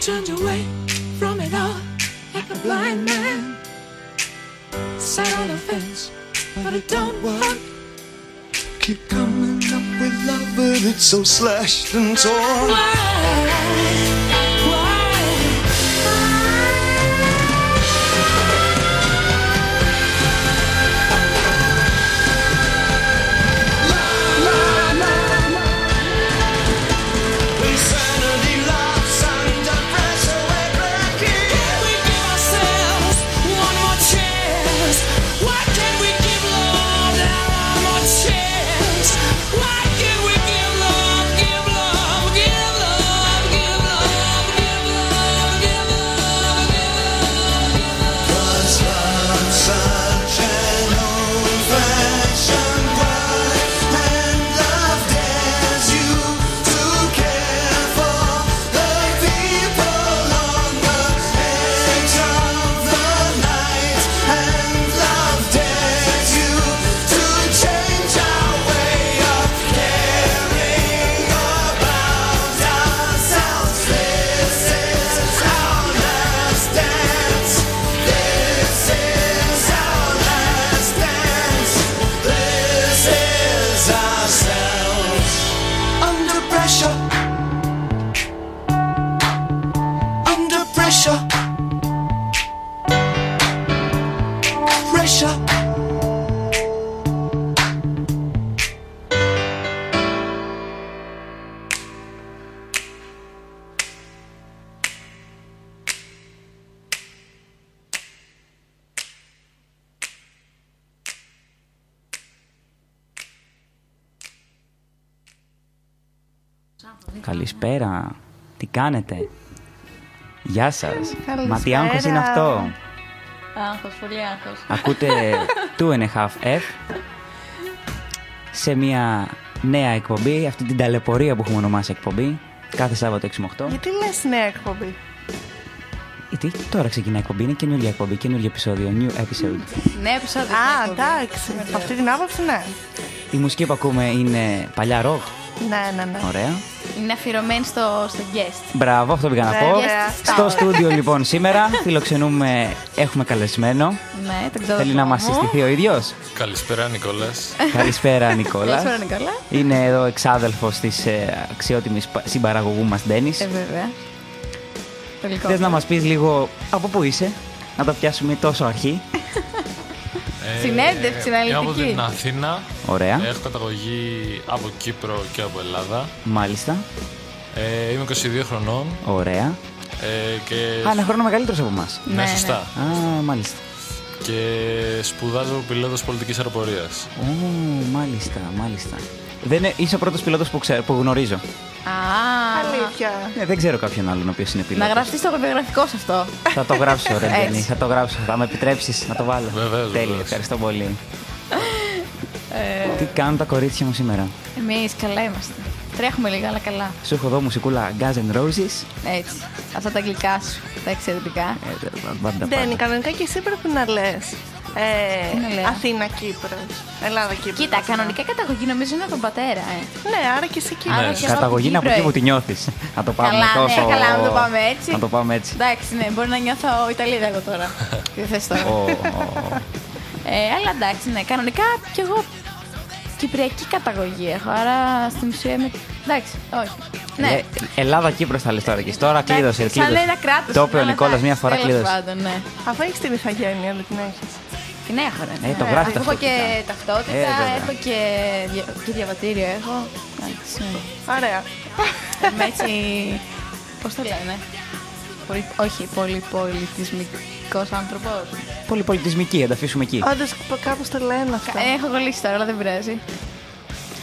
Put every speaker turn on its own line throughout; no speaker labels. turned away from it all like a blind man. Sat on the fence, but it don't work.
Keep coming up with love, but it's so slashed and torn.
Why? Why?
Insanity laughs under pressure, we're breaking.
Can we give ourselves one more chance? Why can't we give love that one more chance? Why can't we give love, give love, give love, give love, give love, give love, give love?
Was love such an old-fashioned crime? And love dares you to care for the people on the edge of the night. And love dares you to change our way of caring about ourselves. This is our last dance. This is our last dance. This is ourselves under pressure. Under pressure. Pressure.
Καλησπέρα. Τι κάνετε. Γεια σας. Μα τι
Καλησπέρα.
άγχος είναι αυτό.
Άγχος, πολύ άγχος.
Ακούτε Two and a Half F σε μια νέα εκπομπή, αυτή την ταλαιπωρία που έχουμε ονομάσει εκπομπή, κάθε Σάββατο 6 με 8.
Γιατί λες νέα εκπομπή.
Γιατί τώρα ξεκινάει η εκπομπή, είναι καινούργια εκπομπή, καινούργιο επεισόδιο, new episode.
Ναι, επεισόδιο.
Α, εντάξει. Από αυτή την άποψη, ναι.
Η μουσική που ακούμε είναι παλιά ροκ,
Ναι, ναι, ναι.
ωραία.
Είναι αφιερωμένη στο, στο guest.
Μπράβο, αυτό πήγα να
Βέβαια.
πω.
Yes,
Στο στούντιο λοιπόν σήμερα φιλοξενούμε, έχουμε καλεσμένο.
Ναι, τον ξέρω.
Θέλει να μας συστηθεί ο ίδιος.
Καλησπέρα, Νικόλας.
Καλησπέρα Νικόλα.
Καλησπέρα, Νικόλα.
Είναι εδώ εξάδελφος της ε, αξιότιμης πα- συμπαραγωγού μας Ντένις.
Ε, βέβαια. Τελικό.
Θες να μας πεις λίγο από πού είσαι, να τα πιάσουμε τόσο αρχή.
Συνέντευξη,
Ε,
αναλυτική.
Είμαι από την Αθήνα. Ε,
Ωραία.
Έχω καταγωγή από Κύπρο και από Ελλάδα.
Μάλιστα.
Ε, είμαι 22 χρονών.
Ωραία.
Ε, και...
Α, ένα χρόνο μεγαλύτερος από εμάς.
Ναι,
Ναι,
σωστά.
Α, μάλιστα.
Και σπουδάζω πιλότος πολιτικής αεροπορίας.
Ω, μάλιστα, μάλιστα. Δεν, ε, είσαι ο πρώτος πιλότος που, ξέρω, που γνωρίζω.
Α,
Αλήθεια.
Ε, δεν ξέρω κάποιον άλλον ο οποίος είναι
να
πιλότος.
γραφτείς στο βιογραφικό σου αυτό.
Θα το γράψω, ρε
Έτσι.
Ντένι, θα το γράψω. Θα με επιτρέψεις να το βάλω.
Βεβαίως,
Τέλεια,
βεβαίως.
ευχαριστώ πολύ.
Ε.
Τι κάνουν τα κορίτσια μου σήμερα.
Εμείς καλά είμαστε. Τρέχουμε λίγα, αλλά καλά.
Σου έχω εδώ μουσικούλα Guns N' Roses.
Έτσι. Αυτά τα αγγλικά σου, τα εξαιρετικά.
Ε, τα- τα- πάντα, πάντα.
Ντένι, κανονικά και εσύ πρέπει να λες. Ε,
Τι να λέω?
Αθήνα, Κύπρος. Ελλάδα, Κύπρος.
Κοίτα, κανονικά καταγωγή νομίζω είναι από τον πατέρα, ε.
Ναι, άρα και εσύ Κύπρος.
Άρα και εγώ
Καταγωγή είναι από εκεί
Κύπρο,
που
ε.
τη νιώθεις. Να το πάμε
Καλά, ναι,
τόσο.
καλά, να το πάμε έτσι.
Να το πάμε έτσι.
Εντάξει, ναι, μπορεί να νιώθω Ιταλίδα εγώ τώρα. Τι θες τώρα.
Ω, ω, ω.
Ε, αλλά εντάξει, ναι, κανονικά κι εγώ κυπριακή καταγωγή έχω, άρα στην ουσία είμαι. Εντάξει, όχι. Ναι.
Ε, Ελλάδα Κύπρος θα λες τώρα και τώρα κλείδωσε.
Εντάξει, Σαν
κλείδωσε.
ένα ναι, κράτος.
Το είπε ο Νικόλα μία φορά κλείδωσε.
πάντων, ναι.
Αφού έχεις την ηθαγένεια, αλλά την έχεις.
Την έχω, ρε.
Ε, το
ναι.
γράφει
Έχω και
ταυτότητα.
ταυτότητα,
Ε, βέβαια.
έχω και, δια- και διαβατήριο έχω. Εντάξει, ναι.
Ωραία.
Είμαι έτσι. Πώς το λένε. Πολύ, όχι, πολύ πολιτισμικό άνθρωπος.
Πολυπολιτισμική, να τα αφήσουμε εκεί.
Όντως κάπως το λένε αυτό.
Ε, Έχω κολλήσει τώρα, αλλά δεν πειράζει.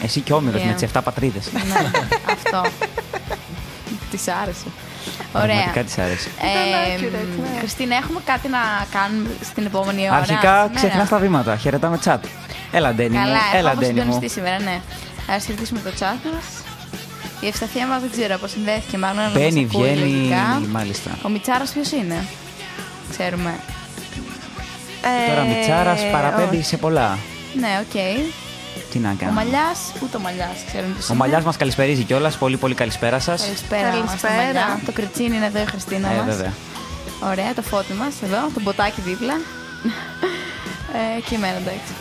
Εσύ και όμοιρο
Yeah.
με τι 7 πατρίδες.
Ναι, αυτό. Της άρεσε. Ωραία.
Πραγματικά της άρεσε.
Ε,
Ήταν accurate, ναι.
Χριστίνα, έχουμε κάτι να κάνουμε στην επόμενη ώρα.
Αρχικά
σήμερα?
ξεχνά τα βήματα. Χαιρετάμε τσάτ. Έλα, Ντένι μου.
Ναι, Καλά,
Έλα,
έχω
Ντένι μου.
συντονιστεί σήμερα, ναι. Ας χαιρετήσουμε το chat μας. Η Ευσταθία μα δεν ξέρω πώ συνδέθηκε, μάλλον. αλλά
Μπαίνει,
μας ακούει
βγαίνει.
λογικά.
Μάλιστα.
Ο Μιτσάρας ποιος είναι, ξέρουμε.
Ε,
Τώρα Μιτσάρας παραπέμπει
όχι.
σε πολλά.
Ναι, οκ.
Τι να
Ο
κάνω.
μαλλιάς, ούτε ο μαλλιάς, ξέρουμε τι
Ο
είναι.
Μαλιάς μας καλησπερίζει κιόλας. Πολύ, πολύ καλησπέρα σας.
Καλησπέρα.
Καλησπέρα.
μας, το μαλλιά. Το κριτσίνι είναι εδώ η Χριστίνα
Ε,
μας.
βέβαια.
Ωραία, το φώτι μας εδώ, το μποτάκι δίπλα. ε, και εμένα εντάξει.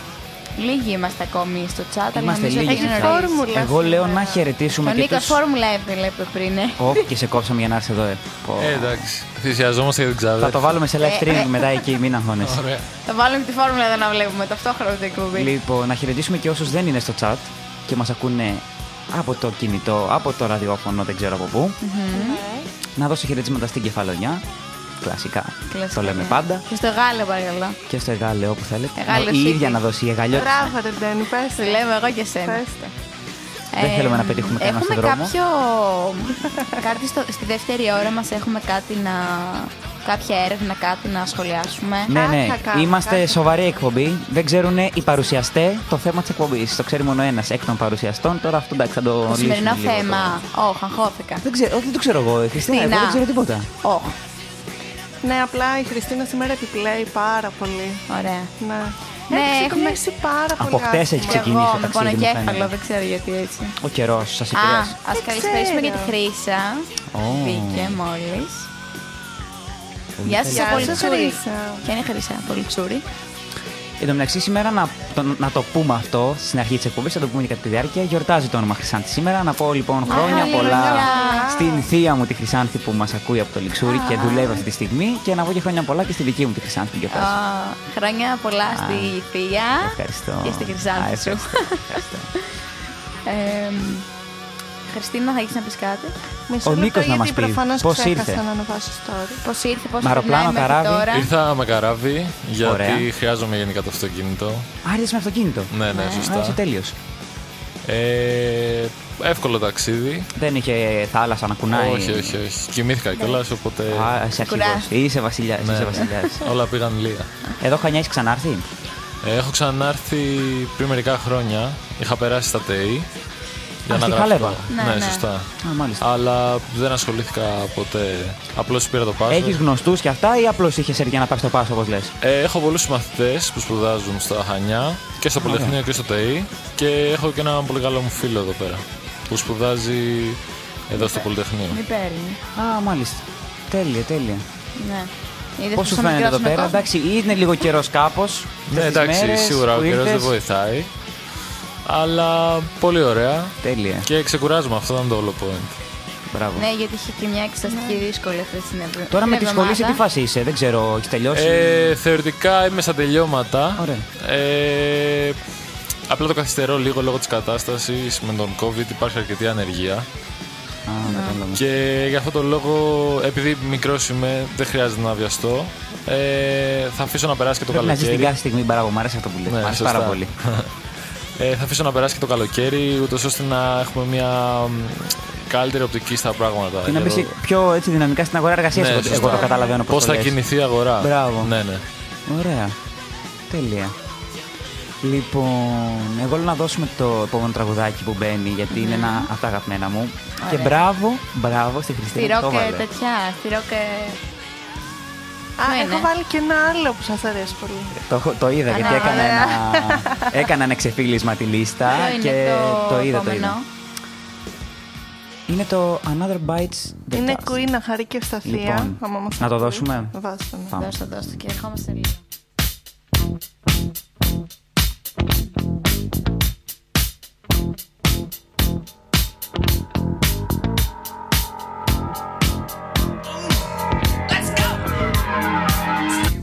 Λίγοι είμαστε ακόμη στο chat, αλλά
Είμαστε
νομίζω ότι
λίγοι.
είναι
Έχει
νωρίς.
φόρμουλα.
Εγώ λέω να
Τον
χαιρετήσουμε και
Νίκος
τους...
φόρμουλα έβλεπε πριν. ε.
Ω, και σε κόψαμε για να έρθει εδώ. ε. Πω.
Ε, εντάξει. Θυσιαζόμαστε για την
Θα το
ξαδέρφη.
βάλουμε σε live
Ε, ε.
streaming μετά εκεί, μην αγχώνεσαι.
Ωραία.
Θα βάλουμε τη φόρμουλα εδώ να βλέπουμε ταυτόχρονα την εκπομπή.
Λοιπόν, να χαιρετήσουμε και όσους δεν είναι στο chat και μας ακούνε από το κινητό, από το ραδιόφωνο, δεν ξέρω από πού. Να δώσω χαιρετίσματα στην κεφαλονιά. Κλασικά.
Κλασικά,
Το λέμε
ναι.
πάντα.
Και στο Γάλλο, παρακαλώ.
Και στο εγάλεο που θέλετε.
Εγάλεο
η
City.
ίδια να δώσει η εγάλεο.
Μπράβο, ρε Ντένι, πες.
Σου λέω εγώ και σένα. Ε,
Πες τα.
Δεν θέλουμε να πετύχουμε κανένα
έχουμε
στον δρόμο.
κάποιο. κάτι στο... στη δεύτερη ώρα μας έχουμε κάτι να. κάποια έρευνα, κάτι να σχολιάσουμε.
Ναι,
Κάτι
ναι.
θα κάνουμε,
Είμαστε
κάτι.
σοβαρή εκπομπή. Δεν ξέρουν οι παρουσιαστέ το θέμα της εκπομπής. Το ξέρει μόνο ένας εκ των παρουσιαστών. Τώρα αυτό εντάξει θα το
Το σημερινό
λύσουμε λίγο
θέμα.
το-
Όχι, αγχώθηκα.
Δεν ξέρω, όχι, δεν το ξέρω εγώ. ε, Χριστίνα, εγώ
Χριστίνα.
δεν ξέρω τίποτα.
Όχι,
Ναι, απλά η Χριστίνα σήμερα επιπλέει πάρα πολύ.
ωραία.
Ναι.
Ναι,
Έχει
έχουμε-
ξεκινήσει πάρα πολύ.
Από χτες
άσχημα.
έχει
Και
ξεκίνησε
εγώ
το
με
ταξίδι, μου
πονοκέφαλο,
φαίνεται.
δεν ξέρω γιατί έτσι.
Ο καιρός σας
Α,
επηρέασε.
ας
Δεν
καλησπέρισουμε και
ξέρω.
τη Χρύσα.
Ω.
Μπήκε μόλις.
Πολύ
Γεια σας,
καλά.
Γεια
πολύ
σας,
τσούρι.
Χρύσα.
Ποια είναι η Χρύσα, πολύ τσούρι.
Εν τω μεταξύ, σήμερα να το, να το πούμε αυτό στην αρχή της εκπομπής, θα το πούμε και κατά τη διάρκεια. Γιορτάζει το όνομα Χρυσάνθη σήμερα. Να πω λοιπόν χρόνια
Καλή
πολλά
χρονιά.
στην θεία μου τη Χρυσάνθη που μας ακούει από το Λιξούρι και δουλεύει αυτή τη στιγμή. Και να πω και χρόνια πολλά και στη δική μου τη Χρυσάνθη που
Α,
γιορτάζει.
Χρόνια πολλά στη Θεία
Ευχαριστώ.
και στη
Α,
Χρυσάνθη σου.
ευχαριστώ, ευχαριστώ.
Ε, Χριστίνα, θα έχεις να πεις κάτι.
Μισό
Ο
λεπτό,
Νίκος να
γιατί
μας πει
προφανώς
πώς
ξέχασα
ήρθε.
να ανεβάσω story.
Πώς ήρθε, πώς
Με αεροπλάνο,
περνάει μέχρι
καράβι.
τώρα.
Ήρθα με καράβι γιατί
Ωραία.
χρειάζομαι γενικά το αυτοκίνητο.
Άρισε με αυτοκίνητο.
Ναι, ναι,
Α, είσαι
σωστά.
τέλειος.
Ε, εύκολο ταξίδι.
Δεν είχε θάλασσα να κουνάει.
Όχι, όχι, όχι. Κοιμήθηκα κιόλας, οπότε
Α, είσαι αρχηγός.
Κουράστηκε.
Είσαι βασιλιάς.
Ναι,
Είσαι
ναι.
βασιλιάς.
όλα πήγαν λίγα.
Εδώ Χανιά έχεις ξανάρθει.
Ε, έχω ξανάρθει πριν μερικά χρόνια. Είχα περάσει στα E. ΤΕΙ.
Α, στη
γραφτώ.
Χαλέβα.
Ναι,
Ναι,
ναι.
σωστά.
Α, μάλιστα.
Αλλά δεν ασχολήθηκα ποτέ. Απλώς πήρα το πάσο.
Έχεις γνωστούς και αυτά ή απλώς είχε έρθει για να πάει στο πάσο όπως λες.
Ε, έχω πολλούς συμμαθητέ που σπουδάζουν στα Χανιά και στο Πολυτεχνείο και στο ΤΕΙ. Και έχω και έναν πολύ καλό μου φίλο εδώ πέρα που σπουδάζει εδώ στο Πολυτεχνείο.
Μη παίρνει.
Α, μάλιστα. Τέλεια, τέλεια.
Ναι. Είδες
Πώς σου
πόσο
φαίνεται εδώ
μικρός είναι ο
πέρα,
κόσμος.
εντάξει, είναι λίγο καιρός κάπως.
Ναι, εντάξει, σίγουρα ο καιρός δεν βοηθάει. Αλλά πολύ ωραία.
Τέλεια.
Και ξεκουράζουμε αυτό ήταν το όλο point.
Μπράβο.
Ναι, γιατί είχε και μια εξεταστική δύσκολη αυτή την εβδομάδα.
Τώρα με τη σχολή σε τι φάση είσαι, δεν ξέρω, έχει τελειώσει.
Ε, θεωρητικά είμαι στα τελειώματα.
Ωραία.
Ε, απλά το καθυστερώ λίγο λόγω της κατάστασης με τον COVID. Υπάρχει αρκετή ανεργία.
Α,
Ναι.
κατάλαβα.
Και γι' αυτό το λόγο, επειδή μικρός είμαι, δεν χρειάζεται να βιαστώ. Ε, θα αφήσω να περάσει και το
Πρέπει να ζεις την
καλοκαίρι.
κάθε στιγμή, μπράβο, μου αρέσει αυτό που λες.
Ναι,
Μ' αρέσει
σωστά.
πάρα πολύ.
Ε, θα αφήσω να περάσει και το καλοκαίρι, ούτως ώστε να έχουμε μια μ, καλύτερη οπτική στα πράγματα.
Και να μπει
Γιατί-
και πιο έτσι, δυναμικά στην αγορά εργασίας,
Ναι,
εγώ,
σωστά.
εγώ το καταλαβαίνω
Πώς
πώς το
θα
λες.
κινηθεί η αγορά.
Μπράβο.
Ναι, ναι.
Ωραία. Τέλεια. Λοιπόν, εγώ λέω να δώσουμε το επόμενο τραγουδάκι που μπαίνει, γιατί είναι ένα από τα αγαπημένα μου. Και μπράβο, μπράβο στη
Στη
Χριστίνα. που
ροκ
το
ε,
έβαλε.
τέτοια, στη ροκ. ε,
Α,
Ναι, ναι.
έχω βάλει και ένα άλλο που σας αρέσει πολύ.
Το, έχω- το είδα γιατί
Ανάβαλα.
έκανα ένα, έκανα ένα ξεφύλισμα τη λίστα
Ποιο είναι
και
το,
είδα, το
επόμενο?
είδα. Είναι το Another Bites the
Είναι
Dust.
Queen Αχάρη και Ευσταθία.
Λοιπόν,
άμα μας
να το
ακούει.
δώσουμε?
Δώστε, ναι.
Πάμε.
Δώστε, δώστε και ερχόμαστε λίγο.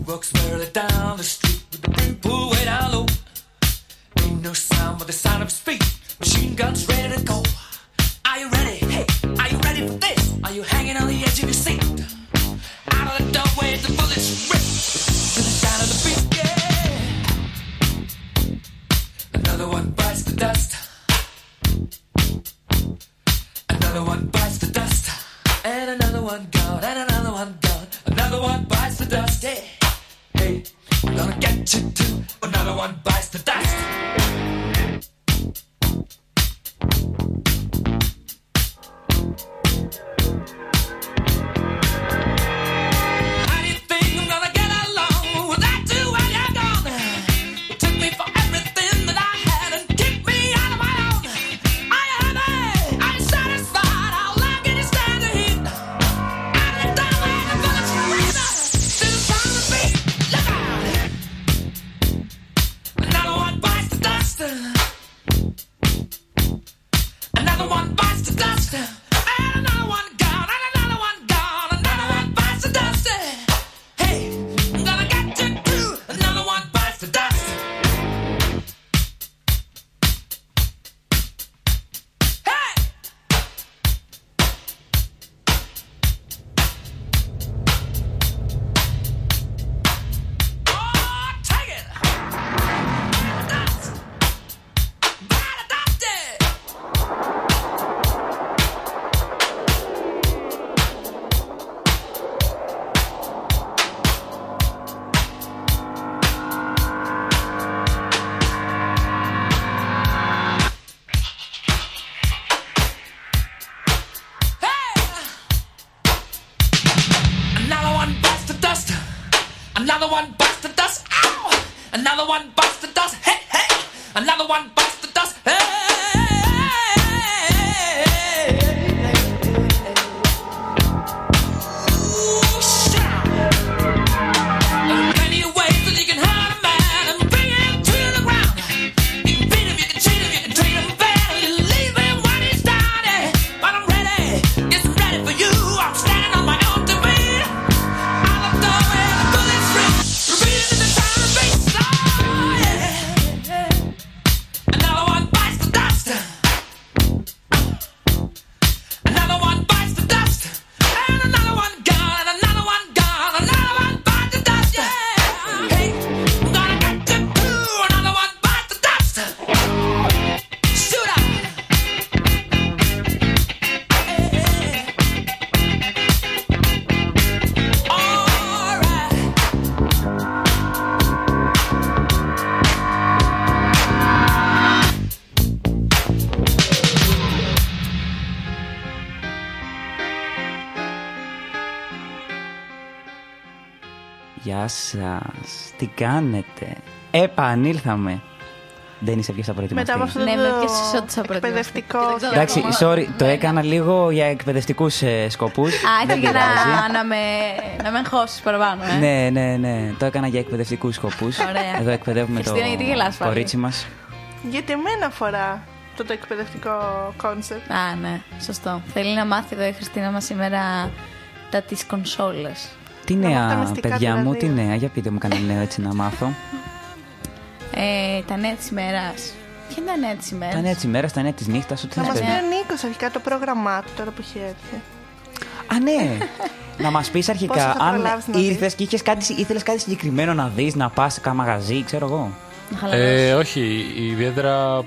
Walks merrily down the street with the brim pulled way down low. Ain't no sound but the sound of speed. Machine guns ready to go. Are you ready? Hey, are you ready for this? Are you hanging on the edge of your seat? Out of the doorway, the bullets rip to the sound of the beat. Yeah. Another one bites the dust. Another one bites the dust. And another one gone, and another one gone. Another one bites the dust. Hey, hey, I'm gonna get you too. Another one bites the dust. How do you think I'm gonna get along without you when you're gone? You took me for everything that I had and kicked me
Oh, Another one bites the dust. Ow! Another one bites the dust. Hey, hey! Another one bites the dust. Hey! Ooh, shout. Many ways that you can hurt a man and bring him to the ground. You can beat him, you can cheat him, you can treat him bad. You leave him when he's down. But I'm ready, it's ready for you. I'm standing on my own to beat. I looked over and the bullets ring. Repeated in the time and space. Oh, yeah. Another one bites the dust. Another one bites the dust. And another one gone, and another one gone, another one bites the dust. Yeah. Hey, I'm gonna get them too. Another one bites the dust. Shoot up. All right.
Γεια σας, τι κάνετε. Επανήλθαμε. Δεν είσαι πια στα προετοιμαστή.
Μετά από αυτό
Ναι, με
το
πιάσε ισότητα από την
εκπαιδευτικό.
αρχή.
Εντάξει,
ακόμα. Ναι.
sorry, το έκανα λίγο για ε, εκπαιδευτικού σκοπούς.
Α, ήταν για να, να με, να με εγχώσεις παραπάνω, ε.
Ναι, ναι, ναι. Το έκανα για εκπαιδευτικούς σκοπούς.
Ωραία.
Εδώ εκπαιδεύουμε το
Χριστίνα, γιατί γελάς πάλι?
κορίτσι μας.
Γιατί εμένα αφορά το, το εκπαιδευτικό κόνσεπτ.
Α, ναι, σωστό. Θέλει να μάθει εδώ η Χριστίνα μας σήμερα τα της κονσόλες.
Τι
Να μάθω τα
νέα,
μυστικά
παιδιά μου,
δηλαδή.
τι νέα. Για πείτε μου κανένα νέο έτσι να μάθω.
Ε, τα νέα της ημέρας. Ποια είναι τα νέα της ημέρας.
Τα νέα της ημέρας, τα νέα της νύχτας, ό,τι
Θα
θες,
μα πει
παιδί.
ο Νίκος αρχικά το πρόγραμμά του τώρα που έχει έρθει.
Α, ναι. να μας πεις αρχικά,
Πόσο θα
αν
προλάβεις να δεις.
ήρθε και είχες κάτι, ήθελες κάτι συγκεκριμένο να δεις, να πας σε κάνα μαγαζί, ξέρω εγώ.
Να χαλαρώσεις.
Ε, όχι, ιδιαίτερα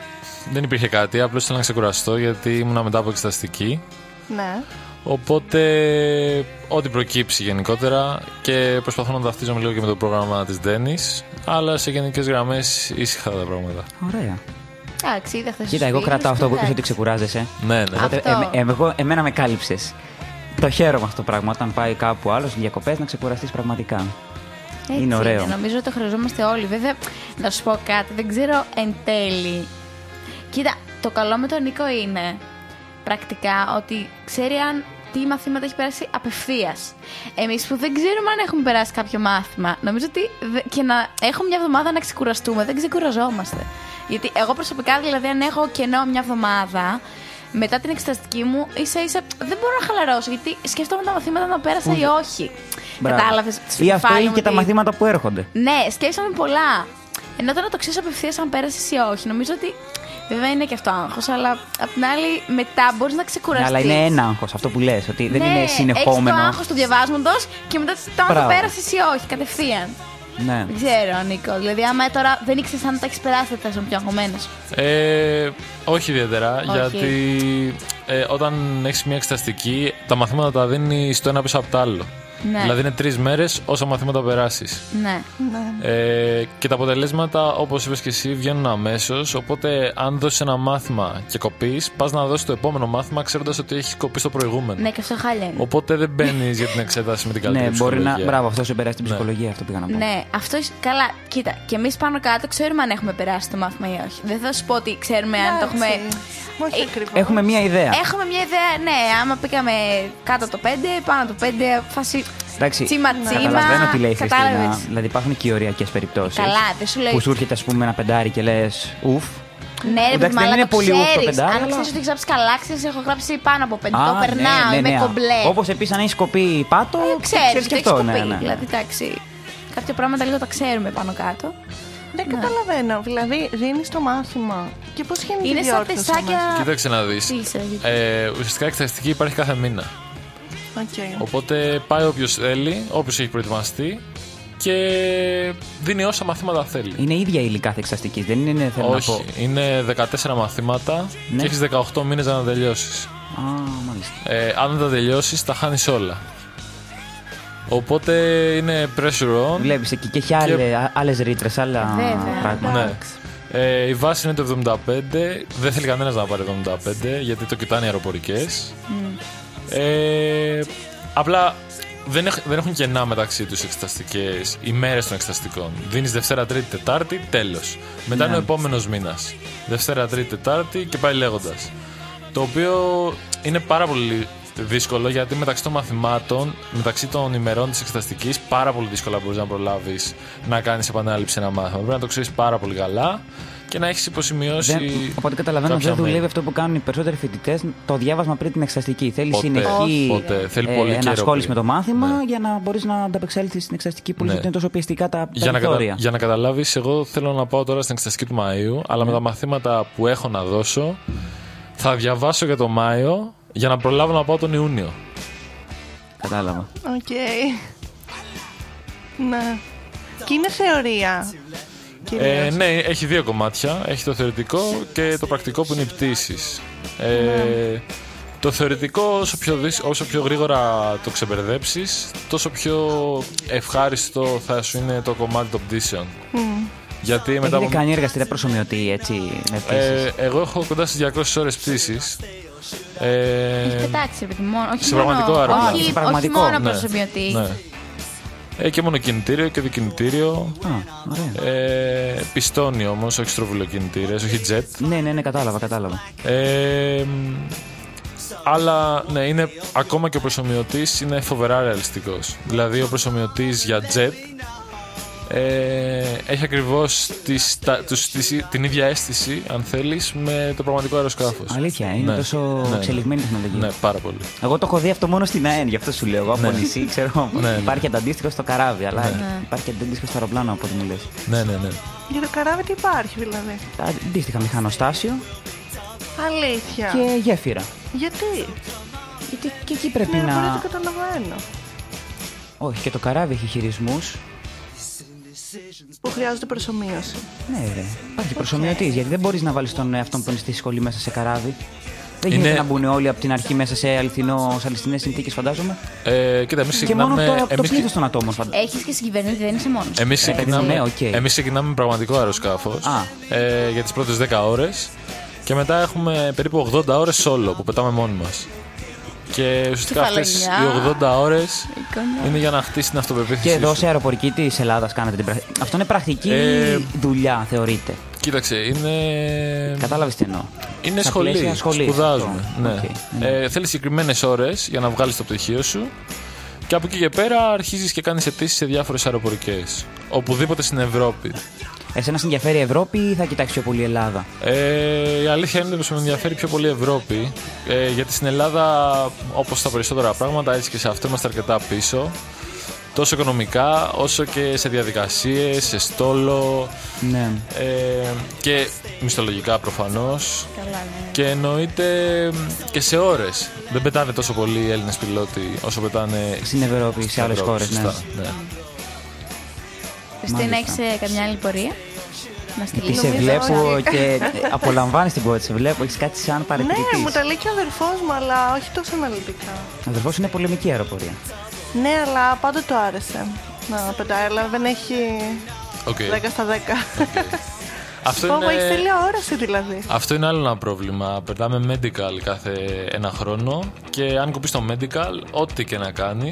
δεν υπήρχε κάτι. Απλώς ήθελα να ξεκουραστώ γιατί ήμουνα μετά από εξεταστική.
Ναι.
Οπότε, ό,τι προκύψει γενικότερα και προσπαθώ να ταυτίζομαι λίγο και με το πρόγραμμα της Ντένι. Αλλά σε γενικές γραμμές ήσυχα τα πράγματα.
Ωραία.
Εντάξει, είδα χθες
Κοίτα, εγώ
στους
κρατάω
φίλους,
αυτό που είπε ότι
εντάξει.
ξεκουράζεσαι.
Ναι, ναι.
Οπότε,
Αυτό.
εμ- εμ- εγώ- εμένα με κάλυψες. Το χαίρομαι αυτό το πράγμα. Όταν πάει κάπου άλλος για διακοπές, να ξεκουραστείς πραγματικά.
Έτσι
Είναι ωραίο.
νομίζω ότι το χρειαζόμαστε όλοι. Βέβαια, να σου πω κάτι, δεν ξέρω εν τέλει. Κοίτα, το καλό με τον Νίκο είναι πρακτικά ότι ξέρει αν τι μαθήματα έχει περάσει απευθείας. Εμείς που δεν ξέρουμε αν έχουμε περάσει κάποιο μάθημα, νομίζω ότι δε- και να έχουμε μια εβδομάδα να ξεκουραστούμε, δεν ξεκουραζόμαστε. Γιατί εγώ προσωπικά, δηλαδή, αν έχω κενό μια εβδομάδα, μετά την εξεταστική μου, ίσα ίσα δεν μπορώ να χαλαρώσω γιατί σκέφτομαι τα μαθήματα να πέρασα ή όχι.
Μπράβο.
Κατάλαβες.
Ή αυτό ή και τα μαθήματα που έρχονται.
Ναι, σκέψαμε πολλά. Ενώ τώρα το ξέρεις απευθείας αν πέρασες ή όχι. Νομίζω ότι. Βέβαια είναι και αυτό άγχος, αλλά απ' την άλλη μετά μπορείς να ξεκουραστείς.
Ναι, αλλά είναι ένα άγχος αυτό που λες, ότι δεν είναι συνεχόμενο.
Έχει Ναι, το άγχος του διαβάσματος και μετά το αν το
Μπράβο.
πέρασε ή όχι, κατευθείαν.
Ναι.
Δεν ξέρω, Νίκο. Δηλαδή, άμα τώρα δεν ήξερες αν τα έχεις περάσει, θα ήσουν πιο αγχωμένος.
Ε, όχι ιδιαίτερα,
Όχι.
γιατί ε, όταν έχεις μια εξεταστική, τα μαθήματα τα δίνεις το ένα πίσω από το άλλο.
Ναι.
Δηλαδή είναι τρεις μέρες όσα μαθήματα περάσεις.
Ναι.
Ε, και τα αποτελέσματα, όπως είπες και εσύ, βγαίνουν αμέσως. Οπότε, αν δώσεις ένα μάθημα και κοπείς, πας να δώσεις το επόμενο μάθημα ξέροντας ότι έχεις κοπεί το προηγούμενο.
ναι, και αυτό χάλια είναι.
Οπότε δεν μπαίνεις για την εξέταση με την καλύτερη
Ναι, μπορεί να.
ψυχολογία.
Μπράβο, αυτό σου περάσει την
Ναι.
ψυχολογία, αυτό πήγα να πω.
Ναι, αυτό είσαι- Καλά, κοίτα, και εμείς πάνω κάτω ξέρουμε αν έχουμε περάσει το μάθημα ή όχι. Δεν θα σου πω ότι ξέρουμε αν το έχουμε.
Όχι
Ε,
ακριβώς.
Έχουμε μία ιδέα.
Έχουμε μια ιδέα, ναι, άμα πήγαμε κάτω το 5, πάνω το 5, φάση
Εντάξει, Ναι.
τσίμα τσίμα.
καταλαβαίνω τι λέει η Χριστίνα.
κατάλαβες.
Δηλαδή υπάρχουν και οριακέ περιπτώσεις.
Καλά, δεν σου λέει.
Που σου έρχεται, ας πούμε, ένα πεντάρι και λες ουφ.
Ναι, ρε
Εντάξει,
παιδί,
δεν
μου, αλλά
είναι
το
πολύ ούφ το
ξέρεις.
πεντάρι,
Αν
αλλά-
ξέρεις ότι έχεις γράψει καλά, ξέρεις έχω γράψει πάνω από 5,
Α,
Ε, το
ναι,
περνάω,
ναι,
είμαι
ναι.
κομπλέ. Ε,
Όπως επίσης αν έχεις κοπεί πάτο,
ξέρει
και αυτό. Ναι, ναι.
Δηλαδή, εντάξει, κάποια πράγματα λίγο τα ξέρουμε πάνω κάτω.
Δεν καταλαβαίνω. Δηλαδή, δίνεις το μάθημα. Και πώς γίνεται
Είναι
η
σαν
διόρθωση στο μάθημα?
τεσσάκια.
Κοίταξε να δεις.
Φίλησα, γιατί-
Ε, ουσιαστικά εξεταστική υπάρχει κάθε μήνα.
Οκ.
Οπότε πάει όποιος θέλει, όποιος έχει προετοιμαστεί και δίνει όσα μαθήματα θέλει.
Είναι ίδια η κάθε εξαστική. Δεν είναι, θέλω να
Όχι,
πω.
είναι 14 μαθήματα
Ναι.
και έχεις 18 μήνες να τα τελειώσεις.
Α, μάλιστα.
Ε, αν δεν τα τελειώσεις, τα χάνεις όλα. Οπότε είναι pressure on.
Βλέπεις εκεί και έχει άλλε ρήτρες, άλλα
Βέβαια.
πράγματα.
Ναι. Ε, η βάση είναι το 75. Δεν θέλει κανένας να πάρει 75 γιατί το κοιτάνε οι αεροπορικές. Ε, απλά δεν, έχ- δεν έχουν κενά μεταξύ τους εξεταστικές, οι μέρες των εξεταστικών. Δίνεις Δευτέρα, Τρίτη, Τετάρτη, τέλος. Μετά
Ναι.
είναι ο επόμενος μήνας. Δευτέρα, Τρίτη, Τετάρτη και πάει λέγοντας. Το οποίο είναι πάρα πολύ δύσκολο γιατί μεταξύ των μαθημάτων, μεταξύ των ημερών της εξεταστικής, πάρα πολύ δύσκολα μπορείς να προλάβεις να κάνεις επανάληψη ένα μάθημα. Πρέπει να το ξέρεις πάρα πολύ καλά και να έχεις υποσημειώσει.
Δεν, οπότε καταλαβαίνω
Ναι, κάποια
δεν δουλεύει
mail.
αυτό που κάνουν οι περισσότεροι φοιτητές, το διάβασμα πριν την εξεταστική. Θέλει
Ποτέ,
συνεχή ε,
ποτέ. Θέλει πολύ καιρό
ενασχόληση με
πριν.
το μάθημα για να μπορείς να ανταπεξέλθεις στην εξεταστική που λες
Ναι.
ότι είναι τόσο πιεστικά τα
Για να, κατα...
περιθώρια.
για να καταλάβεις, εγώ θέλω να πάω τώρα στην εξεταστική του Μαΐου, αλλά με τα μαθήματα που έχω να δώσω, θα διαβάσω για τον Μάιο για να προλάβω να πάω τον Ιούνιο.
Κατάλαβα.
Οκ. Ναι. Και είναι θεωρία. κυρίως.
Ε, ναι, έχει δύο κομμάτια. Έχει το θεωρητικό και το πρακτικό που είναι οι πτήσεις. Ε, Το θεωρητικό, όσο πιο, δύσ- όσο πιο γρήγορα το ξεμπερδέψεις, τόσο πιο ευχάριστο θα σου είναι το κομμάτι των πτήσεων. Γιατί μετά
Έχετε
από
κάνει εργαστήρια προσωμιωτή, έτσι, με πτήσεις.
Ε, εγώ έχω κοντά στις 200 ώρε πτήση.
Έχει
Ε,
πετάξει, επειδή μόνο. Όχι
σε
μόνο,
πραγματικό αεροπλάνο.
όχι,
Σε
όχι
πραγματικό,
μόνο
ναι.
προσωπιωτή.
ναι. Ε, και μονοκινητήριο και δικινητήριο.
Α, ωραία.
Ε, πιστώνει όμως, όχι στροβιλοκινητήρε, όχι jet.
Ναι, ναι, ναι, κατάλαβα, κατάλαβα.
Ε, μ, αλλά ναι, είναι, ακόμα και ο προσωμιωτής είναι φοβερά ρεαλιστικός. Δηλαδή, ο προσωμιωτής για jet ε, έχει ακριβώς την ίδια αίσθηση, αν θέλεις, με το πραγματικό Ναι. αεροσκάφος.
Αλήθεια, είναι τόσο εξελιγμένη η τεχνολογία.
Ναι, πάρα πολύ.
Εγώ το έχω δει αυτό μόνο στην ΑΕΝ, γι' αυτό σου λέω. Εγώ από νησί, ξέρω.
Ναι, ναι.
Υπάρχει και το αντίστοιχο στο καράβι, αλλά υπάρχει και το αντίστοιχο στο αεροπλάνο, από ό,τι μου λες.
Ναι, ναι, ναι.
Για το καράβι τι υπάρχει δηλαδή.
Αντίστοιχα μηχανοστάσιο
Αλήθεια.
Ναι.
και γέφυρα.
Γιατί.
Γιατί και εκεί πρέπει
Ναι, μπορεί να
να.
το καταλαβαίνω.
Όχι, και το καράβι έχει χειρισμούς.
Που χρειάζεται προσωμείωση.
Ναι, ρε. Υπάρχει προσωμιωτή, γιατί δεν μπορείς να βάλεις τον εαυτό που είναι στη σχολή μέσα σε καράβι. Δεν γίνεται
Είναι-
να μπουν όλοι από την αρχή μέσα σε αληθινό, σε αληθινές συνθήκες, φαντάζομαι.
Ε, κοίτα, εμείς
Και μόνο
ξεκινάμε.
το, το
εμείς-
πλήθος των ατόμων, φαντάζομαι.
Έχεις και συγκυβερνήτη, δεν είσαι μόνος.
εμείς
Ε,
ξεκινάμε,
ναι, οκ.
εμείς ξεκινάμε με πραγματικό αεροσκάφος
Α.
ε, για τις πρώτες 10 ώρες και μετά έχουμε περίπου 80 ώρες solo που πετάμε μόνοι μας. Και ουσιαστικά αυτές οι
Κεφαλονιά.
80 ώρες
Εικόνα.
είναι για να χτίσει την αυτοπεποίθηση.
Και εδώ
σου.
σε αεροπορική της Ελλάδας κάνετε την πρακτική. Αυτό είναι πρακτική
Ε,
δουλειά, θεωρείται.
Κοίταξε, είναι.
Κατάλαβες τι εννοώ.
Είναι
Στα
σχολή.
πλαίσια σχολής.
Σπουδάζουμε.
Αυτό.
Ναι.
Οκ, ναι.
Ε, θέλεις συγκεκριμένες ώρες για να βγάλεις το πτυχίο σου. Και από εκεί και πέρα αρχίζεις και κάνεις αιτήσεις σε διάφορες αεροπορικές. Οπουδήποτε στην Ευρώπη.
Εσένα σε ενδιαφέρει η Ευρώπη ή θα κοιτάξει πιο πολύ η Ελλάδα.
Ε, η αλήθεια είναι ότι με ενδιαφέρει πιο πολύ η Ευρώπη. Ε, γιατί στην Ελλάδα, όπως στα περισσότερα πράγματα, έτσι και σε αυτό είμαστε αρκετά πίσω. Τόσο οικονομικά, όσο και σε διαδικασίες, σε στόλο.
Ναι.
Ε, και μισθολογικά προφανώς
Καλά, ναι.
και εννοείται μ, και σε ώρες. Δεν πετάνε τόσο πολύ οι Έλληνες πιλότοι όσο πετάνε
Στην Ευρώπη, σε άλλες
Ευρώπη,
χώρες. Ναι.
σωστά, ναι.
Χριστίνα,
μάλιστα.
έχεις καμιά άλλη πορεία. Να
Τι
στείλει.
σε
Νομίζω
βλέπω
ότι-
και απολαμβάνεις την πόρτα. Σε βλέπω, έχεις κάτι σαν
Ναι,
παρατηρητής.
μου τα λέει και ο αδερφός μου, αλλά όχι τόσο αναλυτικά.
Ο αδερφός είναι πολεμική αεροπορία.
Ναι, αλλά πάντα του άρεσε να πετάει, αλλά δεν έχει
Οκ.
10 στα 10.
Αυτό,
Πω, έχει
είναι,
τέλεια όραση δηλαδή.
αυτό είναι άλλο ένα πρόβλημα. Περνάμε medical κάθε ένα χρόνο και αν κοπεί το medical, ό,τι και να κάνεις,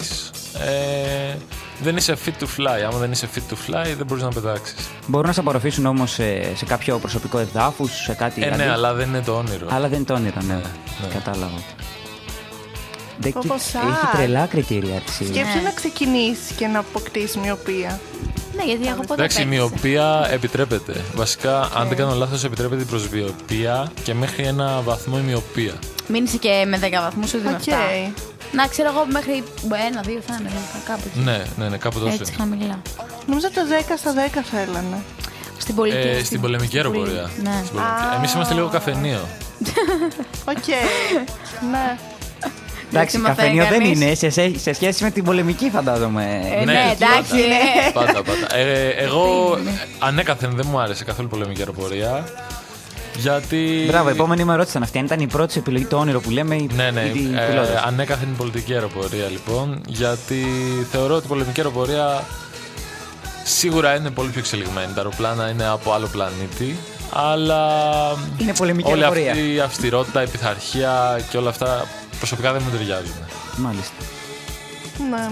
ε, δεν είσαι fit to fly. Άμα δεν είσαι fit to fly, δεν μπορείς να πετάξεις.
Μπορούν να σε απορροφήσουν όμως σε, σε κάποιο προσωπικό εδάφους, σε κάτι.
Ε, ναι,
αντίστοιχο.
αλλά δεν είναι το όνειρο.
Δηλαδή? Αλλά δεν το όνειρο, ναι. Κατάλαβα. Δεν
Πω, πω,
κοίταξε,
σαν.
Έχει τρελά κριτήρια τη.
Σκέψου να ξεκινήσεις και να αποκτήσεις μοιοπία.
Ναι, γιατί έχω πότε
Εντάξει, η μοιοπία επιτρέπεται. Βασικά, αν δεν κάνω λάθος, επιτρέπεται η προσβιοπία και μέχρι ένα βαθμό η μοιοπία.
Μείνησε και με 10 βαθμούς, ούτε με
Οκ.
7. Να ξέρω εγώ μέχρι ένα, δύο θα είναι κάπου εκεί.
Ναι, ναι, ναι, κάπου τόσο.
Έτσι χαμηλά.
Νομίζω το 10 στα 10 θέλανε.
Στην πολική.
Ε, στην πολεμική αεροπορία.
Ναι.
Εμείς είμαστε λίγο καφενείο.
Οκ. ναι.
Εντάξει,
τι μαθαίνει
καφενείο δεν
κανείς.
είναι σε, σε- σε σχέση με την πολεμική, φαντάζομαι.
Ε,
Ναι,
ναι, εντάξει. ε.
πάντα, πάντα. Ε, εγώ ανέκαθεν δεν μου άρεσε καθόλου η πολεμική αεροπορία. Γιατί.
Μπράβο, η επόμενη μου ερώτηση ήταν αυτή. Αν ήταν η πρώτη σου επιλογή, το όνειρο που λέμε, η
Ναι, ναι.
η- η
ε,
πιλότος.
ανέκαθεν η πολιτική αεροπορία λοιπόν. Γιατί θεωρώ ότι η πολεμική αεροπορία σίγουρα είναι πολύ πιο εξελιγμένη. Τα αεροπλάνα είναι από άλλο πλανήτη. Αλλά.
Είναι πολεμική
όλη
αεροπορία.
αυτή η αυστηρότητα, η πειθαρχία και όλα αυτά προσωπικά δεν μου ταιριάζουν.
Μάλιστα.
Ναι.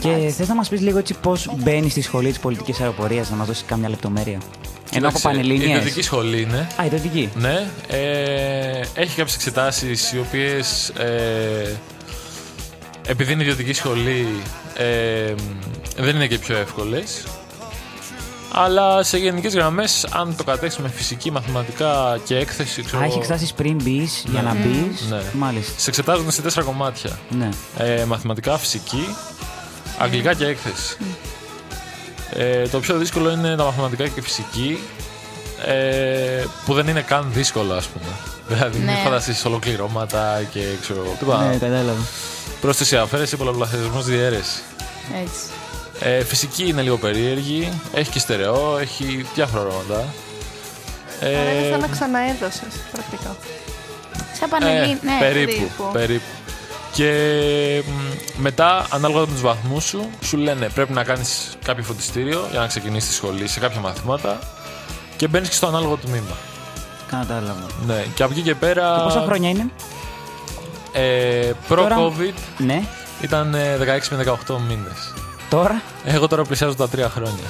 Και θες να μας πεις λίγο έτσι πώς μπαίνεις στη σχολή της πολιτικής αεροπορίας, να μας δώσεις κάμια λεπτομέρεια. Ενώ από
Εντάξει, Η
πανελληνίες.
ιδιωτική σχολή είναι.
Α, ιδιωτική.
Ναι, ε, έχει κάποιες εξετάσεις οι οποίες ε, επειδή είναι ιδιωτική σχολή ε, δεν είναι και πιο εύκολες αλλά σε γενικές γραμμές αν το κατέχεις με φυσική, μαθηματικά και έκθεση ξέρω,
Α, έχει εξετάσεις πριν μπεις για να μπεις.
Ναι.
Μάλιστα.
σε εξετάζονται σε τέσσερα κομμάτια
Ναι.
ε, μαθηματικά, φυσική, αγγλικά και έκθεση. Ε, το πιο δύσκολο είναι τα μαθηματικά και φυσική, ε, που δεν είναι καν δύσκολα, ας πούμε. Δηλαδή,
Ναι.
μην φανταστείς ολοκληρώματα και ξέρω. Τίποτα.
Ναι, κατάλαβα.
Πρόσθεση, αφαίρεση, πολλαπλασιασμός, διαίρεση.
Έτσι.
Ε, φυσική είναι λίγο περίεργη. Έχει και στερεό, έχει διάφορα ονόματα.
Άρα είναι
Ε,
σαν να ξαναέδωσες πρακτικά.
Σαν πανελλήνια.
Ε,
ναι.
περίπου,
περίπου.
περίπου. Και μ, μετά, ανάλογα με τους βαθμούς σου, σου λένε πρέπει να κάνεις κάποιο φωτιστήριο για να ξεκινήσεις τη σχολή σε κάποια μαθήματα και μπαίνεις και στο ανάλογο τμήμα.
Κατάλαβα.
Ναι, και από εκεί και πέρα.
Και πόσα χρόνια είναι,
Ε,
Τώρα-
Προ-COVID
ναι,
ήταν ε, 16 με 18 μήνες.
τώρα.
Εγώ τώρα πλησιάζω τα τρία χρόνια.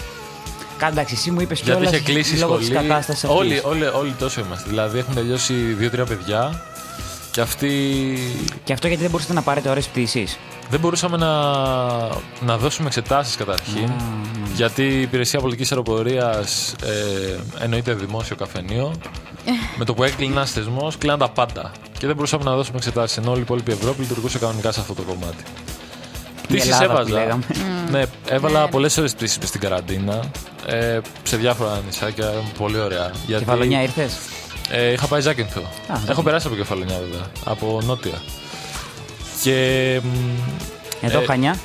Καλά, εντάξει, εσύ μου είπες
Γιατί
κιόλας
είχε κλείσει η
λόγω της
σχολή.
κατάστασης αυτής.
Όλοι, όλοι, όλοι τόσο είμαστε. Δηλαδή έχουν τελειώσει δύο-τρία παιδιά και αυτοί
Και αυτό γιατί δεν μπορούσατε να πάρετε ώρε πτήσεις.
Δεν μπορούσαμε να, να δώσουμε εξετάσεις καταρχήν.
Mm.
Γιατί η υπηρεσία πολιτικής αεροπορίας ε, εννοείται δημόσιο καφενείο. με το που έκλεινε ένας θεσμός, κλείναν τα πάντα. Και δεν μπορούσαμε να δώσουμε εξετάσεις. Ενώ όλη η υπόλοιπη Ευρώπη λειτουργούσε κανονικά σε αυτό το κομμάτι. Τι
Ελλάδα που
έβαζα.
λέγαμε. Mm.
ναι, έβαλα πολλέ ώρε πτήσει στην καραντίνα. Ε, σε διάφορα νησάκια. Πολύ ωραία. Γιατί,
Κεφαλονιά ήρθες.
ε, είχα πάει Ζάκυνθο. Έχω
Ζάκυνθο.
περάσει από κεφαλονιά βέβαια. Από νότια. Και μ,
Εδώ
Ε,
χανιά.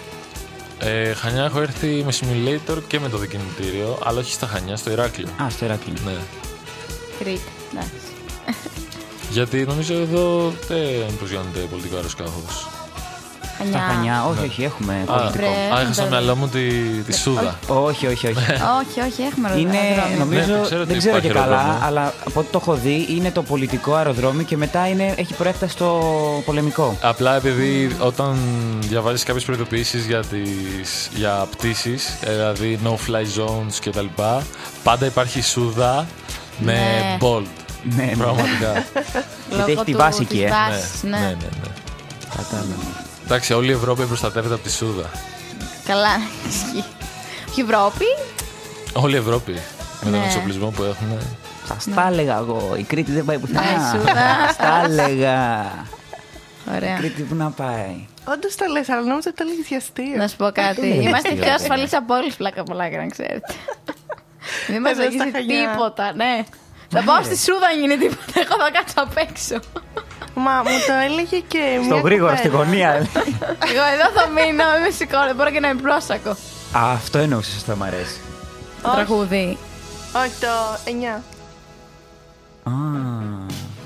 ε, Χανιά έχω έρθει με simulator και με το δικινητήριο, αλλά όχι στα Χανιά, στο Ηράκλειο.
Α, στο Εράκλειο.
Ναι.
Κρήτη. Εντάξει.
Γιατί νομίζω εδώ δεν προσγειώνεται πολιτικό αεροσκάφο.
Τα
Χανιά.
χανιά, όχι, όχι, έχουμε πολιτικό.
βρε,
Ναι. Α, είχα στο
μπερδε-
μυαλό μου τη, τη Σούδα.
Όχι, όχι, όχι.
Όχι, όχι, έχουμε ρωτήσει.
Είναι, νομίζω,
Ναι, ξέρω ότι
δεν ξέρω και
υπάρχει
καλά,
αεροδρόμιο.
αλλά από ό,τι το έχω δει, είναι το πολιτικό αεροδρόμιο και μετά είναι, έχει προέκταση στο πολεμικό.
Απλά επειδή όταν διαβάζεις κάποιες προειδοποιήσεις για, τις, για πτήσεις, ε, δηλαδή no-fly zones κτλ, πάντα υπάρχει η Σούδα με
Ναι.
bold.
Ναι, ναι.
Πραγματικά.
Γιατί έχει τη βάση εκεί, ε.
ναι, ναι,
ναι.
ναι.
Κατάλαβα.
Εντάξει, όλη η Ευρώπη προστατεύεται από τη Σούδα.
Καλά, ισχύει. Όχι Ευρώπη.
Όλη η Ευρώπη. Με τον
Ναι.
εξοπλισμό που έχουν.
Σα τα έλεγα εγώ. Η Κρήτη δεν πάει πουθενά.
Α, η Σούδα.
Σας τα έλεγα.
Ωραία.
Κρήτη που να πάει.
Όντως το λες, αλλά νόμιζα ότι το έλεγε για αστείο.
Να σου πω κάτι.
είναι
Είμαστε
αστείο,
πιο
παιδιά.
ασφαλείς από όλους πλάκα πολλά, να ξέρετε. Δεν μας
Εδώ στα
αγγίζει
Χανιά.
τίποτα, ναι. Θα πάω στη Σούδα αν γίνει τίποτα. Εγώ θα κάτσω απ' έξω.
Μα μου το έλεγε και μια.
Στο γρήγορα, στη
κουβέντα.
γωνία.
Εγώ εδώ θα μείνω, μην με σηκώνω. Μπορώ και να είμαι πρόσακο.
Αυτό εννοούσες ότι θα μ' αρέσει.
Το τραγούδι.
Όχι, το 9.
Α,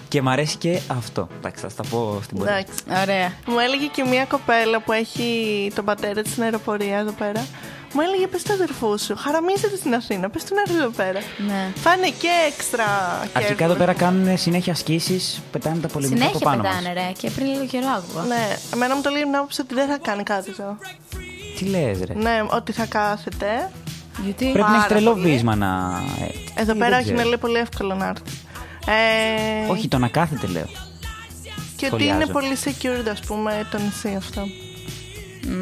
Και μ' αρέσει και αυτό. Εντάξει, θα στα πω στην πορεία.
Εντάξει.
Ωραία.
Μου έλεγε και μια κοπέλα που έχει τον πατέρα της στην αεροπορία εδώ πέρα. Μου έλεγε πες του αδερφού σου, χαραμίζεται στην Αθήνα, πες του να έρθει εδώ πέρα.
Ναι.
Φάνε και έξτρα
Αρχικά
κέρδος.
εδώ πέρα κάνουν συνέχεια ασκήσεις, πετάνε τα πολεμικά από
Συνέχεια
πάνω μας.
πετάνε, ρε. Και πριν λίγο καιρό άκουγα.
Ναι, εμένα μου το λέει να άποψη ότι δεν θα κάνει κάτι εδώ.
Τι λες, ρε.
Ναι, ότι θα κάθεται.
Γιατί.
Πρέπει να
Πάρα
έχει τρελό
πολύ.
βίσμα να. ε,
Εδώ
τι,
πέρα
δεν
όχι,
ξέρω.
είναι λέει πολύ εύκολο να έρθει. Ε,
Όχι, το να κάθεται λέω.
και ότι
σχολιάζω.
είναι πολύ secured, ας πούμε, το νησί αυτό.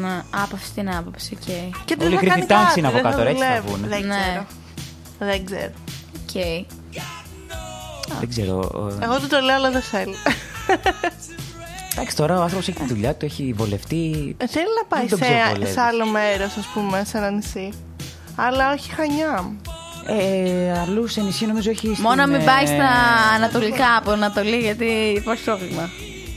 Ναι, από αυτή την άποψη, οκ.
Και ότι
Όλη
δεν θα
η
κάνει
κρυφή τάξη
κάτι,
είναι από
δεν θα
κάτω, ρε, έτσι θα
δουλεύει.
βγουνε.
Δεν
Ναι.
ξέρω. Δεν ξέρω.
Οκ.
Δεν ξέρω. ε,
Εγώ του το λέω, αλλά δεν θέλει.
Εντάξει, τώρα ο άνθρωπος έχει τη δουλειά του, έχει βολευτεί.
Ε, Θέλει να πάει
τον
σε,
ξεβολεύεις.
σε άλλο μέρος, ας πούμε, σε ένα νησί. Αλλά όχι χανιά.
Ε, αλλού σε νησί νομίζω έχει. στην,
Μόνο μην
ε,
πάει στα ανατολικά από Ανατολή, γιατί υπάρχει πρόβλημα.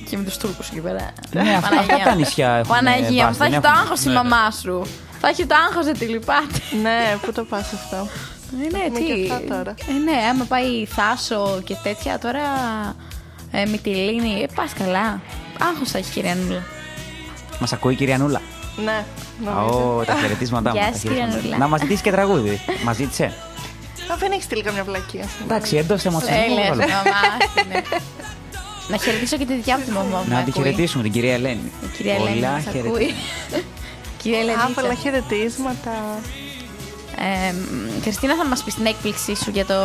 Και με τους Τούρκους εκεί πέρα.
Ναι, αυ-
Παναγία
αυτά τα
μου.
νησιά έχουν,
Παναγία μου,
βάση,
θα
δεν
έχει το
έχουν.
άγχος η μαμάς σου. Θα έχει το άγχος, δεν τη λυπάται.
ναι, πού το πας αυτό.
Ε, Ναι,
Έχουμε
τι.
και αυτά τώρα.
Ε, ναι, άμα πάει Θάσο και τέτοια τώρα. Ε, Μυτιλίνη, ε, πας καλά. Άγχος θα έχει, κυρία Νούλα.
Μας ακούει η κυρία Νούλα.
Ναι, νομίζω.
Ω, τα χαιρετίσματά μου.
Γεια
τα
σας,
χαιρετίσματά
κυρία
μου.
Νούλα.
Να μας ζητήσει και τραγούδι. Μα ζήτησε.
Α, δεν έχει στείλει καμιά βλακία.
Εντάξει, εντό
Ε, λες,
θεματισμού.
μαμά. ναι. Να χαιρετήσω και τη δικιά μου τη μαμά μου.
Να
με
τη
ακούει.
χαιρετήσουμε την κυρία Ελένη.
Η κυρία Ελένη
Πολλά
μας
χαιρετίσματα.
ακούει. Κύριε
Άφαλα
Λεβίτσα.
χαιρετίσματα.
Ε, μ, Χριστίνα, θα μας πεις την έκπληξή σου για, το,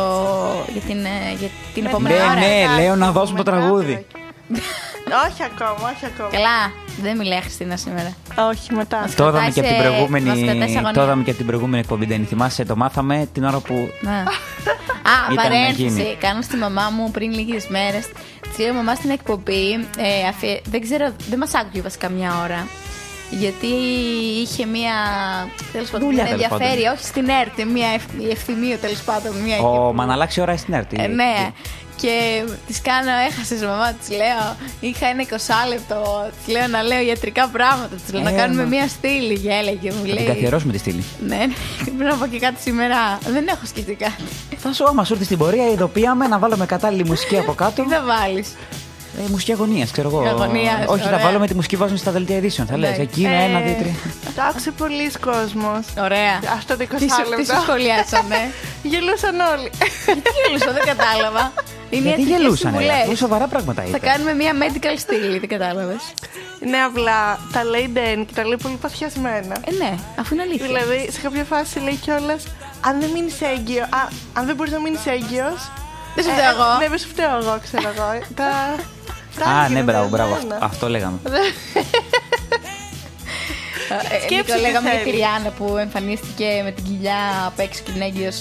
για την, ε, για την
Ναι,
επόμενη
Ναι,
ώρα.
ναι,
εντάξει,
λέω να δώσουμε το
μετά
τραγούδι.
όχι ακόμα, όχι ακόμα.
Καλά, δεν μιλάει Χριστίνα σήμερα.
όχι, μετά.
Το είδαμε και από την
κρατάει σε- μας
προηγούμενη,
κρατάει σε αγωνία. Ναι,
το είδαμε και από την προηγούμενη εκπομπή, δεν θυμάσαι, το μάθαμε την ώρα που
Να.
Ήταν
Α,
να
παρένθεση.
γίνει.
Κάνω στη μαμά μου πριν λίγες μέρες. Τη λέω μαμά στην εκπομπή. Ε, αφιε- Δεν ξέρω, δεν μας άκουγε βασικά μια ώρα. Γιατί είχε μία. Τέλος πάντων,
Δουλειά,
την
τέλος
ενδιαφέρει. Όχι στην ΕΡΤ, μία ευ- η ευθυμίου τέλος πάντων. Μία εκεί
ο
που-
Μαναλάξη ώρα στην έρτη.
Ε, ναι. Και της κάνω, έχασες μαμά, της λέω. Είχα ένα 20 λεπτό. Της λέω να λέω ιατρικά πράγματα. Της λέω να
Ε,
κάνουμε
μα.
μία στήλη. Γέλα και μου
Θα την
λέει.
καθιερώσουμε τη στήλη.
Ναι, ναι, πρέπει να πω και κάτι σήμερα. Δεν έχω σκεφτεί κάτι.
Θα σου άμα σου έρθει στην πορεία, ειδοποιάμε να βάλουμε κατάλληλη μουσική από κάτω.
Τι θα βάλεις.
Ε, μουσική αγωνίας, ξέρω εγώ.
Αγωνίας,
Όχι, θα
ωραία.
βάλουμε τη μουσική που βάζουν στα δελτία ειδήσεων. Θα λες.
Εντάξει.
Εκείνα,
Ε.
ένα, δύο, τρία.
Το άκουσε πολλοί κόσμος.
Ωραία.
Ας το 20
Τι σου, τι σου
λεπτό.
σχολιάσανε.
Γελούσαν όλοι.
Γιατί γελούσα, δεν κατάλαβα. Είναι
Γιατί
ιατρικές
γελούσαν,
συμβουλές.
ρε, σοβαρά πράγματα
Θα
είπε.
κάνουμε μια medical στήλη, δεν κατάλαβες.
ναι, απλά τα λέει Ντέν και τα λέει πολύ παθιασμένα.
Ε, ναι, αφού είναι αλήθεια.
δηλαδή, σε κάποια φάση λέει κιόλας, αν δεν μείνεις έγκυος, α, αν δεν μπορείς να μείνεις έγκυος.
Δεν σου φταίω εγώ.
Ναι, δεν σου φταίω εγώ, ξέρω εγώ. τα. τα
Α, ναι,
άρχινα
μπράβο, μπράβο.
δεδομένα.
αυτό- Αυτό λέγαμε.
Και
σκέψου
το
τι
Ε, λέγαμε για τη
θέλεις.
Ριάννα που εμφανίστηκε με την κοιλιά απ' έξω και είναι έγκυο 6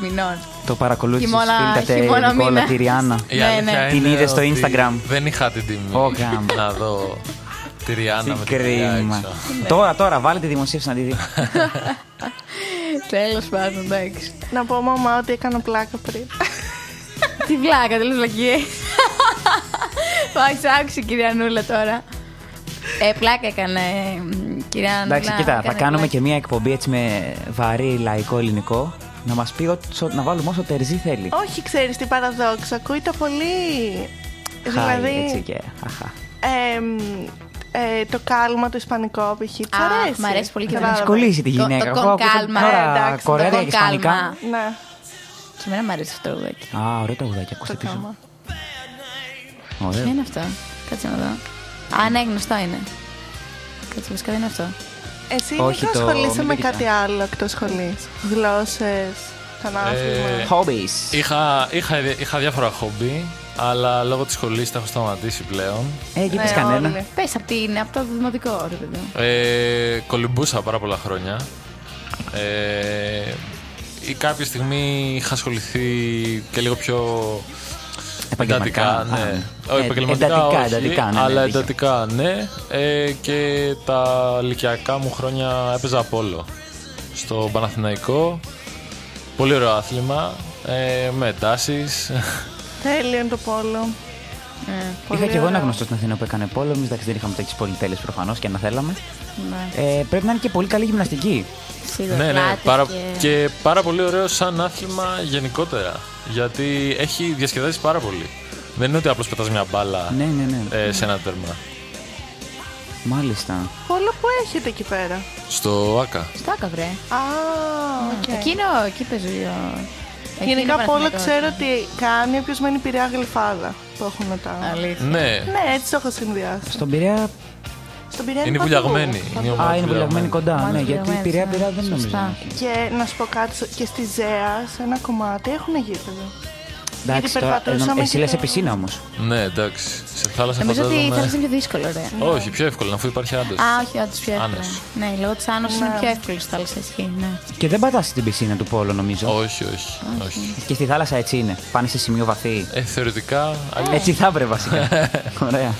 μηνών.
Το παρακολούθησες
Χειμώνα-
φίλτα
χειμώνα
Νικόλα
μήνα.
τη Ριάννα.
Η
Ναι,
αλήθεια
ναι.
Την
είναι
είδες στο
ότι
Instagram.
Δεν είχα την τιμή
Ω, γάμα.
να δω τη Ριάννα
Τι
με την κοιλιά
κρίμα.
έξω.
Τώρα, τώρα, βάλε τη δημοσίευση να τη δεις.
Τέλος πάντων, εντάξει.
Να πω μαμά ότι έκανα πλάκα πριν.
Τι βλάκα, τέλος βλακίες. Πάει, σ' άκουσε η κυρία Νούλα τώρα. Ε, πλάκα έκανε μ, κυρία Νούλα.
Εντάξει, κοίτα, θα
έκανε
κάνουμε
πλάκα.
και μια εκπομπή έτσι με βαρύ λαϊκό ελληνικό. Να μας πει ό,τι- να βάλουμε όσο τερζή θέλει.
Όχι, ξέρεις τι παραδόξα. Ακούει τα πολύ.
Χάρη,
δηλαδή,
έτσι και. αχα.
εμ, ε, το κάλμα το ισπανικό π.χ. Της
Αχ,
αρέσει.
μ' αρέσει πολύ και
Να
εμένα.
Κατάλαβα.
σκολίσει τη
Το- το
γυναίκα. Εγώ άκουσα
κονκάλμα,
τώρα
ε, εντάξει, το
Κορέγια και
κονκάλμα.
Ισπανικά.
Ναι,
Και εμένα μου αρέσει αυτό το τραγουδάκι.
Α, ωραίο τραγουδάκι, ακούστε
το
πίσω.
κάλμα.
Ποιο
Ωραίο.
είναι αυτό, κάτσε να δω. Α, ναι, γνωστό είναι. Κάτσε, βασικά δεν είναι αυτό.
Εσύ Όχι,
Όχι, το-
ασχολείσαι
μην
με
το κοιτά.
κάτι άλλο εκτός σχολής. Γλώσσες, τον
Ε,
άφημα.
Hobbies.
Είχα, είχα, είχα διάφορα χόμπι, αλλά λόγω της σχολής τα έχω σταματήσει πλέον.
Ε, και
Ναι,
πες κανένα.
όλοι.
Πες από, την- από το δημοτικό, ρε παιδί μου.
Ε, κολυμπούσα πάρα πολλά χρόνια. Ε, ή κάποια στιγμή είχα ασχοληθεί και λίγο πιο
Επαγγελματικά,
εντατικά, ναι.
α,
Όχι,
ε,
επαγγελματικά
εντατικά,
όχι,
εντατικά, ναι, ναι,
αλλά
δίκιο.
εντατικά, ναι. Ε, και τα λυκιακά μου χρόνια έπαιζα πόλο στο Παναθηναϊκό. Πολύ ωραίο άθλημα, ε, με εντάσεις.
Τέλειο είναι το πόλο.
Είχα
Πολύ
και εγώ ένα
ωραίο.
γνωστό στην Αθήνα που έκανε πόλο. Εμείς δεν είχαμε τέτοιε πολυτέλειε προφανώς και να θέλαμε.
Ναι,
Ε, πρέπει να είναι και πολύ καλή γυμναστική.
σίγουρα.
ναι, ναι,
πλάτη
πάρα,
και-
και πάρα πολύ ωραίο σαν άθλημα γενικότερα. Γιατί έχει διασκεδάσει πάρα πολύ. Δεν είναι ότι απλώς πετάς μια μπάλα
Ναι, ναι, ναι.
ε, σε ένα τέρμα.
Μάλιστα.
Πόλο που έχετε εκεί πέρα.
Στο ΑΚΑ.
Στάκα, βρε.
Α, οκ.
Εκείνο, εκεί παίζει ο.
Γενικά πόλο ξέρω ότι κάνει όποιος μένει πειραιά γλυφάδα που έχουν μετά.
Αλήθεια.
Ναι,
Ναι, έτσι το έχω συνδυάσει.
Στον Πειραιά.
Στον πειραιά
είναι
παντού.
βουλιαγμένη. η ομάδα
Α, είναι βουλευμένη κοντά.
Μάλιστα,
Ναι, γιατί
βουλευμένες,
Πειραιά,
ναι.
Πειραιά δεν
Σωστά.
νομίζω. να έχει.
Και να σου πω κάτι, και στη Ζέα, σε ένα κομμάτι, έχουν γήπεδο.
Εντάξει, τώρα.
περπατούσαμε
εννο- Εσύ
και-
λε επισήνα όμως.
Ναι, εντάξει. Σε θάλασσα
Νομίζω ότι θα
φαντάζομαι-
είναι πιο δύσκολο, ρε.
Όχι, πιο εύκολο, αφού υπάρχει άντρας.
Α, όχι, όντω πιο εύκολο.
Άνος.
Ναι, λόγω τη άνωση είναι πιο εύκολο στη θάλασσα. ισχύει, Ναι.
Και δεν πατάς στην πισίνα του Πόλο, νομίζω.
Όχι, όχι, όχι.
Και στη θάλασσα έτσι είναι. Πάνε σε σημείο βαθύ.
Ε, θεωρητικά, αλλιώς.
Έτσι θα έπρεπε βασικά. Ωραία.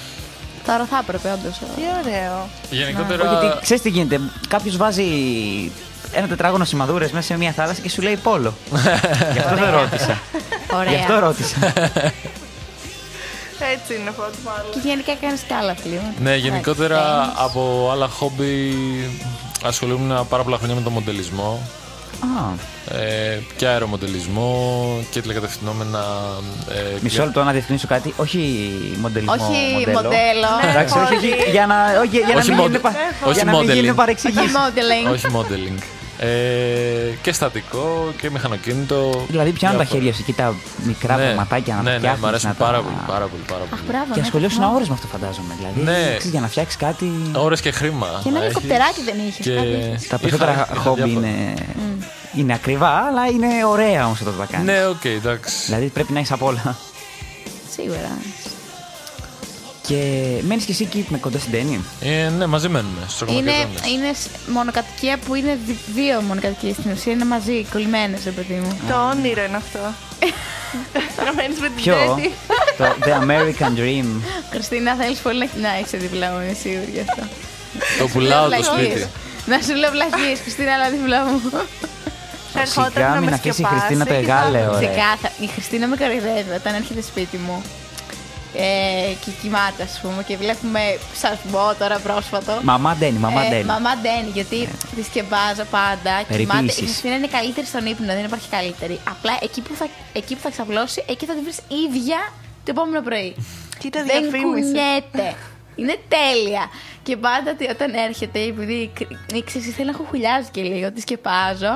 Τώρα θα έπρεπε, όντως.
Τι ωραίο.
γενικότερα.
Γιατί ξέρεις τι γίνεται. Κάποιος βάζει ένα τετράγωνο σημαδούρε μέσα σε μια θάλασσα και σου λέει Πόλο. Γι' αυτό δεν ρώτησα. Γι' αυτό
Ωραία.
ρώτησα.
Έτσι είναι φόντ μάλλον.
Και γενικά κάνεις και άλλα αθλήματα.
Ναι, γενικότερα
Εντάξει,
από άλλα χόμπι ασχολούμουν πάρα πολλά χρόνια με το μοντελισμό
Α,
ε, και αερομοντελισμό και τηλεκατευθυνόμενα. Ε,
Μισό λεπτό να διευκρινίσω κάτι. Όχι μοντελισμό.
Όχι
μοντέλο. Ναι,
μοντέλο.
Εντάξει, όχι, όχι, για να, όχι, για να
Όχι
μην
μοντ-
γίνουν, πα-
όχι
για να μην
modeling.
γίνουν παρεξηγήσεις.
Modeling.
Όχι modeling. Ε, και στατικό και μηχανοκίνητο.
Δηλαδή πιάνουν τα
διάφορα.
χέρια σου εκεί τα μικρά πραγματάκια να
ναι,
τα
ναι,
φτιάχνεις.
μου αρέσουν
να τα-
πάρα πολύ, πάρα πολύ, πάρα πολύ.
Αχ, μπράβο.
Και
ναι,
ασχολιώσουν
θυμάμαι.
ώρες με αυτό φαντάζομαι. Δηλαδή,
Ναι.
ξέρεις, για να φτιάξεις κάτι.
Ώρες και χρήμα.
Και ένα
να έχεις.
ελικοπτεράκι δεν είχες.
Και-
Τα περισσότερα
είχα- είχα
χόμπι
διάφορα.
είναι... είναι ακριβά, αλλά είναι ωραία όμως όταν τα κάνεις.
Ναι, οκ, εντάξει.
Δηλαδή πρέπει να έχεις απ' όλα.
Σίγουρα.
Και μένεις και εσύ εκεί με κοντά στην Τέννη.
Ε, ναι, μαζί μένουμε στου
Είναι,
Ρωμακεδόνε.
είναι σ- μονοκατοικία που είναι δι- δύο μονοκατοικίες στην ουσία. Είναι μαζί, κολλημένες, ρε παιδί μου.
Το όνειρο είναι αυτό. Να μένεις με την
Ποιο?
τέννη.
το The American Dream.
Κριστίνα, θέλεις πολύ να, να είσαι δίπλα μου, είναι σίγουρη γι' αυτό.
Το πουλάω το σπίτι.
Να σου λέω βλακίες, Χριστίνα, αλλά δίπλα μου.
Θα ερχόταν
Σιγά
να
μην
με
αφήσει η
σκεπάσει
Χριστίνα το
και θα-
εγάλεο, ρε.
Ξεκάθαρα. Η Χριστίνα με κοροϊδεύει όταν έρχεται σπίτι μου. Ε, και κοιμάται, ας πούμε, και βλέπουμε σαρμό τώρα πρόσφατο.
Μαμά Ντένι, μαμά
Ε,
Ντένι.
μαμά Ντένι, γιατί τη σκεπάζω πάντα. Κοιμάται.
Περιποίησεις.
Η Χριστίνα είναι καλύτερη στον ύπνο, δεν υπάρχει καλύτερη. Απλά εκεί που θα, εκεί που θα ξαπλώσει, εκεί θα την βρεις ίδια το επόμενο πρωί.
Κοίτα
δεν
διαφήμιση.
κουνιέται. Είναι τέλεια. Και πάντα τι- όταν έρχεται, επειδή ξέρει, θέλει να χουχουλιάζει και λίγο, τη σκεπάζω.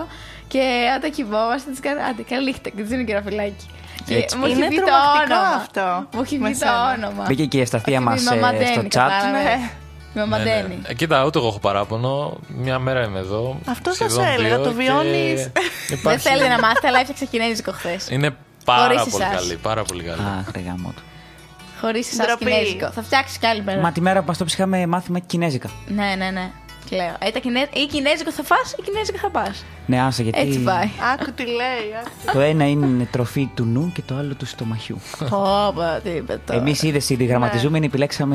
Και όταν κοιμόμαστε, της κάνω. Άντε, καλή νύχτα, και της δίνω και ένα φυλάκι. Και
Έτσι,
μου έχει
Είναι
βγει το
τρομακτικό
όνομα.
αυτό
Μου έχει
με
βγει το
σένα.
όνομα.
Μπήκε και η
Αυτή
ασταθία
είναι
μα
η μαμά
στο
Ντένι,
chat. ναι.
κατάλαβες.
Ναι.
Με μαντένι.
Ε, Κοίτα, ούτε εγώ έχω παράπονο. Μια μέρα είμαι εδώ.
Αυτό θα
σχεδόν
σου έλεγα,
δύο
το
και
βιώνεις.
υπάρχει-
Δεν θέλει να μάθετε, αλλά έφτιαξε κινέζικο χθες.
Ε,
Είναι πάρα
Χωρίς
πολύ
εσάς.
καλή, πάρα πολύ καλή.
Αχ, ρε γάμο του.
Χωρίς εσάς
Ντροπή.
κινέζικο. Θα φτιάξεις κι άλλη μέρα.
Μα τη μέρα που μας το ψυχαμε μάθημα κινέζικα.
Ναι, ναι, ναι. Λέω. Ε, τα κινέ... Ή κινέζικο θα φας ή κινέζικο θα πας.
Ναι, άσε γιατί.
Έτσι πάει.
Άκου τι λέει. άκου.
Το ένα είναι τροφή του νου και το άλλο του στομαχιού.
Πω, πω, τι είπε τώρα.
Εμείς είδες ήδη γραμματιζούμενοι, επιλέξαμε.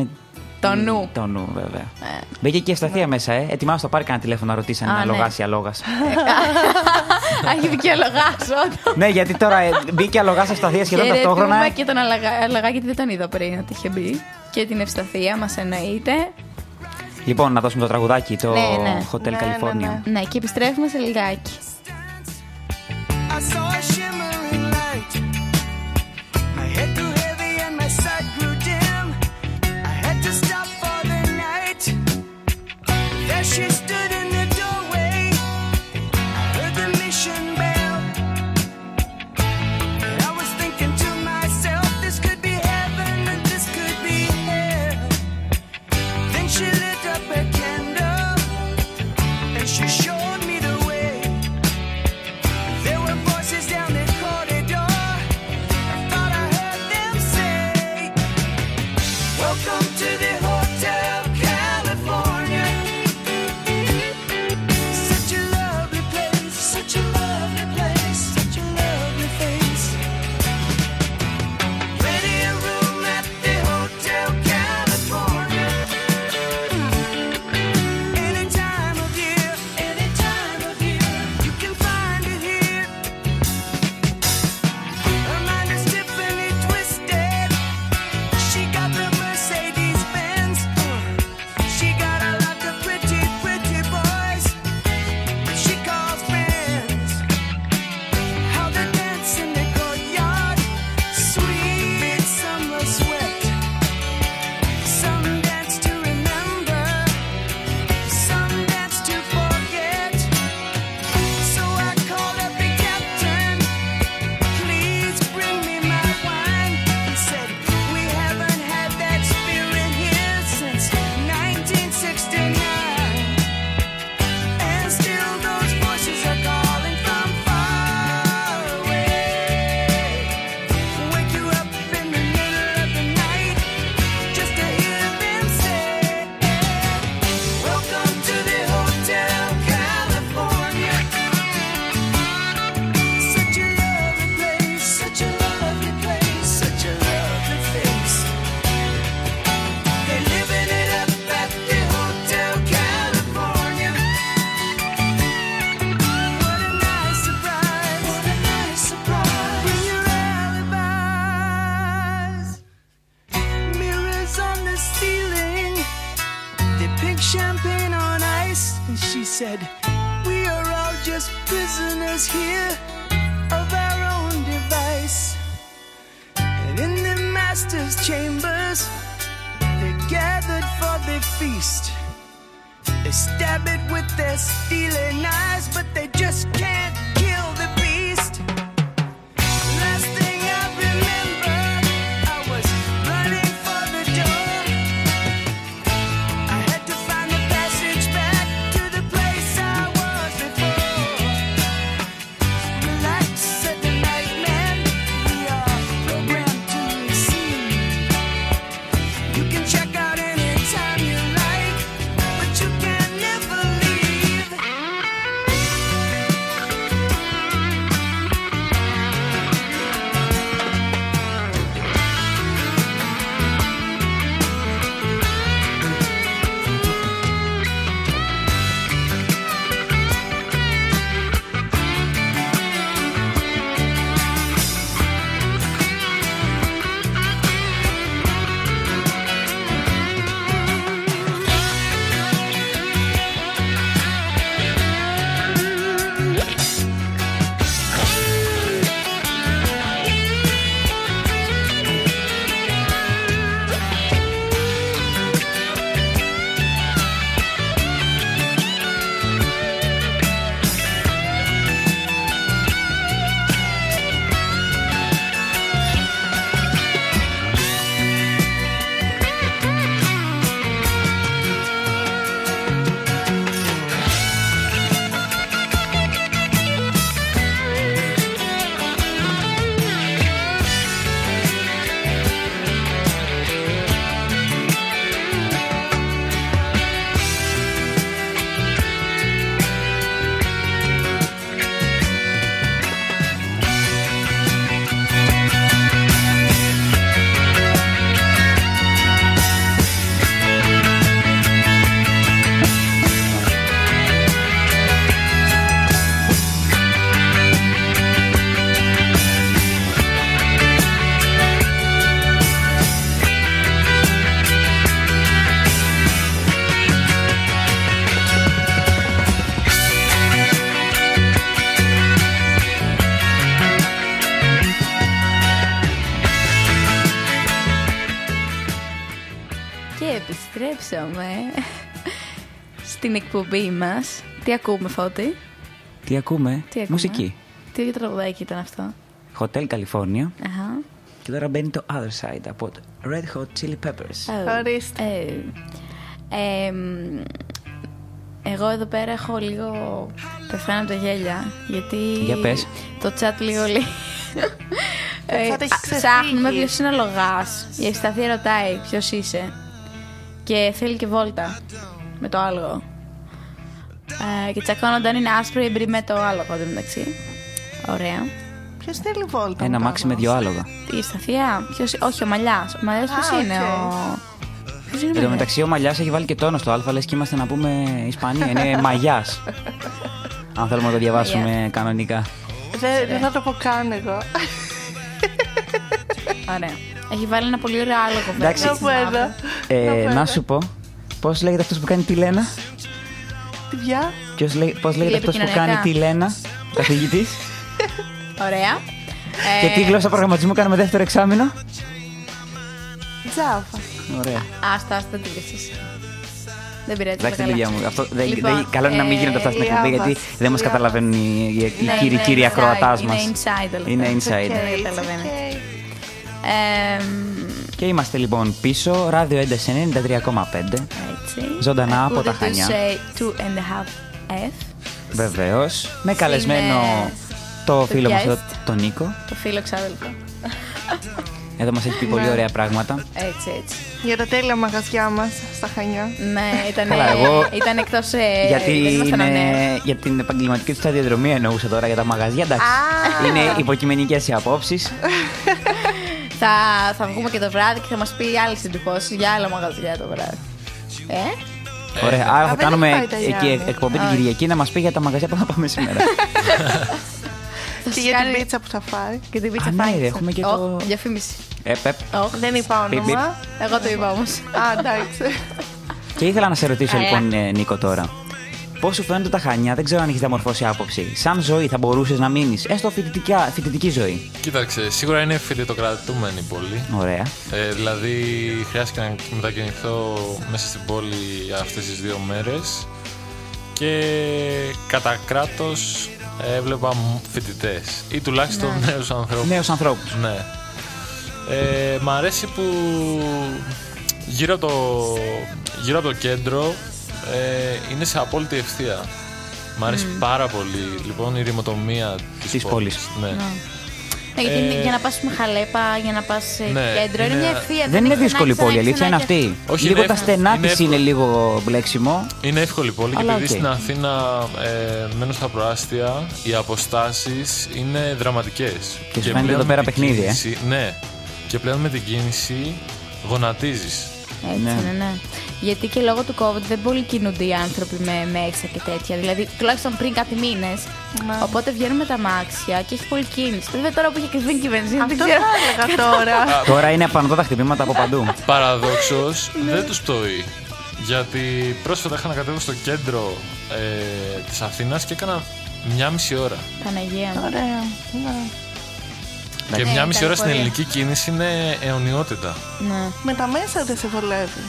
Ναι.
Ναι. Το νου. Ε. Ναι.
Το νου, βέβαια. Μπήκε και η ασταθία μέσα, ε. Ετοιμάσου το πάρει κανένα τηλέφωνο να ρωτήσει αν
Α,
είναι
ναι.
αλογάς ή αλόγας.
Α, Έχει δικαιολογά, όντως.
ναι, γιατί τώρα ε, μπήκε αλογάς ασταθία σχεδόν ταυτόχρονα.
Χαιρετούμε
ε.
και τον αλλαγά γιατί δεν τον είδα πριν ότι είχε μπει. Και την ευσταθία μας εννοείται.
Λοιπόν, να δώσουμε το τραγουδάκι, το
Ναι, ναι.
Hotel
Ναι,
California.
ναι, ναι.
Ναι, και επιστρέφουμε σε λιγάκι.
I saw a shimmering light. My head grew heavy and my sight grew dim. I had to stop for the night. There she stood in the doorway. I heard the mission bell. But I was thinking to myself, this could be heaven and this could be hell. Then she lit up a candle and she showed me the way. There were voices down the corridor. I thought I heard them say, Welcome to the Hotel California. Such a lovely place, such a lovely place, such a lovely face. Ready a room at the Hotel California. Any time of year, any time of year, you can find it here. Her mind is Tiffany twisted. She got the Mercedes Benz. She got a lot of pretty, pretty boys. She calls friends. How they dance in the courtyard, sweet summer sweat. Some dance to remember. Some dance to forget. So I called up the captain. Please bring me my wine. He said we haven't had that spirit here since 1969. And still those voices are calling from far away. Wake you up in the middle of the night just to hear them say. Welcome to the Hotel California. Such a lovely place, such a lovely place, such a lovely face. They're living it up at the Hotel California. What a nice surprise, what a nice surprise. Bring your alibis, mirrors on the ceiling. They pink champagne on ice, and she said, We are all just prisoners here of our own device. And in the master's chambers, they gathered for the feast. They stab it with their stealing eyes, but they just can't kill the beast. Last thing I remember, I was running for the door. I had to find a passage back to the place I was before. Relax, said the nightman. We are programmed to receive. You can check out anytime you like, but you can never leave.
Και επιστρέψαμε στην εκπομπή μας. Τι ακούμε, Φώτη.
Τι ακούμε,
Τι ακούμε?
μουσική.
Τι τραγουδάκι ήταν αυτό.
Hotel California.
Αχα.
Και τώρα μπαίνει το Other Side από το Red Hot Chili Peppers.
Ε,
Ορίστε.
ε, ε, μ, εγώ εδώ πέρα έχω λίγο πεθάνω από τα γέλια. Γιατί
Για πες.
το chat λίγο λέει. Ε,
chat έχει
α,
ξεφύγει.
Ψάχνουμε ποιος είναι ο λογάς. Η Ευσταθία ρωτάει ποιος είσαι. Και θέλει και βόλτα με το άλογο. Ε, και τσακώνονται αν είναι άσπρο ή μπρι με το άλογο εντωμεταξύ. Ωραία.
Ποιος θέλει
Ε,
βόλτα.
Ένα
μου,
μάξι με
τώρα.
δύο άλογα.
Η Ευσταθία, ποιος, όχι ο Μαλιάς. Ο Μαλιάς ποιο
Α,
είναι
οκ.
ο. Ποιος είναι ο
Εν τω
Μαλλιάς?
μεταξύ, ο Μαλιάς έχει βάλει και τόνο στο Α, λες και είμαστε να πούμε Ισπανία. Είναι Μαγιάς. Αν θέλουμε να το διαβάσουμε κανονικά.
Δεν δεν θα το πω καν εγώ.
Ωραία. Έχει βάλει ένα πολύ ωραίο άλογο βέβαια.
Εντάξει.
Να πω εδώ.
Ε, να σου πω, πώς λέγεται αυτός που κάνει τη Λένα.
Τι πια.
Ποιος λέει- Πώς λέγεται αυτός που κάνει
Τηλεπικοινωνιακά.
τη Λένα, καθηγητής.
Ωραία.
Και
Ε,
τι γλώσσα προγραμματισμού κάνουμε δεύτερο εξάμεινο.
Τζάφα.
Ωραία.
Άστα, άστα την εσείς. Δεν πειράζει. όλα
Εντάξει, την
καλά.
ίδια μου. Αυτό, δεν,
Λοιπόν,
δεν- καλό είναι να μην
ε,
γίνονται αυτά στην
η
εκπομπή,
Άβας.
γιατί δεν μας
Η
καταλαβαίνουν οι, οι, οι
Ναι,
κύριοι,
είναι
κύριοι
inside,
ακροατάς μας.
Είναι inside όλα
Είναι
αυτά. Ναι.
inside.
Okay, καταλαβαίνετε. Ε, μ,
Και είμαστε λοιπόν πίσω, ράδιο ένταση 93,5.
έτσι.
Ζωντανά από τα
Ακούτε τους,
Χανιά.
ε, Two and a half F.
Βεβαίως. Με καλεσμένο το
το
φίλο μας
guest.
εδώ, τον Νίκο.
Το φίλο ξάδελφο.
Εδώ μας
Ναι.
έχει πει πολύ ωραία πράγματα.
Έτσι, έτσι.
Για τα τέλεια μαγαζιά μας στα Χανιά.
Ναι, ήταν,
Καλά, εγώ-
ήταν εκτός... ε, δεν ναι.
γιατί,
ήμασταν on air.
είναι, για την επαγγελματική του σταδιοδρομία εννοούσα τώρα για τα μαγαζιά. Εντάξει. Είναι υποκειμενικές οι απόψεις.
Θα, θα βγούμε και το βράδυ και θα μας πει άλλες εντυπώσεις για άλλα μαγαζιά το βράδυ. Ε,
Ωραία. Άρα θα
δεν έχει
κάνουμε
πάει τα
εκεί
Γιάννη.
εκπομπή την Κυριακή να μας πει για τα μαγαζιά που θα πάμε σήμερα.
θα
Και
σας
για την
κάνει-
πίτσα που θα φάει.
Και την πίτσα
Α, ναι,
φάγησαν.
ρε, έχουμε και
Οχ,
το-
Διαφήμιση.
Επ, επ.
Οχ,
Δεν είπα
Πιπ, πιπ.
όνομα.
εγώ το είπα όμως.
Α, εντάξει.
Και ήθελα να σε ρωτήσω
Ε.
λοιπόν, ε, Νίκο, τώρα. Πώς σου φαίνονται τα χανιά, δεν ξέρω αν έχεις διαμορφώσει άποψη. Σαν ζωή θα μπορούσες να μείνεις, έστω φοιτητικά- φοιτητική ζωή.
Κοίταξε, σίγουρα είναι φοιτητοκρατούμενη πολύ.
Ωραία.
Ε, δηλαδή, χρειάστηκε να μετακινηθώ μέσα στην πόλη αυτές τις δύο μέρες και κατά κράτος έβλεπα φοιτητές ή τουλάχιστον
Ναι.
νέους νέου ανθρώπους.
Νέους ανθρώπους.
Ναι. Ε, μ' αρέσει που γύρω από το, γύρω από το κέντρο ε, είναι σε απόλυτη ευθεία. Μ' αρέσει πάρα πολύ λοιπόν η ρημοτομία της,
Της πόλης.
Ναι.
Ναι, γιατί είναι
Ε,
για να πας με χαλέπα, για να πας σε
ναι,
κέντρο. Είναι
είναι-
μια ευθεία.
Δεν είναι
ξανά,
δύσκολη η
ξανά,
πόλη, η αλήθεια είναι
ξανά και-
αυτή.
Όχι,
λίγο
είναι
τα
εύκολη.
στενά
Είναι
της είναι
εύκολη.
λίγο μπλέξιμο.
Είναι εύκολη πόλη και
Αλλά
επειδή
οκ.
στην Αθήνα ε, μένω στα προάστια, οι αποστάσεις είναι δραματικές.
Και σου φαίνεται εδώ πέρα παιχνίδι, ε.
Ναι. Και πλέον με την κίνηση γονατίζεις.
Έτσι,
Ναι.
ναι. ναι, Γιατί και λόγω του COVID δεν πολύ κινούνται οι άνθρωποι με μέσα και τέτοια. Δηλαδή, τουλάχιστον πριν κάτι μήνες.
Ναι.
Οπότε βγαίνουν με τα μάξια και έχει πολύ κίνηση. Βέβαια τώρα που έχει κρυφθεί και η βενζίνη, δεν
Αυτό
ξέρω.
θα έλεγα τώρα.
Τώρα είναι απανωτά τα χτυπήματα από παντού.
Παραδόξως
Ναι.
δεν τους πτωεί. Γιατί πρόσφατα είχα να κατέβω στο κέντρο ε, της Αθήνας και έκανα μια μισή ώρα.
Παναγία μου.
Ωραία. Ναι.
και μια μισή ώρα στην
Ναι. πολύ.
ελληνική κίνηση είναι αιωνιότητα.
Ναι.
Με τα μέσα δεν σε βολεύει.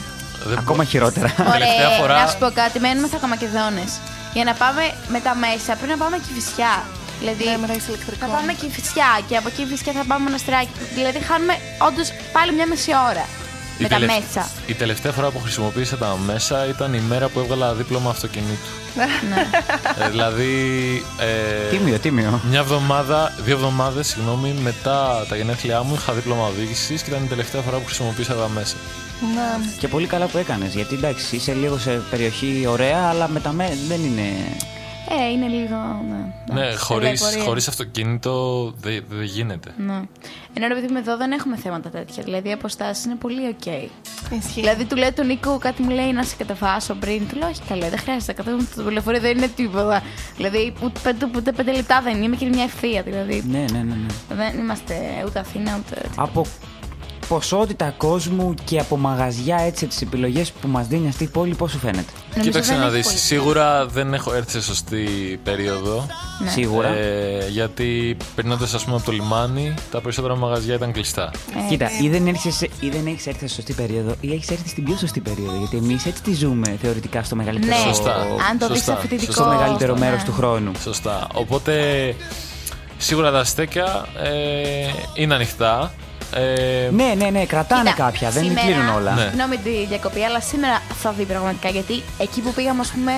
Δεν
Ακόμα
μπο-
χειρότερα.
Τελευταία
Ωραία,
φορά-
να σου πω κάτι. Μένουμε στα Καμακεδόνε. Για να πάμε με τα μέσα, πριν να πάμε και φυσιά. Δηλαδή,
Ναι, μετά έχεις ηλεκτρικό.
να πάμε και φυσιά και από εκεί φυσιά θα πάμε μοναστράκι. Δηλαδή, χάνουμε όντως πάλι μια μισή ώρα
Η
με τα
τελευ-
μέσα.
Η τελευταία φορά που χρησιμοποίησα τα μέσα ήταν η μέρα που έβγαλα δίπλωμα αυτοκινήτου.
Ναι.
ε, δηλαδή. Ε,
Τίμιο, τίμιο.
Μια εβδομάδα, δύο εβδομάδες, συγγνώμη, μετά τα γενέθλιά μου είχα δίπλωμα οδήγησης και ήταν η τελευταία φορά που χρησιμοποίησα τα μέσα.
Ναι.
Και πολύ καλά που έκανες. Γιατί εντάξει, είσαι λίγο σε περιοχή ωραία, αλλά με τα με δεν είναι.
Ε, είναι λίγο. Ναι,
Ναι,
εντάξει,
χωρίς,
ταλαιπωρία.
χωρίς αυτοκίνητο δεν δεν γίνεται.
Ναι. Ενώ ρε παιδί μου, εδώ δεν έχουμε θέματα τέτοια. Δηλαδή, οι αποστάσεις είναι πολύ οκ.
Ισχύει.
Δηλαδή, του λέω του Νίκο κάτι μου λέει να σε καταφάσω πριν. Του λέω: Όχι, καλέ, δεν χρειάζεται. Καθόλου το λεωφορείο δεν είναι τίποτα. Δηλαδή, ούτε πέντε, ούτε πέντε λεπτά δεν είναι και είναι μια ευθεία. Δηλαδή,
Ναι, ναι, ναι. ναι.
δεν είμαστε ούτε Αθήνα ούτε.
Από ποσότητα κόσμου και από μαγαζιά έτσι τις επιλογές που μας δίνει αυτή η πόλη πώς σου φαίνεται
Νομίζω
Κοίταξε
δεν
να
έχει
δεις,
πολύ.
σίγουρα δεν έχω έρθει σε σωστή περίοδο.
Ναι.
σίγουρα
Ε, γιατί περνώντας ας πούμε από το λιμάνι, τα περισσότερα μαγαζιά ήταν κλειστά.
Ε,
Ε,
Κοίτα, ή δεν, έρχεσαι- ή δεν έχεις έρθει στη σωστή περίοδο ή έχεις έρθει στην πιο σωστή περίοδο γιατί εμείς έτσι τη ζούμε θεωρητικά στο μεγαλύτερο,
Ναι,
Σωστά.
αν το δεις
Σωστά.
σε φοιτητικό.
Στο
στο μεγαλύτερο
ναι.
μέρος του χρόνου
Σωστά. Οπότε σίγουρα τα στέκια ε, είναι ανοιχτά. Ε,
Ναι, ναι, ναι, κρατάνε
Κοίτα,
κάποια, δεν
σήμερα-
κλείνουν όλα
Ναι.
Συγγνώμη τη διακοπή, αλλά σήμερα θα δει πραγματικά. Γιατί εκεί που πήγαμε, ας πούμε,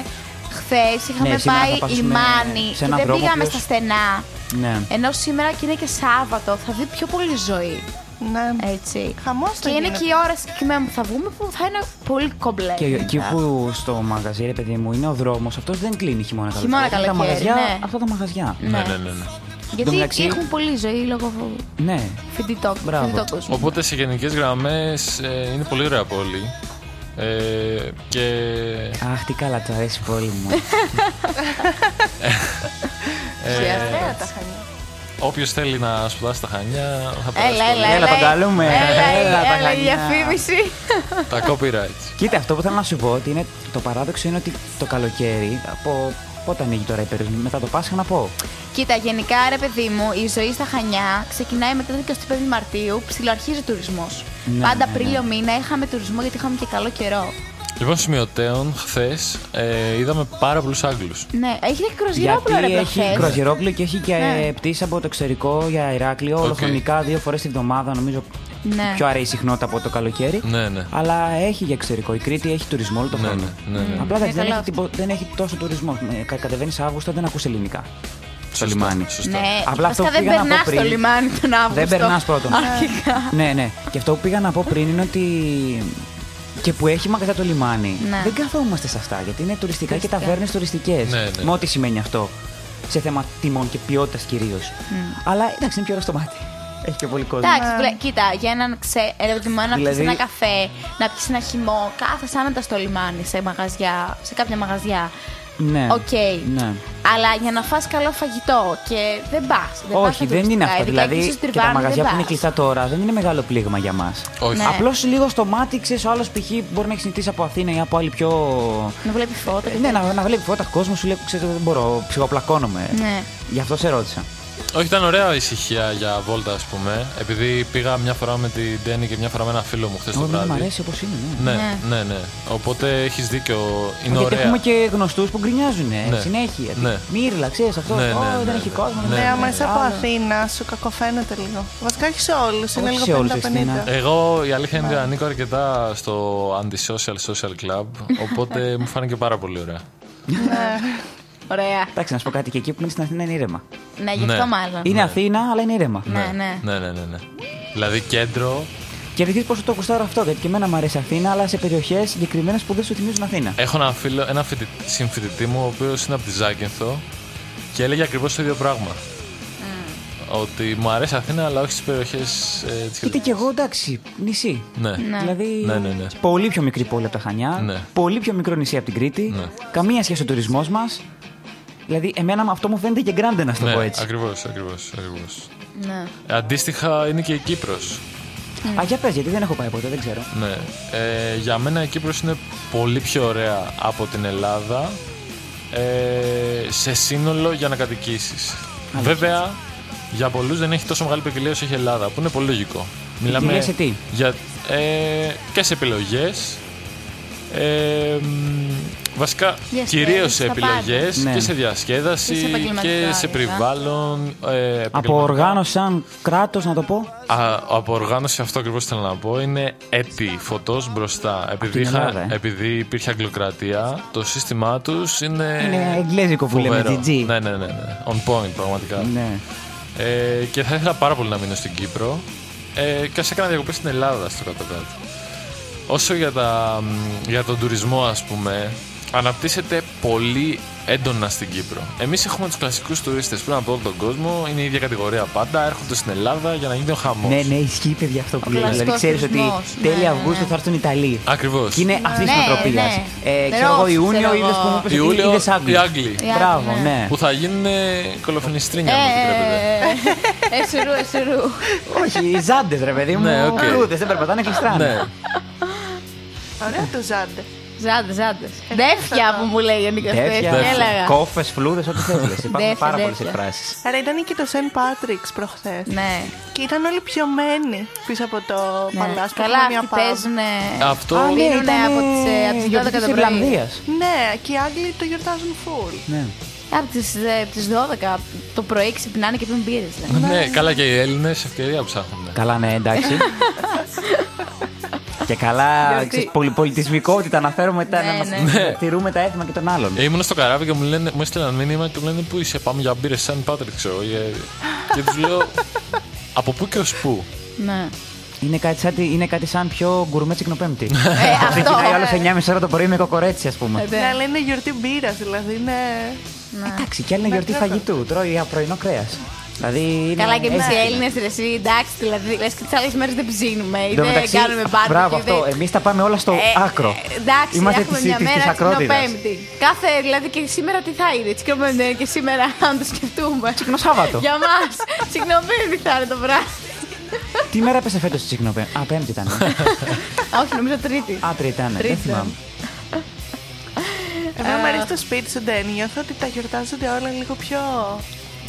χθες είχαμε
Ναι, σήμερα θα
πάει
πας
η
με-
Μάνη
σε
και
έναν
δεν
δρόμο
πήγαμε
ποιος-
στα στενά.
Ναι.
Ενώ σήμερα και είναι και Σάββατο, θα δει πιο πολύ ζωή.
Ναι.
Έτσι.
Χαμός θα
και είναι
γίνεται.
και η ώρα συγκεκριμένα που θα βγούμε που θα είναι πολύ κομπλέ.
Και εκεί που στο μαγαζί, ρε παιδί μου, είναι ο δρόμος, αυτός δεν κλείνει χειμώνα καλοκαίρι.
Χειμώνα,
Είναι τα
καλοκαίρι,
μαγαζιά,
ναι.
Αυτά τα μαγαζιά.
ναι, ναι, ναι, ναι.
Γιατί
μεταξύ-
έχουν πολύ ζωή λόγω
Ναι.
φοιτητό,
Μπράβο.
φοιτητόκοσμου.
Οπότε σε γενικές γραμμές ε, είναι πολύ ωραία πόλη. Ε, και
Αχ, τι καλά του αρέσει η πόλη μου. Ε,
Ωραία τα χανιά.
Όποιος ε, θέλει να σπουδάσει τα χανιά θα περάσει.
Έλα, έλα,
πολύ.
Έλα, τα καλούμε.
Έλα,
Έλα, τα
έλα, έλα, η
χανιά.
διαφήμιση.
Τα copyrights.
Κοίτα, αυτό που θέλω να σου πω ότι είναι, το παράδοξο είναι ότι το καλοκαίρι, από πότε ανοίγει τώρα η περιοχή, μετά το Πάσχα να πω.
Κοίτα, γενικά ρε παιδί μου, η ζωή στα Χανιά ξεκινάει μετά την 25η Μαρτίου, ψηλοαρχίζει ο τουρισμός.
Ναι,
Πάντα
ναι, ναι.
Απρίλιο μήνα είχαμε τουρισμό γιατί είχαμε και καλό καιρό.
Λοιπόν, σημειωτέων, χθες ε, είδαμε πάρα πολλούς Άγγλους.
Ναι, έχει και κροσγυρόπλο ρε
Γιατί έχει
προχθές.
κρουαζιερόπλοιο και έχει και
Ναι.
πτήσει από το εξωτερικό για Ηράκλειο,
Οκ.
ολοχρονικά δύο φορές την εβδομάδα, νομίζω.
Ναι.
Πιο αραιή συχνότητα από το καλοκαίρι.
Ναι, ναι.
Αλλά έχει για εξωτερικό. Η Κρήτη έχει τουρισμό όλο το
Ναι,
χρόνο.
ναι, ναι, ναι.
Απλά εντάξει,
Ναι,
δεν,
καλά
έχει, τίπο- δεν έχει τόσο τουρισμό. Ε, κα- Κατεβαίνεις Αύγουστο, δεν ακούς ελληνικά. Στο
Σωστά,
λιμάνι.
Σωστά.
Ναι,
Απλά αυτό
βασικά δεν
πήγα να πω
περνά
πριν.
στο λιμάνι τον Αύγουστο.
Δεν περνάς πρώτον.
Αρχικά.
ναι, ναι. Και αυτό που πήγα να πω πριν είναι ότι. και που έχει μαγαζιά το λιμάνι.
Ναι.
Δεν καθόμαστε σε αυτά γιατί είναι τουριστικά και ταβέρνες τουριστικές.
Ναι, ναι.
Με ό,τι σημαίνει αυτό. Σε θέμα τιμών και ποιότητας κυρίως. Αλλά εντάξει, είναι πιο ωραίο στο μάτι. Έχει και πολύ κόσμο.
Ναι. Εντάξει, βλέ- κοίτα, για έναν ξέ, ρε παιδί μου, να πιεις
Δηλαδή-
ένα καφέ, να πιεις ένα χυμό, κάθε άνετα στο λιμάνι, σε μαγαζιά, σε κάποια μαγαζιά.
Ναι.
Οκ.
Ναι.
Αλλά για να φας καλό φαγητό και δεν πας. Δεν πας
Όχι,
στα
δεν είναι
τουριστικά,
αυτό.
ειδικά
Δηλαδή
εκεί στο
και τα
Τριβάνι
μαγαζιά
δεν
που είναι
πας.
κλειστά τώρα δεν είναι μεγάλο πλήγμα για μας.
Όχι.
Ναι.
Απλώς λίγο στο μάτι, ξέρεις, ο άλλος π.χ. μπορεί να έχει συνηθίσει από Αθήνα ή από άλλη πιο.
Να βλέπει φώτα.
ναι, Ε, Ναι, να, να βλέπει φώτα κόσμος, σου λέει, ξέρεις, δεν μπορώ, ψυχοπλακώνομαι.
Ναι.
Γι' αυτό σε ρώτησα.
Όχι, ήταν ωραία ησυχία για βόλτα, ας πούμε. Επειδή πήγα μια φορά με την Ντένι και μια φορά με ένα φίλο μου χθες το
Όχι, μου
βράδυ.
αρέσει όπως είναι. Ναι.
Ναι, ναι, ναι. Οπότε έχεις δίκιο. Είναι
Γιατί
ωραία.
έχουμε και γνωστούς που γκρινιάζουν συνέχεια.
Ναι.
Μύρλα, ξέρεις αυτός.
Ναι,
Ναι,
ναι, ναι,
δεν
ναι.
έχει κόσμο.
Ναι,
δεν
ναι,
Ναι,
έχει
άμα
ναι.
είσαι
άλλο».
από Αθήνα, σου κακοφαίνεται λίγο. Βασικά όχι σε όλους, είναι
Όχι
λίγο
σε όλους,
50-50.
Χριστίνα.
Εγώ η αλήθεια είναι ότι ανήκω αρκετά στο anti-social social club. Οπότε μου φάνηκε πάρα πολύ ωραία.
Ωραία.
Εντάξει, να σου πω κάτι και εκεί που είναι στην Αθήνα είναι ήρεμα.
Ναι, γι'
Ναι.
αυτό μάλλον.
Είναι Αθήνα, αλλά είναι ήρεμα.
Ναι, ναι.
Ναι, ναι, ναι. ναι. Δηλαδή κέντρο.
Και δει πόσο το κουστάρω αυτό, γιατί και εμένα μου αρέσει Αθήνα, αλλά σε περιοχές συγκεκριμένες που δεν σου θυμίζουν Αθήνα.
Έχω ένα φίλο, ένα φοιτη- συμφοιτητή μου, ο οποίος είναι από τη Ζάκυνθο και έλεγε ακριβώς το ίδιο πράγμα. Ότι μου αρέσει Αθήνα, αλλά όχι στις περιοχές ε, τη
Είτε κι εγώ εντάξει, νησί.
Ναι.
Δηλαδή,
Ναι, ναι, ναι.
πολύ πιο μικρή πόλη από τα Χανιά,
Ναι.
πολύ πιο μικρό νησί από την Κρήτη,
Ναι.
καμία σχέση ο τουρισμός μας. Δηλαδή, εμένα αυτό μου φαίνεται και γκράντε να σου το πω
Ναι,
έτσι.
ακριβώς, ακριβώς, ακριβώς.
ναι.
Αντίστοιχα είναι και η Κύπρος.
Α, για πες, γιατί δεν έχω πάει ποτέ, δεν ξέρω.
Ναι. Ε, για μένα η Κύπρος είναι πολύ πιο ωραία από την Ελλάδα ε, σε σύνολο για να κατοικήσεις. Βέβαια, για πολλούς δεν έχει τόσο μεγάλη ποικιλία όσο έχει η Ελλάδα, που είναι πολύ λογικό.
Ποικιλία σε τι?
Για, ε, και σε επιλογές. Ε, μ, βασικά,
Διασκέδαση,
κυρίως σε
τα πάντα.
επιλογές
Ναι.
και σε διασκέδαση
Και σε επαγγελματικά
και σε
όνειρα.
περιβάλλον. Ε,
Από
επαγγελματικά.
οργάνωση σαν κράτος, να το πω.
Α, από οργάνωση αυτό ακριβώς θέλω να πω είναι έτη φωτός μπροστά. Επειδή,
την
είχα-
Ελλάδα, ε.
επειδή υπήρχε αγγλοκρατία, το σύστημά τους είναι.
Είναι εγγλέζικο που λέμε,
φοβερό.
GG.
Ναι, ναι, ναι, ναι. On point πραγματικά.
Ναι.
Ε, και θα ήθελα πάρα πολύ να μείνω στην Κύπρο. Ε, και ας έκανα διακοπή στην Ελλάδα στο κάτω-κάτω. Όσο για, τα, μ, για τον τουρισμό, ας πούμε, αναπτύσσεται πολύ έντονα στην Κύπρο. Εμείς έχουμε τους κλασικούς τουρίστες που είναι από όλο τον κόσμο, είναι η ίδια κατηγορία πάντα, έρχονται στην Ελλάδα για να γίνει ο χαμός.
Ναι, ναι, ισχύει παιδιά αυτό που λέει.
κλασικός
Δηλαδή, ξέρεις ότι
τουρισμός.
τέλη
Ναι, ναι,
Αυγούστου
ναι.
θα έρθουν Ιταλοί.
Ακριβώς.
Και είναι αυτής της
Ναι,
νοοτροπίας.
ναι.
Ε, ξέρω
Ρώσοι,
εγώ, Ιούνιο
ξέρω
είδε
εγώ.
που μου
Ιούλιο,
είπε ότι
οι
είδε
Άγγλοι. Οι
Άγγλοι,
Μπράβο,
ναι.
ναι.
Που θα γίνουν κολοφινιστρίνια, αν μου επιτρέπετε.
Ε, Εσουρού, εσουρού.
Όχι, οι ζάντες ρε παιδί μου.
Ναι, οκ.
Κρούδε, δεν περπατάνε κλειστά.
Ναι.
Ωραία το ζάντε.
Ζάντες, ζάντες.
Ε,
Ντέφια που μου λέει ο Νίκος
Τέτοια.
Έλεγα.
Κόφες, φλούδες, ό,τι θέλεις. Υπάρχουν
Ντέφια,
πάρα πολλέ
ντέφια.
εκφράσει.
Άρα ήταν και το Σεν Πάτριξ προχθές.
Ναι.
Και ήταν όλοι πιωμένοι πίσω από το
ναι.
παλάσπι.
Καλά,
είχαμε μια
αυτοί
pub.
παίζουν.
Αυτό
ναι. Κλείνουνε από τις, ε, από τις 12 το πρωί.
Ναι, και οι Άγγλοι το γιορτάζουν full.
Ναι. Ε, Από τις 12 το πρωί ξυπνάνε και πίνουν μπύρες.
Ναι, καλά και οι Έλληνες ευκαιρία ψάχνουν.
Καλά, ναι, εντάξει. και καλά,
Γιατί-
ξέρεις, πολυπολιτισμικότητα να φέρουμε τα.
Ναι,
να μας-
ναι.
Ναι.
τηρούμε τα έθιμα και των άλλων.
Ε, Ήμουν στο καράβι και μου, λένε, μου έστειλαν μήνυμα και μου λένε Πού είσαι, πάμε για μπύρες σαν Πάτρικ, ξέρω. ε, Και τους λέω Από πού και ως πού.
Ναι.
Είναι κάτι, σαν, τη- είναι κάτι σαν πιο γκουρμέ τσικνοπέμπτη.
Ε,
Δεν
αυτό.
κοιτάει άλλο 9.30 ώρα το πρωί με κοκορέτσι, ας πούμε.
Ναι.
Ναι, αλλά είναι γιορτή μπύρας, δηλαδή είναι.
Εντάξει, και άλλη
Ναι,
είναι γιορτή φαγητού. Τρώει α, πρωινό κρέας. Δηλαδή.
Καλά και
εμείς
εμεί οι Έλληνες, ρε εσύ, εντάξει, δηλαδή. Λες και τις άλλες μέρες δεν ψήνουμε ή δεν ναι, κάνουμε μπάρμπεκι.
Μπράβο
ή δεν-
αυτό. Εμείς τα πάμε όλα στο
Ε,
άκρο.
ε, Εντάξει,
Είμαστε
έχουμε
της-
μια
της- της
μέρα
ακρότητας.
τσικνοπέμπτη. Κάθε, δηλαδή και σήμερα τι θα είναι, τσικνοπέμπτη και σήμερα, αν το σκεφτούμε.
Τσικνοσάββατο.
Για μας, τσικνοπέμπτη θα είναι το βράδυ.
Τι μέρα έπεσε φέτος τη τσικνοπέμπτη. Α, πέμπτη ήταν. ε.
Όχι, νομίζω Τρίτη.
Α, τρίτη ήταν.
Τρίτη.
Δεν θυμάμαι.
Ε,
Εμένα μου αρέσει το σπίτι σου, Ντένι. Νιώθω ότι τα γιορτάζονται όλα λίγο πιο.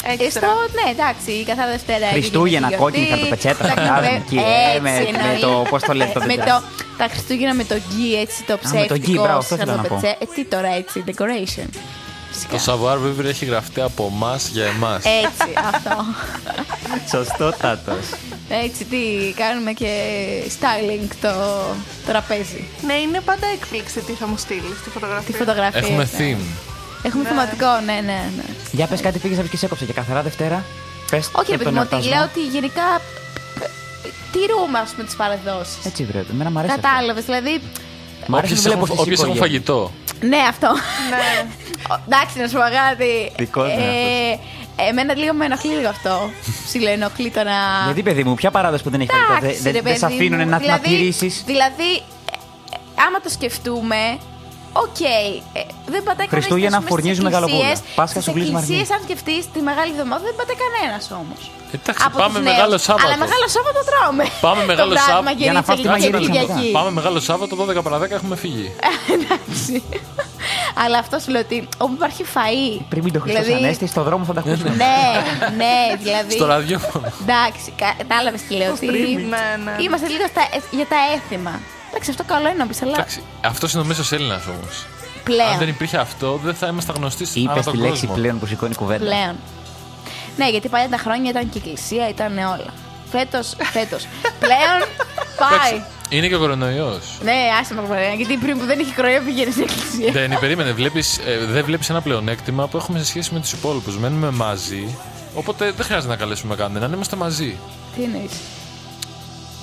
Ε,
έξτρα.
Στο, ναι, εντάξει, η καθαρά Δευτέρα. έχει
Χριστούγεννα,
γενική γιορτή,
κόκκινη χαρτοπετσέτα,
τα
φαντάζομαι,
καφέ-
εκεί, ε,
έτσι,
με- με
εννοεί. Ε,
το- πώς το λένε το
με
τέτοιο.
το, Τα Χριστούγεννα με το γκί, έτσι το
με το γκί,
ψεύτικο.
μπράβο, αυτό ήθελα να πω.
χαρτοπετσέ- Ε, τι τώρα έτσι, decoration.
Το Savoir Vivre έχει γραφτεί από εμάς για εμάς.
Έτσι, αυτό.
Σωστότατο.
Έτσι, τι κάνουμε και styling το τραπέζι.
Ναι, είναι πάντα έκπληξη τι θα μου στείλεις στη φωτογραφία.
Τη φωτογραφία.
Έχουμε
ναι.
theme.
Έχουμε θεματικό, ναι, ναι, ναι.
Για πες κάτι πήγε και σε έκοψε και καθαρά Δευτέρα. Πες
Όχι, ρε
τον
παιδί μου, ότι
εορτασμό.
λέω ότι γενικά ε, τηρούμε, ας πούμε, τις παραδόσεις.
Έτσι πρέπει. Εμένα μου Ε, αρέσει. αυτό.
Κατάλαβες, δηλαδή,
Μ' αρέσει
Όποιες
να βλέπω
έχουν-
στις
Όποιες έχουν
οικογένειες.
φαγητό.
ναι, αυτό.
Ναι.
Ο- Εντάξει, να σου πω κάτι.
Δικός μου
ε, εμένα λίγο με ενοχλεί λίγο αυτό. Ψιλοενοχλεί το να.
Γιατί παιδί μου, ποια παράδοση που δεν έχει φαγητό.
Εντάξει,
Δεν
ρε δηλαδή-
δεν- δεν σε
παιδί
αφήνουν
μου.
να να
Δηλαδή-
τηρήσει.
Δηλαδή, ε, άμα το σκεφτούμε, Οκ, ε, δεν πατάει κανένας.
Χριστούγεννα φορνίζουν μεγαλοπούλια. Πάσχα σου
Στι
γλύσμα
εκκλησίε,
αρνί.
αν σκεφτεί τη μεγάλη εβδομάδα, δεν πατάει κανένας όμως.
Εντάξει, πάμε Μεγάλο Σάββατο.
Αλλά μεγάλο Σάββατο τρώμε.
Πάμε
Το
Μεγάλο
βράδυ,
Σάββατο.
μαγειρίτσα
Για να φας τη
και
μαγειρίτσα
Κυριακή. Ε,
Πάμε μεγάλο Σάββατο, 12 παρα 10 έχουμε φύγει.
Εντάξει. Αλλά αυτό σου λέω ότι όπου υπάρχει φαΐ.
Πριν μην το Χριστός
δηλαδή-
Ανέστη, στον δρόμο θα τα ακούσουμε.
Ναι, ναι, δηλαδή.
Στο ραδιόφωνο.
Εντάξει, κατάλαβες τι λέω. ότι
streaming. Ναι, ναι.
Είμαστε λίγο στα- ε- για τα έθιμα. Εντάξει, αυτό καλό είναι να πεις, αλλά
Εντάξει, αυτός είναι ο μέσος Έλληνας όμως. Αν δεν
πλέον.
υπήρχε αυτό, δεν θα ήμασταν γνωστοί στον
Είπε
άλλο
τη
τον
λέξη
κόσμο.
πλέον που σηκώνει κουβέντα.
Πλέον. Ναι, γιατί παλιά τα χρόνια ήταν και η εκκλησία, ήταν όλα. Φέτος, φέτος. πλέον πάει.
Εντάξει, Είναι και ο κορονοϊός.
ναι, άσε με κορονοϊό, γιατί πριν που δεν είχε κορονοϊό πήγαινε στην εκκλησία.
Δεν περίμενε, βλέπεις, ε, δεν βλέπεις ένα πλεονέκτημα που έχουμε σε σχέση με τους υπόλοιπους. Μένουμε μαζί, οπότε δεν χρειάζεται να καλέσουμε κανέναν, είμαστε μαζί.
Τι εννοείς.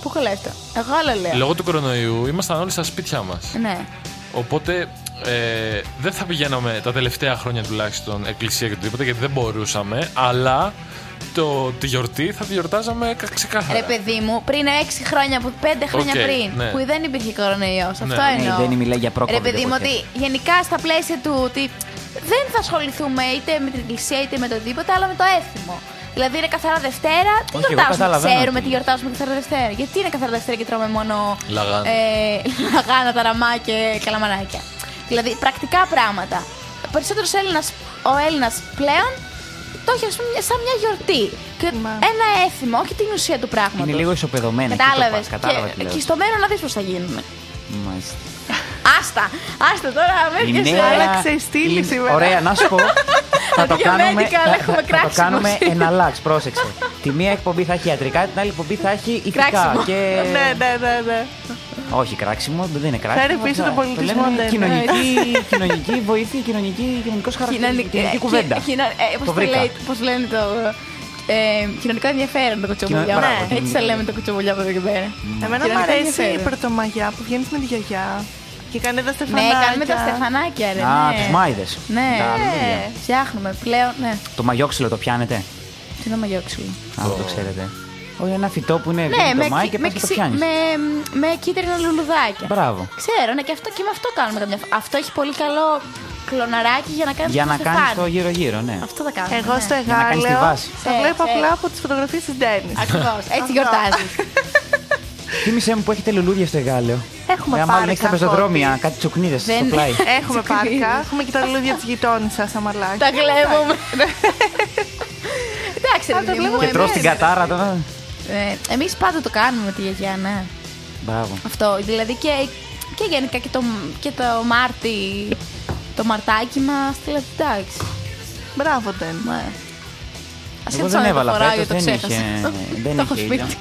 Πού κολλάει αυτό. Εγώ άλλο λέω.
Λόγω του κορονοϊού ήμασταν όλοι στα σπίτια μας.
Ναι.
Οπότε ε, δεν θα πηγαίναμε τα τελευταία χρόνια τουλάχιστον εκκλησία και οτιδήποτε γιατί δεν μπορούσαμε, αλλά το, τη γιορτή θα τη γιορτάζαμε κα- ξεκάθαρα.
Ρε παιδί μου, πριν 6 χρόνια, που 5 χρόνια
Οκ,
πριν,
ναι.
που δεν υπήρχε κορονοϊός,
Ναι.
αυτό
Ναι,
εννοώ.
δεν μιλάει για πρόκοπη
Ρε παιδί μου,
εποχές.
ότι γενικά στα πλαίσια του ότι δεν θα ασχοληθούμε είτε με την εκκλησία είτε με το τίποτα, αλλά με το έθιμο. Δηλαδή είναι καθαρά Δευτέρα, τι
εγώ
γιορτάζουμε.
καταλαβαίνω
Ξέρουμε
ότι-
τι γιορτάζουμε καθαρά Δευτέρα. Γιατί είναι καθαρά Δευτέρα και τρώμε μόνο
Λαγάνα.
ε, λαγάνα, ταραμά και καλαμαράκια. Δηλαδή πρακτικά πράγματα. Περισσότερος Έλληνας, ο Έλληνας πλέον το έχει ας πούμε σαν μια γιορτή. Και
Μα.
ένα έθιμο, όχι την ουσία του πράγματο.
Είναι λίγο ισοπεδωμένη. εκεί το
Κατάλαβες.
πας, Κατάλαβα τι
Και,
λέω.
και στο μέλλον να δεις πώς θα γίνουμε.
Μάλιστα.
Άστα, άστα τώρα, με
Η
έρχεσαι.
νέα-
άλλαξε η στήλη
η-
σήμερα.
Ωραία, να σου πω. Θα το κάνουμε,
Διαμέρικα, αλλά
θα,
έχουμε
θα- θα το
κράξιμο
κάνουμε
σήμερα.
εναλλάξ, πρόσεξε. Τη μία εκπομπή θα έχει ιατρικά, την άλλη εκπομπή θα έχει ηθικά.
Κράξιμο.
Και...
Ναι, ναι, ναι, ναι.
Όχι, κράξιμο, δεν είναι κράξιμο.
Φέρε πίσω
θα-
τον πολιτισμό,
λέμε
ναι.
Κοινωνική, κοινωνική βοήθεια, κοινωνική, κοινωνικός χαρακτήρας,
Κοινωνική-
κοινωνική κουβέντα.
ε, κοινο- ε,
Το
Πώς το
βρήκα.
λέει- πώς λένε το. ε, κοινωνικό ενδιαφέρον το κουτσοβολιό.
Κοινο- μπράβο,
Ναι, έτσι
κοινωνικό
θα λέμε το κουτσοβολιό από εδώ και πέρα.
Εμένα μου
Κοινωνικά
αρέσει η
ενδιαφέρον.
πρωτομαγιά που βγαίνει με τη γιαγιά και κάνει τα
Ναι,
στεφανάκια.
κάνουμε τα στεφανάκια, ρε.
Α,
ναι.
τις μάιδες.
Ναι,
Τα λουλούδια.
φτιάχνουμε πλέον. Ναι,
Το μαγιόξυλο το πιάνετε.
τι είναι το μαγιόξυλο.
Αν το ξέρετε. Όχι, ένα φυτό που είναι βγαίνει
Ναι,
το
με,
μάι
κυ-
και
με,
πας και το
ξυ-
πιάνεις.
με- με κίτρινα λουλουδάκια.
Μπράβο.
Ξέρω, ναι, και, αυτό, και με αυτό κάνουμε καμιά φορά. Αυτό έχει πολύ καλό κλωναράκι για να κάνεις
Για να κάνεις το γύρω-γύρω, ναι.
Αυτό θα κάνουμε.
Εγώ
ναι.
στο
Για να κάνεις τη
Εγάλεο
βάση.
θα
Ε,
βλέπω
ε.
απλά από τις φωτογραφίες της Ντένις.
Ακριβώς. Έτσι γιορτάζει.
Θύμησέ μου που έχετε λουλούδια στο εγάλεο.
Έχουμε
Μάλλον
πάρει
έχεις τα
κακό
πεζοδρόμια,
της.
κάτι τσουκνίδες στο
Δεν-
πλάι.
Έχουμε πάρκα, έχουμε και τα λουλούδια της γειτόνισσας αμαλάκι.
Τα κλέβουμε. Εντάξει,
Α, το
ρε
βλέπω
Και τρως την κατάρα τώρα.
Εμεί ε, πάντα το κάνουμε με τη γιαγιά, ναι.
Μπράβο.
Αυτό. Δηλαδή και, και γενικά και το, και το Μάρτι. Το μαρτάκι μας. Δηλαδή εντάξει.
Μπράβο, Ντένις.
Ναι.
Εγώ
Ασχέτως
δεν
αν
έβαλα
το φοράω ή
φέτος,
το
δεν είχε,
ξέχασα.
δεν
Το έχω
είχε
σπίτι.
ήλιο.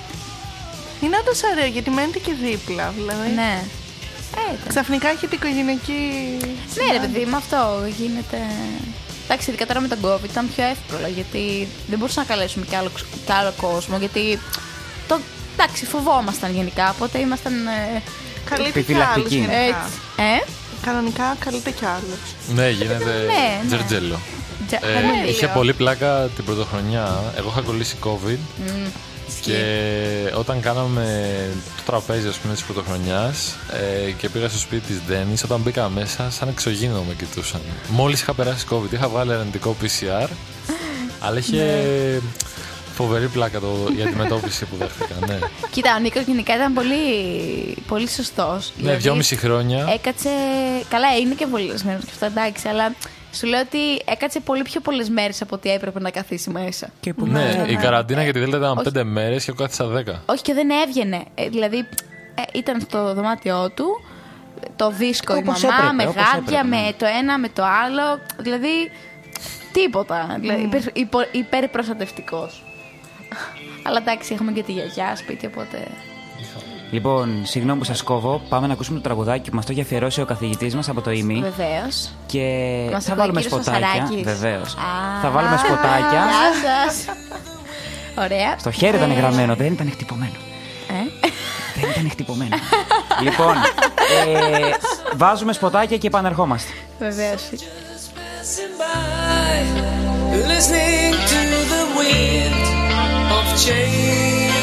Είναι όντως ωραίο γιατί μένετε και δίπλα. Δηλαδή.
Ναι. Ε, εντάξει.
Ξαφνικά έχετε οικογενειακή.
Ναι, ρε παιδί, με αυτό γίνεται. Εντάξει, ειδικά τώρα με τον COVID ήταν πιο εύκολο γιατί δεν μπορούσαμε να καλέσουμε κι άλλο, κι άλλο κόσμο. Γιατί. Το, εντάξει, φοβόμασταν γενικά, οπότε ήμασταν. Ε,
Καλείτε κι άλλους
Επιφυλακτική.
γενικά.
έτσι. Ε,
Κανονικά καλείτε κι άλλους.
Ναι, γίνεται
Ναι, ναι.
τζερτζέλο.
τζα-
Ε,
τέλειο.
είχε πολύ πλάκα την πρωτοχρονιά. Εγώ είχα κολλήσει COVID και όταν κάναμε το τραπέζι ας πούμε, της πρωτοχρονιάς ε, και πήγα στο σπίτι της Ντένις, όταν μπήκα μέσα σαν εξωγήινο με κοιτούσαν. Μόλις είχα περάσει COVID, είχα βγάλει αρνητικό PCR, αλλά είχε φοβερή πλάκα το, η αντιμετώπιση που δέχτηκα. Ναι,
Κοίτα, ο Νίκος γενικά ήταν πολύ, πολύ Δηλαδή, σωστός.
ναι δυόμιση χρόνια.
Έκατσε. Καλά, είναι και πολύ λεσμένο και αυτά, εντάξει, αλλά σου λέω ότι έκατσε πολύ πιο πολλές μέρες από ό,τι έπρεπε να καθίσει μέσα.
Και που
ναι, η καραντίνα
Ε,
για τη Δέλτα ήταν
όχι.
πέντε μέρες και εγώ κάθισα δέκα.
Όχι και δεν έβγαινε. Ε, δηλαδή ε, ήταν στο δωμάτιό του, το δίσκο η
Όπως
μαμά,
έπρεπε,
με
όπως
γάντια,
έπρεπε, ναι.
με το ένα, με το άλλο. Δηλαδή τίποτα. Δηλαδή,
Mm.
υπερ, υπο- υπερπροστατευτικός. Αλλά εντάξει, έχουμε και τη γιαγιά σπίτι, οπότε.
Λοιπόν, συγγνώμη που σας κόβω. Πάμε να ακούσουμε το τραγουδάκι που μας το έχει αφιερώσει ο καθηγητής μας από το ΙΜΗ.
Βεβαίως.
Και
Μας
θα
ακούει
βάλουμε
ο κύριος
σποτάκια.
Σασαράκης.
Βεβαίως.
Α.
Θα βάλουμε σποτάκια.
Γεια σας. Ωραία.
Στο χέρι ήταν γραμμένο, δεν ήταν χτυπωμένο.
Ε,
Δεν ήταν χτυπωμένο. λοιπόν, ε, βάζουμε σποτάκια και επανερχόμαστε.
Βεβαίως.
passing by, listening to the wind of change.
Oh,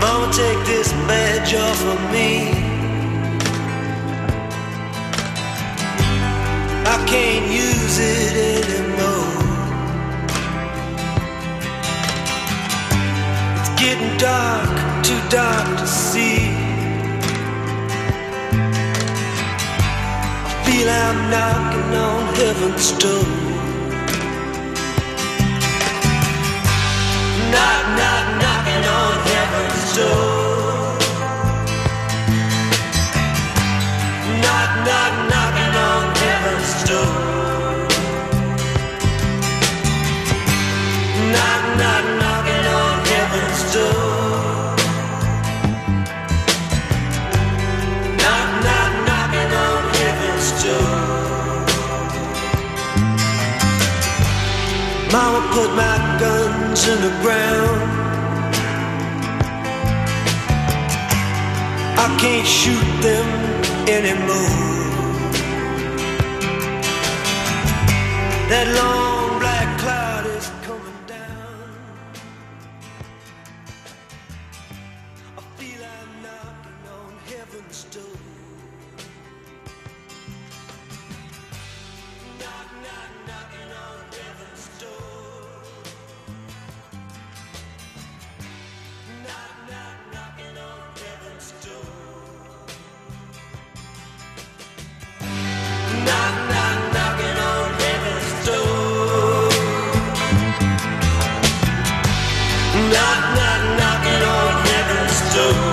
Mama, take this badge off of me. I can't use it anymore. It's getting dark, too dark to see. I feel I'm knocking on heaven's door. Knock, knock, knocking on heaven's door. Knock, knock, knocking on heaven's door. Knock, knock, knocking on heaven's door. Knock, knock, knocking on heaven's door. Mama put my guns in the ground. I can't shoot them anymore. That long black cloud is coming down. I feel I'm knocking on heaven's door. Knock, knock, knocking on heaven's door. Knock, knock, knocking on heaven's door. Knock, knock, knocking on heaven's door. Knock, knock, knocking on heaven's door.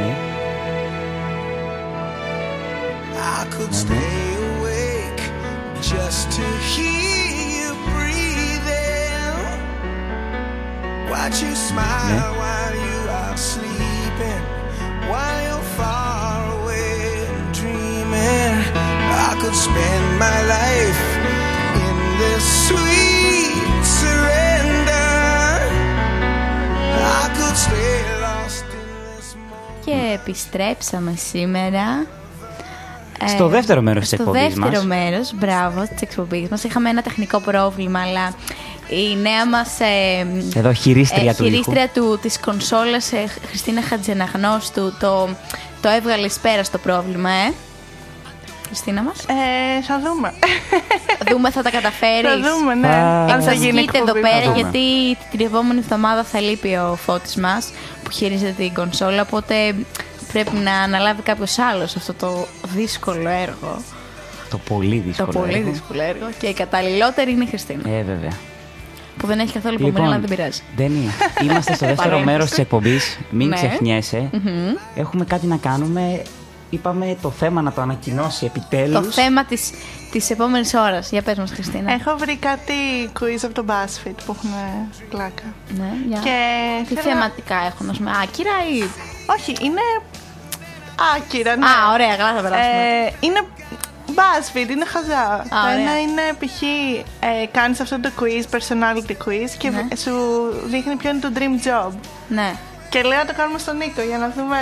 Ναι.
I could stay awake just to hear you breathing. Watch you smile while you are sleeping, while you're far away and dreaming. I could spend my life in this sweet surrender. I could stay lost in this moment.
Και επιστρέψαμε σήμερα. Ε,
Στο δεύτερο μέρος της
Στο
εκπομπής μας.
δεύτερο μέρος, μπράβο, της εκπομπής μας. Είχαμε ένα τεχνικό πρόβλημα, αλλά η νέα μας... ε,
Εδώ χειρίστρια
ε,
του ήχου.
χειρίστρια του, της κονσόλας ε, Χριστίνα Χατζεναγνώστου το, το έβγαλες εις πέρα στο πρόβλημα, ε. Χριστίνα μας.
Ε, θα δούμε.
δούμε, θα τα καταφέρεις.
θα δούμε, ναι.
Α.
Αν θα
Σας
γίνει
βγείτε εδώ
εκπομπή.
πέρα
Θα δούμε.
γιατί την επόμενη εβδομάδα θα λείπει ο Φώτης μας που χειρίζεται την κονσόλα οπότε πρέπει να αναλάβει κάποιος άλλος αυτό το δύσκολο έργο.
Το πολύ
Το
δύσκολο.
πολύ
έργο.
δύσκολο έργο και η καταλληλότερη είναι η Χριστίνα
Ε, βέβαια.
που δεν έχει καθόλου
λοιπόν.
υπομονή αλλά δεν πειράζει.
Λοιπόν, Ντένι, είμαστε στο δεύτερο
Παρένθεση.
μέρος της εκπομπής. Μην
Ναι.
ξεχνιεσαι Έχουμε κάτι να κάνουμε. Είπαμε το θέμα να το ανακοινώσει
Το
επιτέλου.
θέμα της, της επόμενης ώρας. Για πες μας Χριστίνα.
Έχω βρει κάτι quiz από το BuzzFeed που έχουν πλάκα.
Ναι, για.
Και
Τι
θέλω-
θεματικά έχουν, ας πούμε, άκυρα ή...
Όχι, είναι άκυρα. Ναι.
Α, ωραία, καλά θα περάσουμε.
Ε, είναι BuzzFeed, είναι χαζά. το
ωραία.
ένα είναι π.χ. Ε, κάνεις αυτό το quiz, personality quiz και
Ναι.
σου δείχνει ποιο είναι το dream job.
Ναι.
Και λέω να το κάνουμε στον Νίκο για να δούμε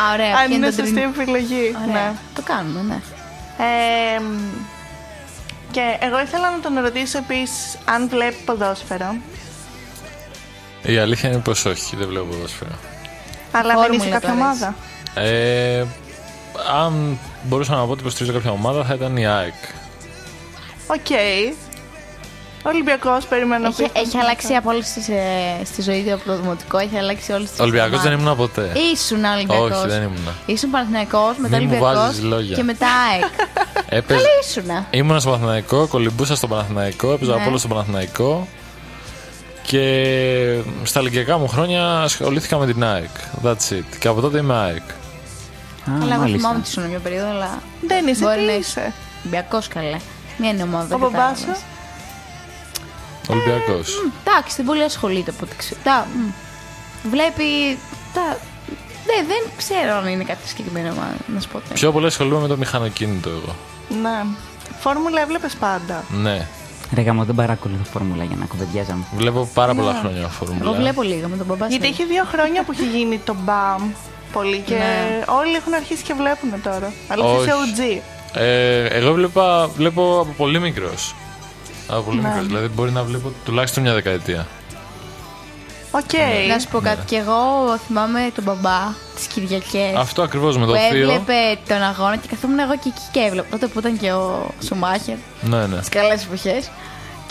Α, ωραία,
αν
Ε, ποιο είναι
είναι
το dream-
σωστή επιλογή.
Ωραία.
Ναι.
Το κάνουμε, ναι.
Ε, μ, και εγώ ήθελα να τον ρωτήσω επίσης αν βλέπει ποδόσφαιρο.
Η αλήθεια είναι πως όχι, δεν βλέπω ποδόσφαιρο.
Αλλά δεν είσαι
Φόρμουλα
κάποια
τώρα,
ομάδα.
Ε, αν μπορούσα να πω ότι υποστηρίζω κάποια ομάδα θα ήταν η ΑΕΚ.
Οκ. Ολυμπιακός περιμένω. να
Έχει,
πεις.
έχει αλλάξει από όλες τις, ε, στη ζωή του από το δημοτικό, έχει αλλάξει όλες τις
Ολυμπιακός δεν
ομάδες.
ήμουν ποτέ.
Ήσουν Ολυμπιακός.
Όχι, δεν ήμουνα.
Ήσουν Παναθηναϊκός, μετά
Μη μου
Ολυμπιακός
βάζεις λόγια.
και μετά ΑΕΚ.
Έπαιζε...
Αλλά ήσουνα.
Ήμουνα στο Παναθηναϊκό, κολυμπούσα στο Παναθηναϊκό, έπαιζα
Ναι.
από όλο στο Παναθηναϊκό. Και στα ηλικιακά μου χρόνια ασχολήθηκα με την ΑΕΚ. That's it. Και από τότε είμαι ΑΕΚ.
Αλλά εγώ
μάλιστα.
θυμάμαι ότι ήσουν μια περίοδο, αλλά
Δεν είσαι,
Μπορεί
τι
να
είσαι.
Ολυμπιακός καλέ. Μία είναι η ομάδα.
Ο μπαμπά
κατάλαβες.
σου.
Ολυμπιακός.
Ε. Εντάξει, δεν πολύ ασχολείται από ό,τι ξέρω. Τα, μ, βλέπει. Τα, δε, δεν ξέρω αν είναι κάτι συγκεκριμένο, μα, να σου πω. την
Πιο πολύ ασχολούμαι με το μηχανοκίνητο εγώ.
Ναι. Φόρμουλα έβλεπες πάντα.
Ναι.
Ρε γαμό, δεν παρακολουθώ φόρμουλα για να κουβεντιάζαμε.
Βλέπω πάρα πολλά χρόνια
αλήθεια.
φόρμουλα.
Ναι. Εγώ βλέπω λίγο με τον μπαμπάς σου.
Γιατί έχει δύο χρόνια που έχει γίνει το μπαμ πολύ και
Ναι.
όλοι έχουν αρχίσει και βλέπουν τώρα. Αλλά
Όχι.
εσύ είσαι OG.
Ε, εγώ βλέπα, βλέπω από πολύ μικρός. Από πολύ
Ναι.
μικρός. Δηλαδή μπορεί να βλέπω τουλάχιστον μια δεκαετία.
Οκ.
Ναι.
Να σου πω κάτι. Κι εγώ θυμάμαι τον μπαμπά τις Κυριακές.
Αυτό ακριβώς με
Ε. Που
το θείο.
έβλεπε τον αγώνα και καθόμουν εγώ και εκεί και έβλεπα. Τότε που ήταν και ο Σουμάχερ,
Ναι, ναι.
τι καλές εποχές.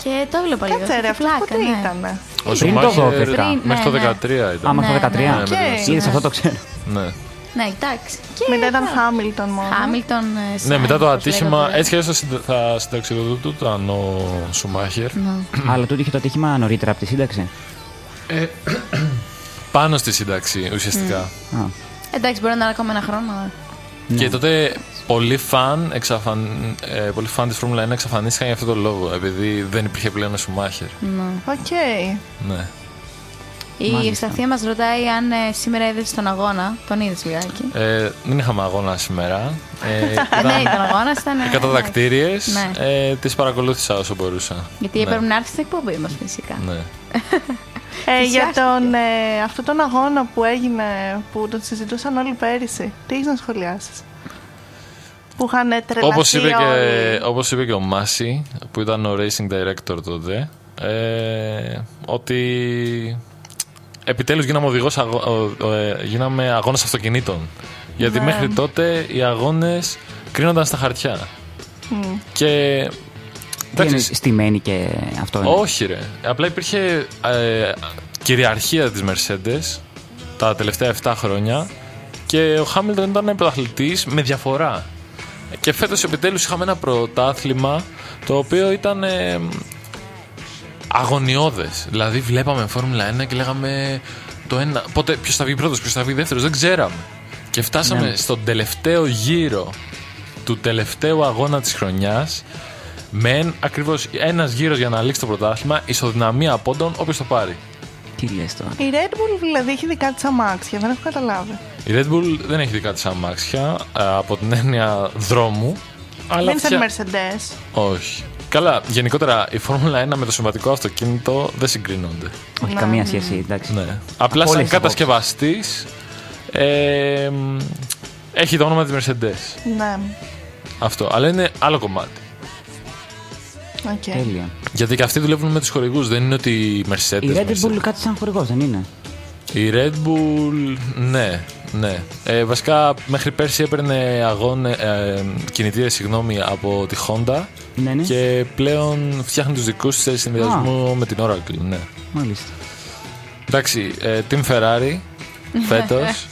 Και το έβλεπα λίγο.
Κάτσε ρε,
Είχε
αυτό
πλάκα,
πότε
ναι.
ήταν.
Ο
Πριν το
Σουμάχερ
12.
Ναι,
μέχρι το
ναι.
13 ήταν.
Άμα
Ναι,
είχα 13.
ναι.
Ναι,
Οκ.
με
Είδες, αυτό το ξέρω.
Ναι.
Ναι, εντάξει. Και
Μετά ήταν Χάμιλτον μόνο.
Χάμιλτον. ε,
Ναι,
Sainz,
μετά το
όπως
ατύχημα,
λέγονται.
έτσι κι αλλιώ θα συνταξιδοτούταν ο Σουμάχερ.
Ναι.
Αλλά τούτο είχε το ατύχημα νωρίτερα από τη σύνταξη.
Πάνω στη σύνταξη ουσιαστικά.
Ναι. Εντάξει, μπορεί να είναι ακόμα ένα χρόνο. αλλά- Ναι.
Και τότε πολλοί φαν, εξαφαν... ε, πολλοί φαν της Φόρμουλα 1 εξαφανίστηκαν για αυτόν τον λόγο, επειδή δεν υπήρχε πλέον ο Σουμάχερ.
Οκ.
Ναι.
Η Ευσταθία μας ρωτάει αν ε, σήμερα είδες τον αγώνα. Τον είδες λιγάκι.
Ε, δεν είχαμε αγώνα σήμερα. Ε,
Ε, Ναι,
ήταν
ήταν αγώνας, ήταν. ε,
κατά δακτήριες.
Ναι.
Ε, τις παρακολούθησα όσο μπορούσα.
Γιατί
ναι.
έπρεπε να έρθει στην εκπομπή μας, φυσικά.
Ναι.
Ε, για
Θυσιάστηκε.
τον, ε, αυτόν τον αγώνα που έγινε, που τον συζητούσαν όλοι πέρυσι, τι έχεις να σχολιάσεις. Που είχαν τρελαθεί
Όπως είπε, και,
όλοι.
όπως είπε και ο Μάση, που ήταν ο Racing Director τότε, ε, ότι επιτέλους γίναμε, οδηγός, αγώ- ο- ο- ε, γίναμε αγώνες αυτοκινήτων. Γιατί μέχρι τότε οι αγώνες κρίνονταν στα χαρτιά. Και...
Τι είναι
εντάξει,
στημένη και αυτό είναι.
όχι ρε. Απλά υπήρχε ε, κυριαρχία της Mercedes τα τελευταία 7 χρόνια και ο Χάμιλτον ήταν πρωταθλητής με διαφορά. Και φέτος επιτέλους είχαμε ένα πρωτάθλημα το οποίο ήταν ε, αγωνιώδες. Δηλαδή βλέπαμε Φόρμουλα 1 και λέγαμε το ένα, πότε, ποιος θα βγει πρώτος, ποιος θα βγει δεύτερος, δεν ξέραμε. Και φτάσαμε στον τελευταίο γύρο του τελευταίου αγώνα της χρονιάς με ακριβώς ένας γύρος για να λήξει το πρωτάθλημα, ισοδυναμία πόντων, όποιος το πάρει.
Τι λες τώρα.
Η Red Bull δηλαδή έχει δικά της αμάξια, δεν έχω καταλάβει.
Η Red Bull δεν έχει δικά της αμάξια α, από την έννοια δρόμου. Αλλά
δεν
φτια-
ήταν Mercedes.
Όχι. Καλά, γενικότερα η Φόρμουλα 1 με το συμβατικό αυτοκίνητο δεν συγκρίνονται.
Όχι, καμία σχέση, εντάξει.
Ναι. Απλά
όλες
σαν
τις
κατασκευαστή ε, μ, έχει το όνομα της Mercedes.
Ναι,
Αυτό. Αλλά είναι άλλο κομμάτι.
οκ.
Τέλεια.
Γιατί και αυτοί δουλεύουν με τους χορηγούς. Δεν είναι ότι η Mercedes.
Η Red
Mercedes.
Bull κάτι σαν χορηγός, δεν είναι.
Η Red Bull, ναι, ναι. Ε, βασικά μέχρι πέρσι έπαιρνε αγώνε, ε, κινητήρες συγγνώμη, από τη Honda
Ναι, ναι.
και πλέον φτιάχνει τους δικούς της σε συνδυασμό με την Oracle, ναι.
Μάλιστα.
Εντάξει, ε, Team Ferrari φέτος,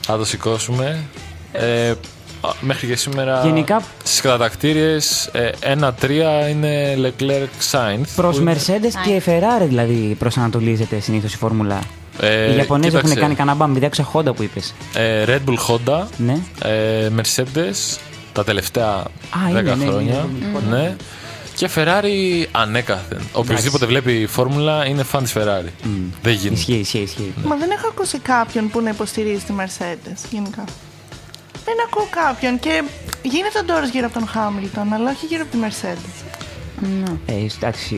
θα το σηκώσουμε. Ε, α, μέχρι και σήμερα
Γενικά-
στις κατατακτήριες ε, 1-3 είναι Leclerc Sainz. Ε,
Προς
που είναι-
Mercedes και Ferrari δηλαδή προσανατολίζεται συνήθως η φόρμουλα.
Ε,
οι Ιαπωνέζοι έχουν
κοίταξε,
κάνει κανένα μπαμπι, δεν Honda που είπες.
ε, Red Bull Honda,
Ναι.
ε, Mercedes τα τελευταία
Α,
10
είναι, ναι,
χρόνια.
ναι,
Ναι, Και Ferrari ανέκαθεν. Οποιοδήποτε βλέπει η φόρμουλα είναι φαν της Ferrari. Δεν γίνεται.
Ισχύει, ισχύει, ισχύει.
Μα δεν έχω ακούσει κάποιον που να υποστηρίζει τη Mercedes γενικά. Δεν ακούω κάποιον και γίνεται τώρα γύρω από τον Χάμιλτον, αλλά όχι γύρω από τη Mercedes.
Ε, εντάξει,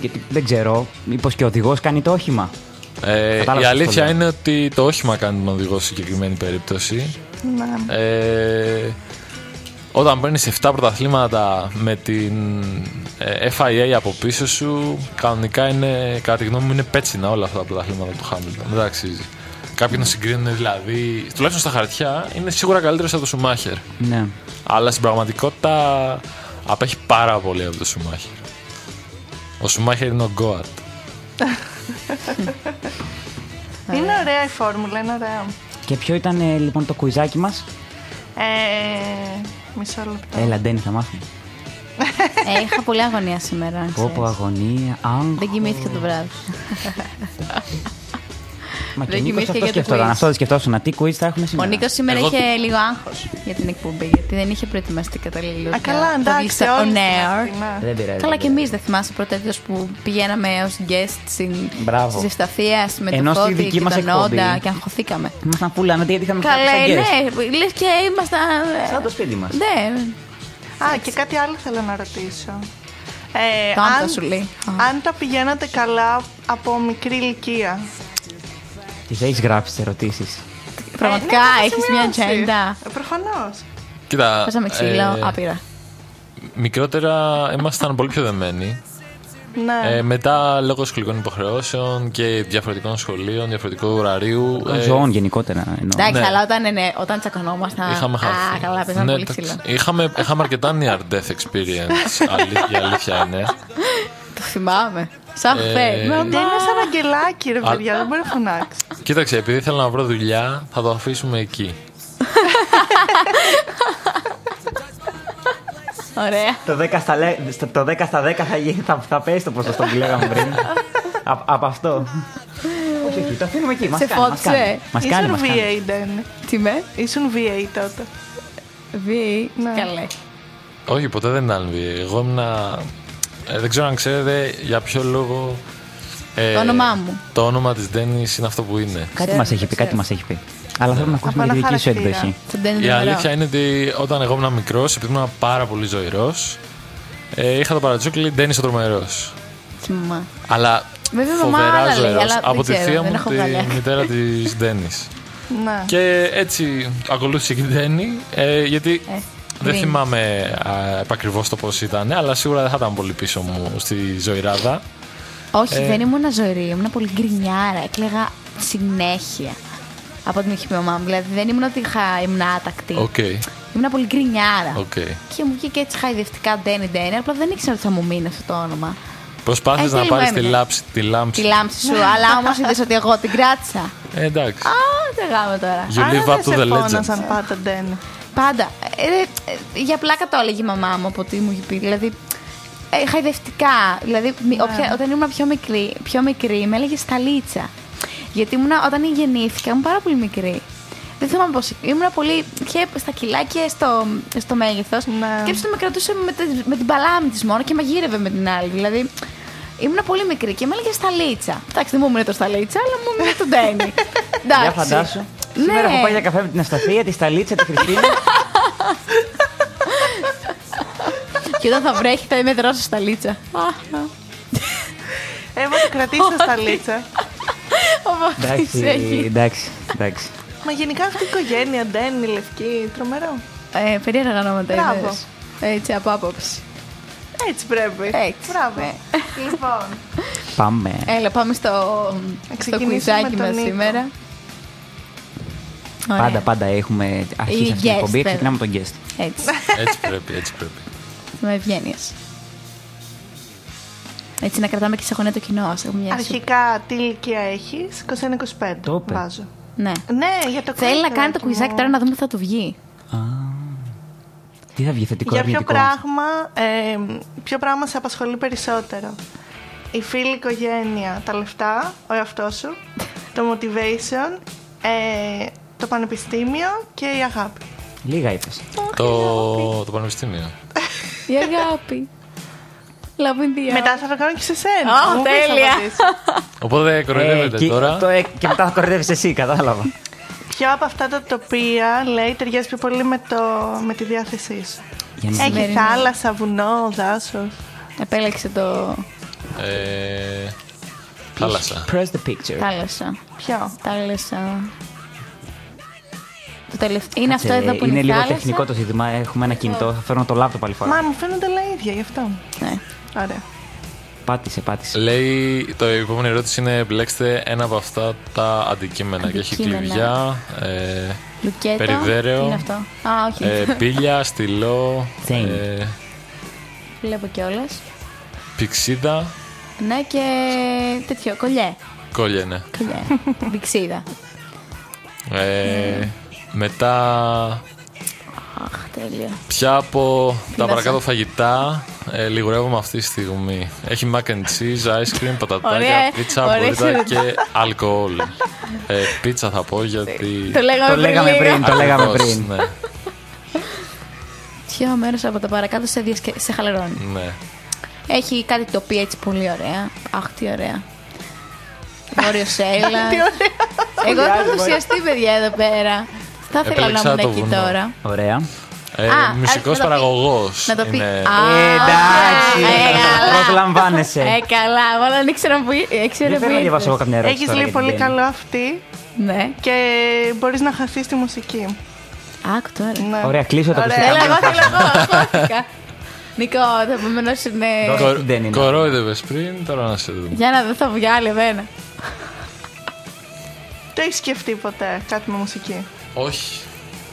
γιατί δεν ξέρω, μήπως και ο οδηγός κάνει το όχημα.
Ε,
Κατάλαβα
η
πώς το
αλήθεια
λέω.
είναι ότι το όχημα κάνει τον οδηγό σε συγκεκριμένη περίπτωση.
Ναι.
Ε, όταν παίρνεις 7 πρωταθλήματα με την ε, FIA από πίσω σου, κανονικά είναι, κατά τη γνώμη μου, είναι πέτσινα όλα αυτά τα πρωταθλήματα του Χάμιλτον. Δεν τα αξίζει. Κάποιοι να συγκρίνουν δηλαδή, τουλάχιστον στα χαρτιά, είναι σίγουρα καλύτερο από το Σουμάχερ.
Ναι.
Αλλά στην πραγματικότητα απέχει πάρα πολύ από το Σουμάχερ. Ο Σουμάχερ είναι ο Γκόατ.
Ε.
Είναι ωραία η φόρμουλα, είναι ωραία.
Και ποιο ήταν ε, λοιπόν το κουιζάκι μας.
Ε, μισό λεπτό.
Έλα, Ντένι, θα μάθουμε.
Ναι.
Ε, είχα πολλή αγωνία σήμερα. αν
Πόπο,
ξέρεις.
αγωνία, άγχος.
Δεν κοιμήθηκα το βράδυ.
Μα και ο
Δεν
Νίκος
κοιμήθηκε
αυτό σκεφτόταν.
για το quiz.
Αυτό δεν σκεφτόσουν. Τι quiz θα έχουμε
Ο
σήμερα.
Νίκος σήμερα
Εγώ-
είχε λίγο άγχος για την εκπομπή, γιατί δεν είχε προετοιμαστεί καταλήλως.
Α, καλά, εντάξει, όλοι. ναι.
On air.
Ε,
Ε.
Δεν πειράζει. δεν
Καλά, και
πειράζει.
εμεί δεν θυμάσαι πρώτα τέτοιος που πηγαίναμε ως guest στην
Μπράβο.
στις Ευσταθίας με
Ενώ
το
στη
Φώτη
δική
και
μας
τον Όντα
εκπομπή.
και αγχωθήκαμε.
Ήμασταν φούλα με γιατί είχαμε
Καλέ,
κάποιες αγγέλες.
ναι, λες και ήμασταν. ε,
Σαν το σπίτι μας.
Ναι,
Α, και κάτι άλλο θέλω να ρωτήσω. Ε,
Το άντρα σου λέει. Α.
αν τα πηγαίνατε καλά από μικρή ηλικία.
Τις έχεις γράψεις ερωτήσεις.
πραγματικά
Ε, ναι,
έχει μια ατζέντα.
Προφανώς.
Κοίτα.
Πέσαμε
Ε,
ξύλο, άπειρα.
Μικρότερα ήμασταν πολύ πιο δεμένοι.
Ναι.
Ε, μετά, λόγω σχολικών υποχρεώσεων και διαφορετικών σχολείων, διαφορετικού ωραρίου. ε,
Ζωών γενικότερα. εννοώ.
Εντάξει,
ναι.
αλλά όταν, ε, ναι, όταν τσακωνόμασταν.
Είχαμε
Α,
χαθεί. Ναι,
καλά, πέσαμε πολύ
εντάξει.
ξύλο.
Είχαμε, είχαμε αρκετά near death experience. αλήθεια, η αλήθεια είναι.
Το θυμάμαι. Σαν
Ε,
χθε.
Δεν είναι σαν αγγελάκι, ρε
Α.
παιδιά, δεν μπορεί να φωνάξεις.
Κοίταξε, επειδή θέλω να βρω δουλειά, θα το αφήσουμε εκεί.
Ωραία.
Το 10 στα, λέ- στο- το 10 στα 10 θα, γίνει- θα, θα πέσει το ποσοστό που λέγαμε πριν. Α- από αυτό. όχι, όχι, το αφήνουμε εκεί. Μας
Σε
κάνει. Μας
φώτισε.
κάνει. Μας κάνει,
Ήσουν
μας κάνει.
VA, Ντένι.
Τι με.
Ήσουν VA τότε.
Βι. Καλέ.
Όχι, ποτέ δεν ήταν βία. Εγώ ήμουνα. ε, δεν ξέρω αν ξέρετε για ποιο λόγο. ε,
Το όνομά μου.
Το όνομα της Ντένι είναι αυτό που είναι.
Κάτι μας έχει πει, κάτι μας έχει πει. Αλλά θέλουμε να ακούσουμε
Από
και τη
ένα
δική σου
χαρακτήρα.
έκδοση.
Τον Τένι
Η
τον
αλήθεια
νερό.
είναι ότι όταν εγώ ήμουν μικρός, επειδή ήμουν πάρα πολύ ζωηρός, ε, είχα το παρατσούκλι Ντένι ο τρομερός.
Θυμάμαι.
Αλλά
Βέβαια, η μαμά άλλα
φοβερά
λέει,
ζωηρός.
αλλά δεν
Από τη
ξέρω,
θεία
δεν
μου,
έχω
τη
βγάλει.
μητέρα της Ντένις.
Ναι.
Και έτσι ακολούθησε και η Ντένι, ε, γιατί
Ε,
δεν
green.
θυμάμαι επακριβώς το πώς ήταν, αλλά σίγουρα δεν θα ήταν πολύ πίσω μου στη ζωηράδα. Ε.
Όχι, δεν ήμουν ζωηρή. Ήμουν πολύ γκρινιάρα. Έκλαιγα συνέχεια. Από την έχει πει η μαμά μου. Δηλαδή δεν ήμουν ότι είχα, ήμουν άτακτη.
Οκ,
Ήμουν πολύ γκρινιάρα.
οκ.
Και μου βγήκε έτσι χαϊδευτικά Ντένι Ντένι. Απλά δεν ήξερα ότι θα μου μείνει αυτό το όνομα.
Προσπάθησες
Ε,
να
θέλει
πάρει
μου
τη
έμεινε.
λάμψη. Τη λάμψη.
Τη λάμψη σου. Αλλά όμως είδες ότι εγώ την κράτησα.
Ε, εντάξει.
Α, δεν γάμε τώρα.
You
Άρα
live
δεν
up
σε
to the legend.
φώναζαν πάντα, Ντένι.
Πάντα. Ε, ε, για πλάκα το έλεγε η μαμά μου από ό,τι μου είχε πει. Δηλαδή, ε, χαϊδευτικά. Δηλαδή, μη-
Ναι.
όποια- όταν ήμουν πιο μικρή, πιο μικρή με έλεγε Σταλίτσα. Γιατί ήμουνα, όταν γεννήθηκα, ήμουν πάρα πολύ μικρή. Δεν θυμάμαι πώς. Ήμουνα πολύ και στα κιλά και στο, στο μέγεθος.
Ναι.
Σκέψτε με κρατούσε με, τε- με την παλάμη της μόνο και μαγείρευε με την άλλη. Δηλαδή, ήμουνα πολύ μικρή και με έλεγε Σταλίτσα. Εντάξει, δεν μου ήμουν το Σταλίτσα, αλλά μου ήμουν το Ντένι. Εντάξει. Ναι.
Για φαντάσου. Σήμερα έχω πάει για καφέ με την Ασταθία, τη Σταλίτσα, τη Χριστίνα.
Και όταν θα βρέχει, θα είμαι δρόσο Σταλίτσα.
Εγώ το κρατήσα στα λίτσα.
Ο Βαφτής
Εντάξει,
έχει.
εντάξει, εντάξει.
Μα γενικά αυτή η οικογένεια, Ντένι, Λευκή, τρομερό.
Ε, περίεργα ονόματα
Μπράβο.
είδες. Έτσι, από άποψη.
Έτσι πρέπει.
Έτσι. Ναι.
Μπράβο. Λοιπόν,
Πάμε.
Ε, Έλα, πάμε στο, στο
ξεκινήσουμε
κουιζάκι
τον
μας
Νίκο.
σήμερα. Ωραία.
Πάντα, πάντα έχουμε αρχίσει
Η
αυτή την
guest,
εκπομπή.
βέβαια.
Ξεκινάμε τον guest.
Έτσι,
Έτσι πρέπει, έτσι πρέπει.
με ευγένεια. Έτσι, να κρατάμε και σε γωνία το κοινό. ας έχουμε μια σου-
αρχικά τι ηλικία έχεις, 21-25.
Το είπε.
βάζω.
Ναι.
Ναι, για το
Θέλει να
quiz,
κάνει το
παιδάκι μου.
κουιζάκι τώρα να δούμε τι θα του βγει.
Τι θα βγει θετικό
Για ποιο
αρνητικό.
πράγμα, ε, ποιο πράγμα σε απασχολεί περισσότερο. Η φίλη η οικογένεια, τα λεφτά, ο εαυτός σου, το motivation, ε, το πανεπιστήμιο και η αγάπη.
Λίγα είπες.
Το, το πανεπιστήμιο.
Η αγάπη. Love in the air.
Μετά θα το κάνω και σε σένα.
Ω,
Μου πεις να
τέλεια.
απαντήσεις.
Οπότε κοροϊδεύετε τώρα.
Ε, και μετά θα κορυδεύει εσύ, κατάλαβα.
Ποιο από αυτά τα τοπία λέει ταιριάζει πιο πολύ με, το, με τη διάθεσή σου.
Για να
Έχει
Σημερινή.
θάλασσα, βουνό, δάσος.
Επέλεξε το
Ε, θάλασσα.
Press the picture.
θάλασσα.
Ποιο.
Θάλασσα. Το τελευταίο. Είναι αυτό
Ε,
εδώ που είναι,
είναι
η
λίγο
θάλασσα.
τεχνικό το ζήτημα. Έχουμε ένα κινητό. Θα φέρνω το λάπτοπ άλλη
Μα
φορά.
μου φαίνονται όλα ίδια γι' αυτό.
Ναι.
Ωραία.
Πάτησε, πάτησε.
Λέει, το επόμενη ερώτηση είναι επιλέξτε ένα από αυτά τα αντικείμενα. Και έχει
Αντικείμενα.
κλειδιά, ε,
Λουκέτο.
Περιδέρεο.
Τι είναι αυτό. Α, όχι.
ε, πύλια, στυλό,
Τσέιν.
ε,
Βλέπω κιόλας.
πηξίδα,
Ναι, και τέτοιο. Κολλιέ.
κόλλιανε.
Κολλιέ. Μπιξίδα.
Ε,
Ναι.
μετά,
Αχ, τέλειο.
ποια από τα παρακάτω φαγητά Ε, λιγουρεύομαι αυτή τη στιγμή. Έχει mac and cheese, ice cream,
Ωραία, ε.
πατατάκια, πίτσα,
Ωραία,
μπορείτε
συνειδητά.
και αλκοόλ. Ε, πίτσα θα πω γιατί.
Το λέγαμε,
Το
πριν
λέγαμε
λίγο.
πριν, το λέγαμε
Ακριβώς,
πριν.
Ναι,
Ποιο μέρο από τα παρακάτω σε, διασκε... σε χαλαρώνει.
ναι.
Έχει κάτι τοπία έτσι πολύ ωραία. Αχ, τι ωραία. Βόρειο Σέιλα. Εγώ έχω ενθουσιαστεί, παιδιά, εδώ πέρα. Θα ήθελα να
Επέλεξα
ήμουν
το
εκεί
βουνό.
τώρα.
Ωραία.
Α,
Ε, Μουσικό
άρχισε να πει-
παραγωγό.
Να το πει.
Ε, Εντάξει,
ε, καλά. Ε,
προσλαμβάνεσαι.
καλά, μάλλον ήξερα που ή- ε, ήξερε
Δεν
που
θέλω να διαβάσω εγώ
ήρθες.
καμιά ερώτηση.
Έχεις
τώρα
λέει
για την
πολύ
Ντένι.
καλό αυτή
Ναι.
και μπορείς να χαθείς στη μουσική.
Άκου τώρα.
Ναι.
Ωραία, κλείσω το
Ωραία.
ακουστικά.
Θέλω
μην
εγώ,
χάσω.
θέλω εγώ. Χώθηκα. Νικό, το επόμενο είναι.
Δώσε. δεν είναι.
Κορόιδευες πριν, τώρα να σε δούμε.
Για να δω, θα βγει άλλη εμένα.
Το έχεις σκεφτεί ποτέ κάτι με μουσική.
Όχι.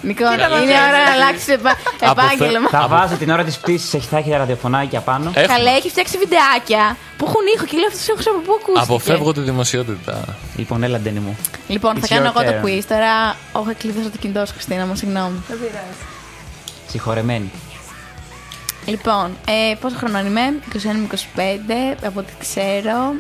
Νικό, είναι
Κοίτα, παιδιά.
ώρα να αλλάξεις
Από θε-
επάγγελμα.
Θα βάζω την ώρα της πτήσης, έχει- θα έχει τα ραδιοφωνάκια πάνω.
Έχουμε.
Καλέ, έχει φτιάξει βιντεάκια που έχουν ήχο και λέω αυτούς του ήχου από πού ακούστηκε.
Αποφεύγω τη δημοσιότητα.
Λοιπόν, έλα, Ντένι μου.
Λοιπόν, θα
It's
κάνω
your
εγώ το
turn.
quiz τώρα. Όχι, κλείδωσα το κινητό σου, Χριστίνα μου, συγγνώμη.
Δεν πειράζει.
Συγχωρεμένη.
Λοιπόν, ε, πόσο χρονών είμαι, 21 με 25, από ό,τι ξέρω.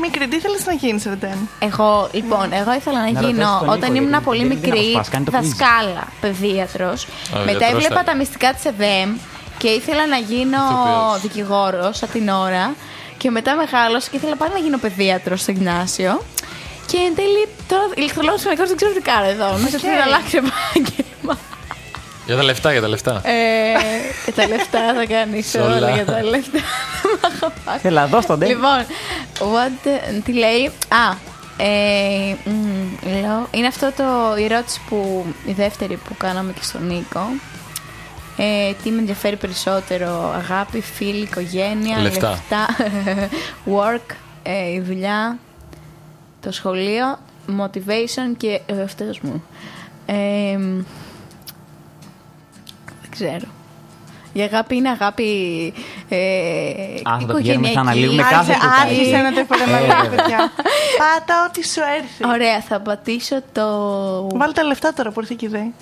Μικρή, τι θέλεις να γίνεις, Ρεντέν.
Εγώ, λοιπόν, εγώ ήθελα να,
Να ρωτήσεις
γίνω
τον
όταν
Νίκο,
ήμουν
γιατί
πολύ
δεν- δεν
μικρή
αποφάσεις, κάνει το quiz.
δασκάλα, παιδίατρος.
Ο
Μετά
ιατρός θα
έβλεπα
είναι.
τα μυστικά της ΕΔΕΜ και ήθελα να γίνω
Ηθοποιός.
δικηγόρος από την ώρα. Και μετά μεγάλωσα και ήθελα πάλι να γίνω παιδίατρος στο γυμνάσιο. Και εν τέλει, τώρα ηλεκτρολόγος μηχανικός δεν ξέρω τι κάνω εδώ. Νομίζω ότι θα αλλάξει επάγγελμα.
Για τα λεφτά, για τα λεφτά.
Ε, και τα λεφτά θα κάνεις
Σε
όλα
όλα.
για τα λεφτά.
Έλα, δώσ' τον Ντένι.
Λοιπόν, what, the- τι λέει. Α, ε, μ, λέω, είναι αυτό το η ερώτηση που η δεύτερη που κάναμε και στον Νίκο. Ε, τι με ενδιαφέρει περισσότερο, αγάπη, φίλη, οικογένεια,
Λεφτά.
work, ε, η δουλειά, το σχολείο, motivation και ο εαυτός μου. Ε, μ, δεν ξέρω. Η αγάπη είναι αγάπη ε,
Α, θα το πηγαίνουμε,
οικογενειακή.
θα αναλύουμε κάθε
Άρχισε,
κουτάκι. Ε.
άρχισε να το επαναλάβει, παιδιά. Πάτα ό,τι σου έρθει.
Ωραία, θα πατήσω το...
Βάλτε τα λεφτά τώρα που ήρθε και η
Ναι.
ιδέα.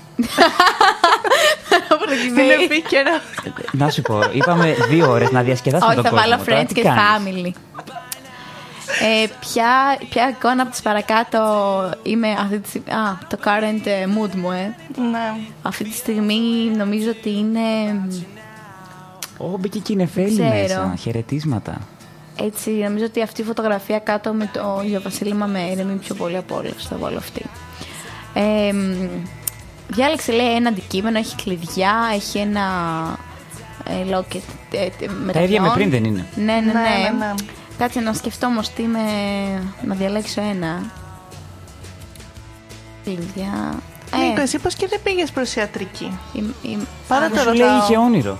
Είναι
Προκειμένου.
επίκαιρο.
Να σου πω, είπαμε δύο ώρες να διασκεδάσουμε
Όχι,
τον
θα
κόσμο.
βάλω
Τώρα
friends
τι
και
κάνεις?
family. Ε, ποια, ποια εικόνα από τις παρακάτω είμαι αυτή τη στιγμή. Α, το current ε, mood μου, ε.
Ναι.
Αυτή τη στιγμή νομίζω ότι είναι μ,
Ω, μπήκε και η Νεφέλη
Ξέρω.
μέσα. Χαιρετίσματα.
έτσι. Νομίζω ότι αυτή η φωτογραφία κάτω με το ηλιοβασίλεμα με ηρεμεί πιο πολύ από όλες. Θα βάλω αυτή. Ε, μ, διάλεξε λέει ένα αντικείμενο, έχει κλειδιά, έχει ένα ε, locket. ε, ε, μεταφιών.
ίδια με πριν δεν είναι.
Ναι, ναι, ναι.
Ναι, ναι, ναι.
Κάτσε να σκεφτώ όμως τι με. να διαλέξω ένα. Κλειδιά.
Νίκο,
Ε,
εσύ πώς και δεν πήγες προς ιατρική.
η- η-
Πάρα το
Σου λέει είχε
ρωτάω.
όνειρο.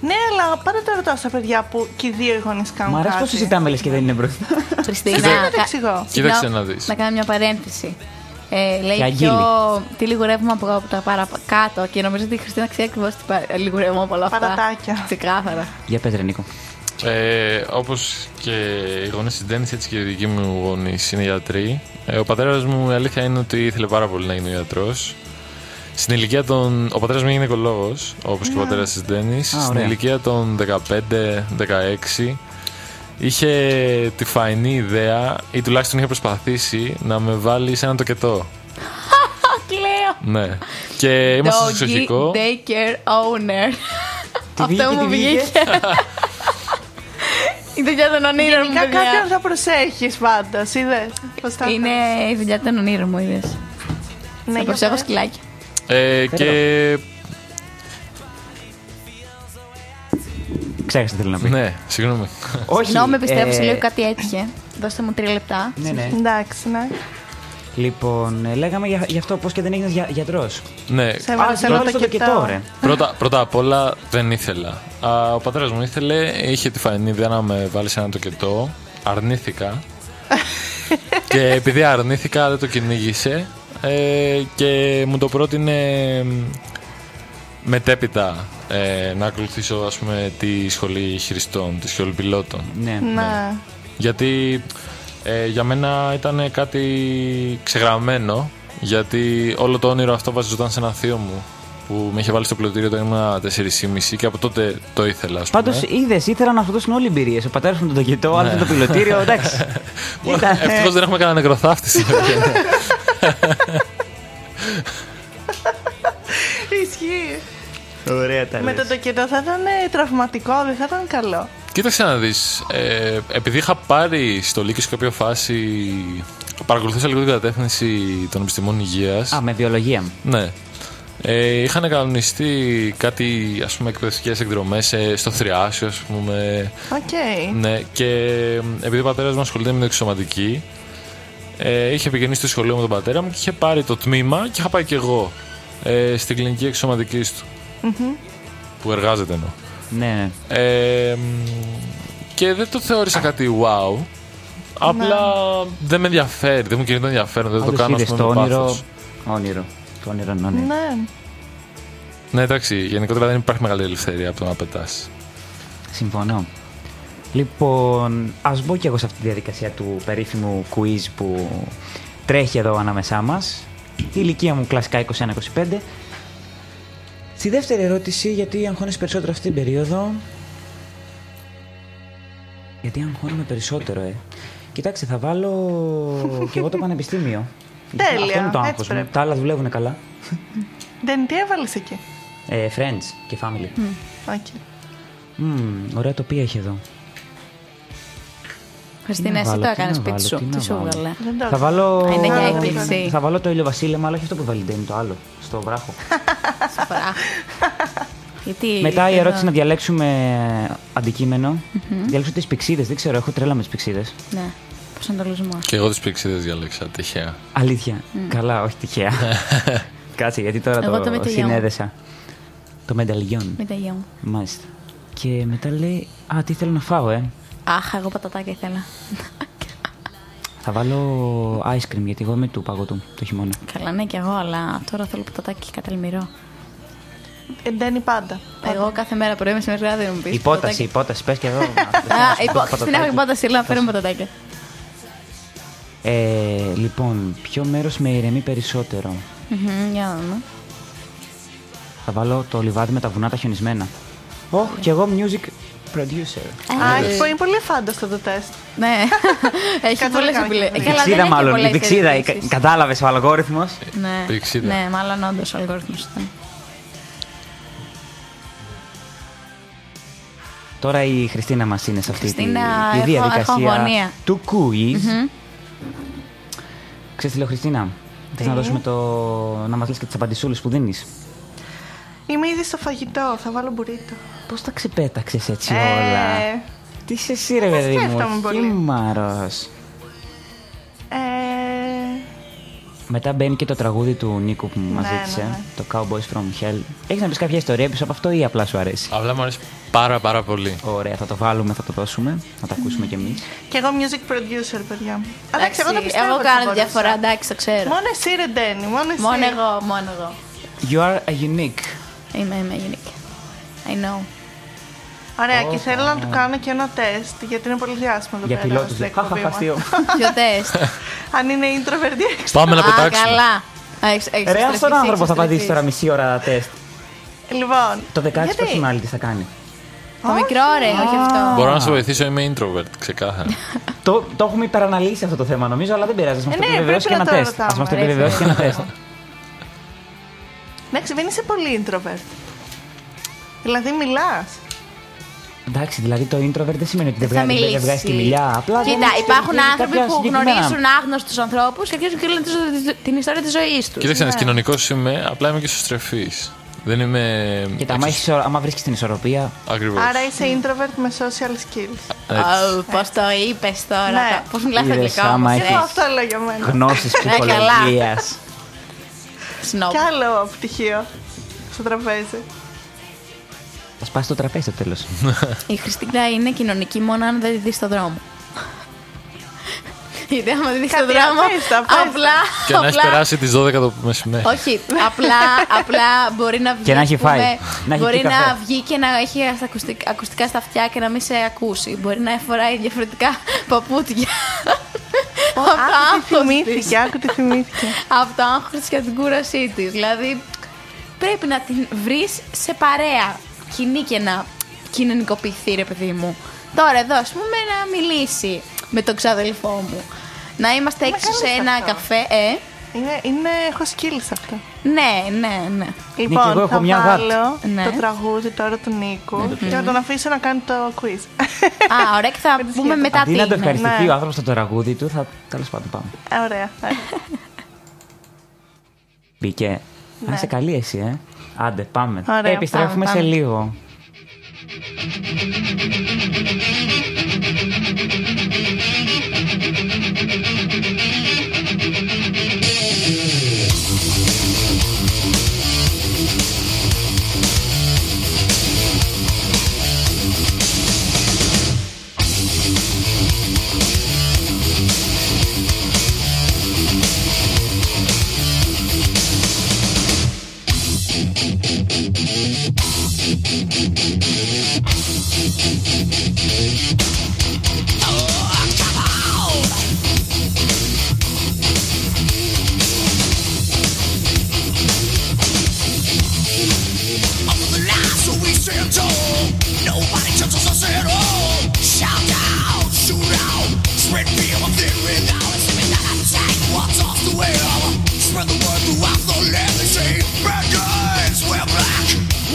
Ναι, αλλά πάρα το ρωτάω στα παιδιά που και οι δύο οι γονείς κάνουν.
Μ' αρέσει
κάτι.
που συζητάμε λες και δεν είναι μπροστά.
Χριστίνα.
Δεν το
κα-
εξηγώ.
Κοίταξε
Συγγνώμη,
να δεις.
Να κάνω μια παρένθεση. Ε,
Για
λέει πιο. Τι λιγουρεύουμε από από τα παρακάτω και νομίζω ότι η Χριστίνα ξέρει ακριβώς τι πα- λιγουρεύουμε από όλα αυτά.
Παρατάκια.
Ξεκάθαρα.
Για πε, ρε Νίκο.
Ε, Όπως και οι γονείς της Ντένις, έτσι και οι δικοί μου γονείς είναι γιατροί. Ε, ο πατέρας μου, η αλήθεια είναι ότι ήθελε πάρα πολύ να γίνει γιατρός. Στην ηλικία των. Ο πατέρας μου είναι γυναικολόγο, όπως και ο πατέρας της Ντένις. Στην
ωραία.
ηλικία των 15-16 είχε τη φαϊνή ιδέα, ή τουλάχιστον είχε προσπαθήσει, να με βάλει σε έναν τοκετό.
Κλαίω.
Ναι. Και ήμασταν στο
Doggy
εξοχικό.
daycare owner.
βγήκε,
Αυτό
τι
μου
βγήκε.
βγήκε. Η δουλειά των ονείρων μου,
Γενικά κάποιον
παιδιά.
θα προσέχεις πάντα. Είδε.
Είναι η δουλειά των ονείρων μου, είδες.
Ναι,
Θα
για
προσέχω
πες.
σκυλάκια.
Ε, και.
Ξέχασα τι θέλω να πει.
Ναι, συγγνώμη.
Όχι.
Συγγνώμη, πιστεύω
ε,
σε λίγο κάτι έτυχε. Δώστε μου τρία λεπτά.
Ναι, ναι.
Εντάξει, ναι.
Λοιπόν, ε, λέγαμε για, γι' αυτό πώς και δεν έγινες γιατρός.
ναι,
Σε βάλω σε
το
ένα τοκετό.
ρε.
Πρώτα, πρώτα απ' όλα δεν ήθελα. Α, ο πατέρας μου ήθελε, είχε τη φανή ιδέα να με βάλει σε ένα τοκετό. Αρνήθηκα. και επειδή αρνήθηκα δεν το κυνήγησε ε, και μου το πρότεινε μ, μετέπειτα ε, να ακολουθήσω ας πούμε τη σχολή χειριστών, τη σχολή πιλότων.
Ναι.
Ναι.
Γιατί ε, για μένα ήταν κάτι ξεγραμμένο. Γιατί όλο το όνειρο αυτό βασιζόταν σε ένα θείο μου που με είχε βάλει στο πλωτήριο όταν ήμουν 4,5 και από τότε το ήθελα, ας πούμε.
Πάντω είδες, ήθελα να φωτώσουν όλοι οι εμπειρίες. Ο πατέρας μου τον τοκετό, ο άλλο το
Ναι.
πιλωτήριο. Εντάξει. Ήταν.
Ευτυχώς δεν έχουμε κανένα νεκροθάφτη στην οικογένεια.
Ναι. Ισχύει.
Ωραία τα
Με
λες.
τον τοκετό θα ήταν ε, τραυματικό, δεν θα ήταν καλό.
Κοίταξε να δεις. Ε, επειδή είχα πάρει στο Λύκειο σε κάποια φάση. Παρακολουθούσα λίγο την κατεύθυνση των επιστημών υγείας.
Α, με βιολογία.
Ναι. Ε, είχαν κανονιστεί κάτι ας πούμε εκπαιδευτικές εκδρομές ε, στο Θριάσιο ας πούμε
Οκ.
ναι, και μ, επειδή ο πατέρας μου ασχολείται με την εξωματική ε, είχε πηγαίνει στο σχολείο με τον πατέρα μου και είχε πάρει το τμήμα και είχα πάει και εγώ ε, στην κλινική εξωματικής του που εργάζεται εννοώ
Ναι, ναι.
ε, μ, και δεν το θεώρησα κάτι wow. Απλά
Ναι.
δεν με ενδιαφέρει, δεν μου κινεί το ενδιαφέρον, δεν το
Όντως
κάνω ας
είδες
πούμε,
το
με
όνειρο.
πάθος.
Όνειρο. Το όνειρο, ναι. ναι.
Ναι.
Ναι, εντάξει, γενικότερα δεν υπάρχει μεγάλη ελευθερία από το να πετάς.
Συμφωνώ. Λοιπόν, ας μπω κι εγώ σε αυτή τη διαδικασία του περίφημου quiz που τρέχει εδώ ανάμεσά μας. Η ηλικία μου κλασικά 21-25. Στη δεύτερη ερώτηση, γιατί αγχώνεσαι περισσότερο αυτή την περίοδο. Γιατί αγχώνομαι περισσότερο, ε. Κοιτάξτε, θα βάλω κι εγώ το πανεπιστήμιο. Γιατί
Τέλεια,
Αυτό είναι το
έτσι
άγχος μου.
πρέπει.
Τα άλλα δουλεύουν καλά.
Δεν τι έβαλες εκεί.
Ε, friends και family.
Οκ.
Μμμ, ωραία τοπία έχει εδώ.
Χριστίνα,
να
εσύ το
βάλω, τι
έκανε
να
σπίτι
βάλω, τι
σου.
να
Τι σου
βάλω.
βγάλε.
Δεν το
Θα βάλω...
Α, είναι για
Βάλε,
έκπληξη.
Θα βάλω το ήλιο βασίλεμα, αλλά όχι αυτό που βαλιντένει, το άλλο. Στο βράχο.
Σοβαρά. Γιατί.
Μετά η
εδώ-
ερώτηση να διαλέξουμε αντικείμενο. Διαλέξω τις πηξίδες. Δεν ξέρω, έχω τρέλα με τις πηξίδες.
Ναι, προσανατολισμός.
Και εγώ τις πηξίδες διάλεξα τυχαία.
Αλήθεια. Καλά, όχι τυχαία. Κάτσε, γιατί τώρα
Εγώ το
το,
μεταλλιόν.
συνέδεσα. Το μενταλιόν.
Μην τα γεια μου.
Μάλιστα. Και μετά λέει, Α, τι θέλω να φάω, ε.
Αχ, εγώ πατατάκια ήθελα.
Θα βάλω ice cream, γιατί εγώ είμαι του παγωτού το χειμώνα.
Καλά, ναι, κι εγώ, αλλά τώρα θέλω πατατάκι και κατελμυρό.
Εντένει ε, πάντα.
Εγώ κάθε μέρα πρωί μεσημέρι βράδυ δεν μου πεις.
Υπόταση, υπόταση, πες και εδώ.
Α, υπό- στην έχω υπόταση, λέω φέρνουμε πατατάκια.
Ε, λοιπόν, ποιο μέρος με ηρεμεί περισσότερο.
Μμμ, Για να δούμε.
Θα βάλω το λιβάδι με τα βουνά τα χιονισμένα. Oh, και εγώ music producer.
Α, έχει πολύ- είναι πολύ φάντο αυτό το τεστ.
Ναι, έχει
Καθόλου
πολλές
καλά
επιλογέ.
και
Ε, Καλά, δεν
Πηξίδα
έχει
μάλλον,
πολλές
η πηξίδα. η-
ερωτήσεις.
Κατάλαβες ο αλγόριθμος.
Ναι,
Πηξίδα.
ναι, μάλλον όντως ο αλγόριθμος ήταν.
Τώρα η Χριστίνα μας είναι σε αυτή τη-
Χριστίνα,
τη,
έχω- έχω
διαδικασία
αγωνία.
του quiz. Ξέρεις τι λέω, Χριστίνα. Θες να δώσουμε το. να μας λες και τις απαντησούλες που δίνεις.
Είμαι ήδη στο φαγητό, θα βάλω μπουρίτο.
Πώς τα ξεπέταξες έτσι
Ε,
όλα. Τι σε εσύ, ρε παιδί
σκέφτομαι
μου.
πολύ.
χύμαρος.
ε,
Μετά μπαίνει και το τραγούδι του Νίκου που μας
Ναι,
ζήτησε.
ναι, ναι.
Το Cowboys from Hell. Έχεις να πεις κάποια ιστορία πίσω από αυτό ή απλά σου αρέσει.
Απλά μου αρέσει πάρα πάρα πολύ.
Ωραία, θα το βάλουμε, θα το δώσουμε. Να το ακούσουμε κι εμείς.
Κι εγώ music producer, παιδιά. μου.
Εντάξει,
Εντάξει, εγώ το πιστεύω.
εγώ
ότι θα
κάνω τη
μπορούσα.
διαφορά, εντάξει, το ξέρω.
Μόνο εσύ, ρε Ντένι, μόνο εσύ.
Μόνο εγώ, μόνο εγώ.
You are a unique.
Είμαι, είμαι γενική. I know.
Ωραία, και θέλω να του κάνω και ένα τεστ, γιατί είναι πολύ διάσημο εδώ
Για ε.
πέρα.
πιλότους.
στην εκπομπή
Χαχαχα,
μας.
αστείο.
Ποιο τεστ.
Αν είναι introvert ή extrovert.
Πάμε να
Α,
πετάξουμε.
καλά. Α, έχεις- έχεις
Ρε, ας
στρεφτείς,
τον άνθρωπο
έχεις
θα απαντήσει τώρα
στρεφτείς.
μισή ώρα τεστ.
Λοιπόν.
Το 16
γιατί?
personality θα κάνει.
Το μικρό, ρε, όχι αυτό.
Μπορώ να σε βοηθήσω, είμαι introvert, ξεκάθαρα.
Το, το έχουμε υπεραναλύσει αυτό το θέμα νομίζω, αλλά δεν πειράζει. Ας μας
Ε,
το
ναι,
επιβεβαιώσει και
πρέπει
ένα
να το
τεστ. Ας
ρωτάμε,
μας το
ρε,
επιβεβαιώσει και ένα τεστ.
Εντάξει, δεν είσαι πολύ introvert. Δηλαδή, μιλάς.
Εντάξει, δηλαδή το introvert δεν σημαίνει ότι δεν
Θα
βγάζει- δεν
μιλήσει.
βγάζει τη μιλιά. Απλά δεν
Κοίτα,
έχει
υπάρχουν
κάποια
άνθρωποι που
συγκεκριμένα.
γνωρίζουν άγνωστους ανθρώπους και αρχίζουν και λένε τη ζω- την ιστορία της ζωής τους.
Ναι.
Κοίταξε, ένα κοινωνικό είμαι, απλά είμαι και στρεφή. Δεν είμαι.
Κοίτα, άμα, έχεις- άμα βρίσκεις την ισορροπία.
Ακριβώς.
Άρα είσαι introvert με social skills.
Πώς το είπες τώρα.
Ναι.
Πώς μιλάς
Είδες,
αγγλικά.
άμα
όμως, ε.
έχεις-
Εγώ αυτό λέω για μένα.
Γνώσεις
Ναι, καλά.
ψυχολογίας.
Snob.
Κι άλλο πτυχίο στο τραπέζι.
Θα σπάσει το τραπέζι στο τέλος.
Η Χριστίνα είναι κοινωνική μόνο αν δεν τη δει στον δρόμο. Γιατί άμα δεν δεις στον
Κάτι
δρόμο.
απέστα, απέστα.
Απλά.
Και να έχει
απλά-
περάσει τις 12 το μεσημέρι.
Όχι, απλά, απλά μπορεί να βγει.
Και να έχει
ας πούμε,
φάει. Να έχει
μπορεί
πιει
να
καφέ.
βγει και να έχει στα ακουστικ- ακουστικά στα αυτιά και να μην σε ακούσει. Μπορεί να φοράει διαφορετικά παπούτια. από το
Άκου τι
άγχος της.
θυμήθηκε, άκου τι θυμήθηκε.
από το άγχος της και την κούρασή της. Δηλαδή, πρέπει να την βρεις σε παρέα. Κοινή και να κοινωνικοποιηθεί, ρε παιδί μου. Τώρα εδώ, ας πούμε, να μιλήσει με τον ξαδελφό μου. Να είμαστε
Μα
έξω σε
κάνεις
ένα
αυτό.
καφέ, ε.
Είναι, είναι, έχω σκύλει σε αυτό.
Ναι, ναι, ναι.
Λοιπόν,
εγώ έχω
θα
μια γάτα. Ναι,
βάλω
Ναι.
το τραγούδι τώρα του Νίκου και θα τον αφήσω να κάνει το quiz.
Α, ωραία, και θα
Με τη
πούμε
σχέση.
μετά τι
Αντί να το
είναι.
ευχαριστηθεί
Ναι.
ο άνθρωπος στο τραγούδι του, θα. Τέλος πάντων, πάμε.
Ωραία. ωραία.
Μπήκε. Να είσαι καλή εσύ, ε. Άντε, πάμε.
Ωραία,
Επιστρέφουμε
Ναι. πάμε,
σε
πάμε.
λίγο.
Spread the word throughout the land they say Bad guys, we're black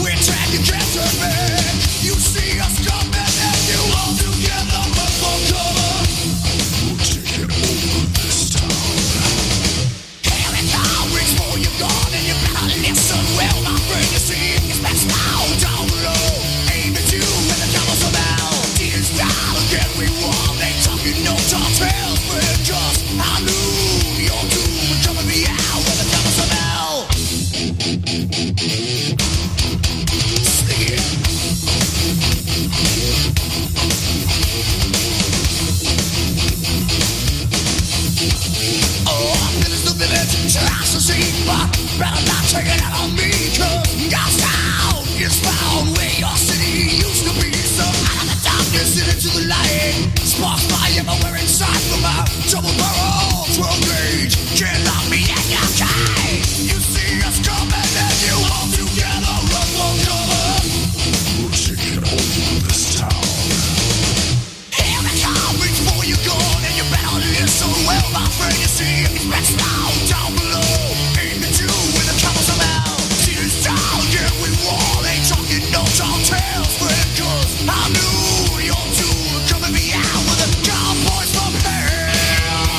We're tag, you can't turn back You see us coming and you all together But for cover We'll take it over this town Hell and now reach for your gun and you better listen well. My brain is seeing is best now down below. Aim at you when the devil's about. Tears down again we won. They talking no talk tales, but just I knew your doom would come in the hour when the devil's about. Sing it. Town. Here they come, reach for your gun and you better listen well, my friend. You see, it's best now down below. Aim at you with the camel's mouth. Tears down, yeah, we wall. Ain't talking no tall tales, friend, 'cause I knew your doom would come and be out with the cowboys from hell.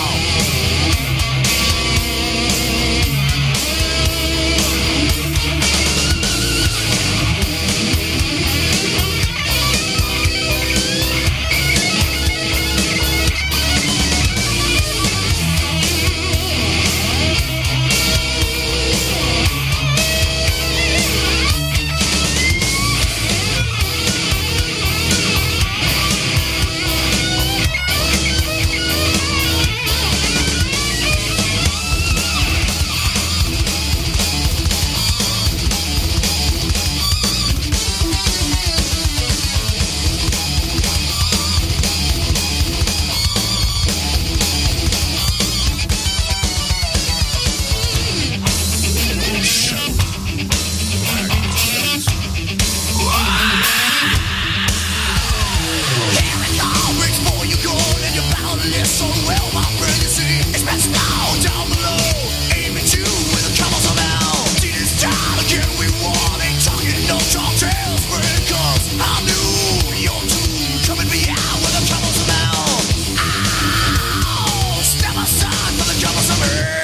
Step aside for the covers of hell.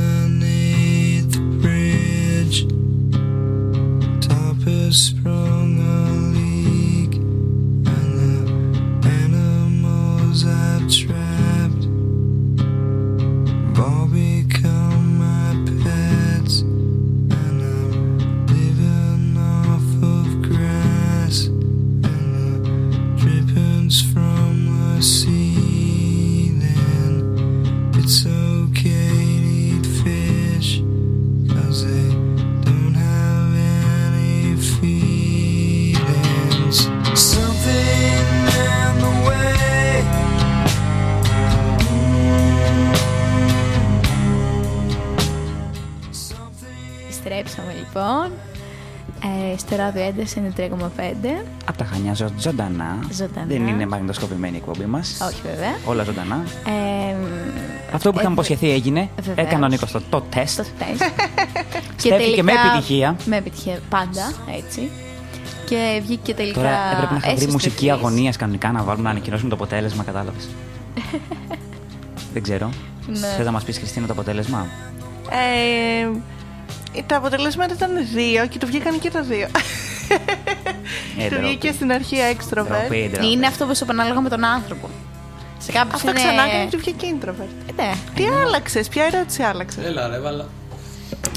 Underneath the bridge, top has sprung a leak, and the animals I've trapped
επιστρέψαμε λοιπόν ε, στο ράδιο Έντες 93,5.
Από τα Χανιά, ζω- ζωντανά.
Ζωντανά.
Δεν είναι μαγνητοσκοπημένη η εκπομπή μας.
Όχι βέβαια.
Όλα ζωντανά.
Ε,
Αυτό που είχαμε υποσχεθεί έγινε.
Βεβαίως.
Έκανε ο Νίκος το, το τεστ.
στο τεστ.
Στέφηκε με επιτυχία.
Με επιτυχία πάντα, έτσι. Και βγήκε τελικά.
Τώρα έπρεπε να είχα βρει
έσωστρεφής.
μουσική αγωνίας κανονικά να βάλουμε να ανακοινώσουμε το αποτέλεσμα, κατάλαβες. Δεν ξέρω.
Ναι.
Θες να μας πεις Χριστίνα το αποτέλεσμα.
Ε, τα αποτελέσματα ήταν δύο και του βγήκαν και τα δύο.
Ε,
του
ντροπή.
βγήκε στην αρχή extrovert.
Ντροπή, ντροπή.
Είναι αυτό που σου ανάλογα με τον άνθρωπο. Σε κάποιους
Αυτό
είναι...
ξανά έκανε και του βγήκε introvert.
Ναι.
Τι άλλαξες, ποια ερώτηση άλλαξες.
Έλα, ρε, έβαλα.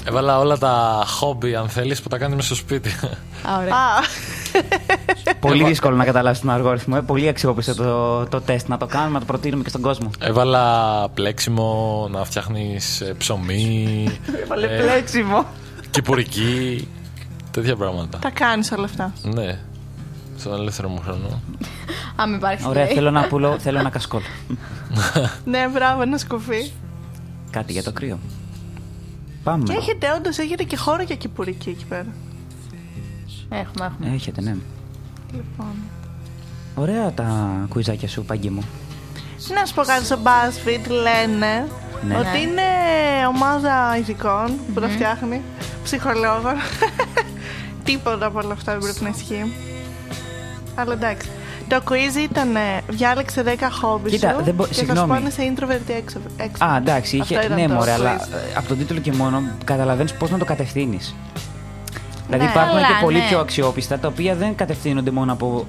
Έβαλα όλα τα χόμπι, αν θέλεις, που τα κάνουμε στο σπίτι.
Α, Ωραία.
Α,
Πολύ δύσκολο να καταλάβεις τον αργόριθμο. ε. Πολύ αξιόπιστο το, το τεστ. Να το κάνουμε, να το προτείνουμε και στον κόσμο.
Έβαλα πλέξιμο, να φτιάχνεις ψωμί.
πολύ
Ε.
πλέξιμο.
Κυπουρική. τέτοια πράγματα.
Τα κάνεις όλα αυτά.
ναι. Στον ελεύθερο μου χρόνο.
Α, μην υπάρχει.
Ωραία,
λέει.
θέλω να πουλώ, θέλω ένα κασκόλ.
Ναι, μπράβο, ένα σκουφί.
Κάτι για το κρύο. Πάμε.
Και έχετε, όντως, έχετε και χώρο για κυπουρική εκεί πέρα.
Έχουμε, έχουμε.
Έχετε, ναι.
Λοιπόν.
Ωραία τα κουιζάκια σου, παγκί μου.
Να σου πω κάτι στο BuzzFeed λένε
Ναι.
ότι είναι ομάδα ειδικών που τα φτιάχνει, ψυχολόγων. Τίποτα από όλα αυτά δεν πρέπει να ισχύει. Αλλά εντάξει. Το quiz ήταν ε, διάλεξε 10 χόμπι
Κοίτα,
σου
δεν μπο-
και θα σου
συγγνώμη.
πάνε σε introvert ή extrovert.
Α, εντάξει,
Αυτό
είχε.
ήταν
Ναι,
το
μωρέ,
quiz.
αλλά ε, από τον τίτλο και μόνο καταλαβαίνεις πώς να το κατευθύνεις. Δηλαδή υπάρχουν
αλλά,
και πολύ
ναι.
πιο αξιόπιστα τα οποία δεν κατευθύνονται μόνο από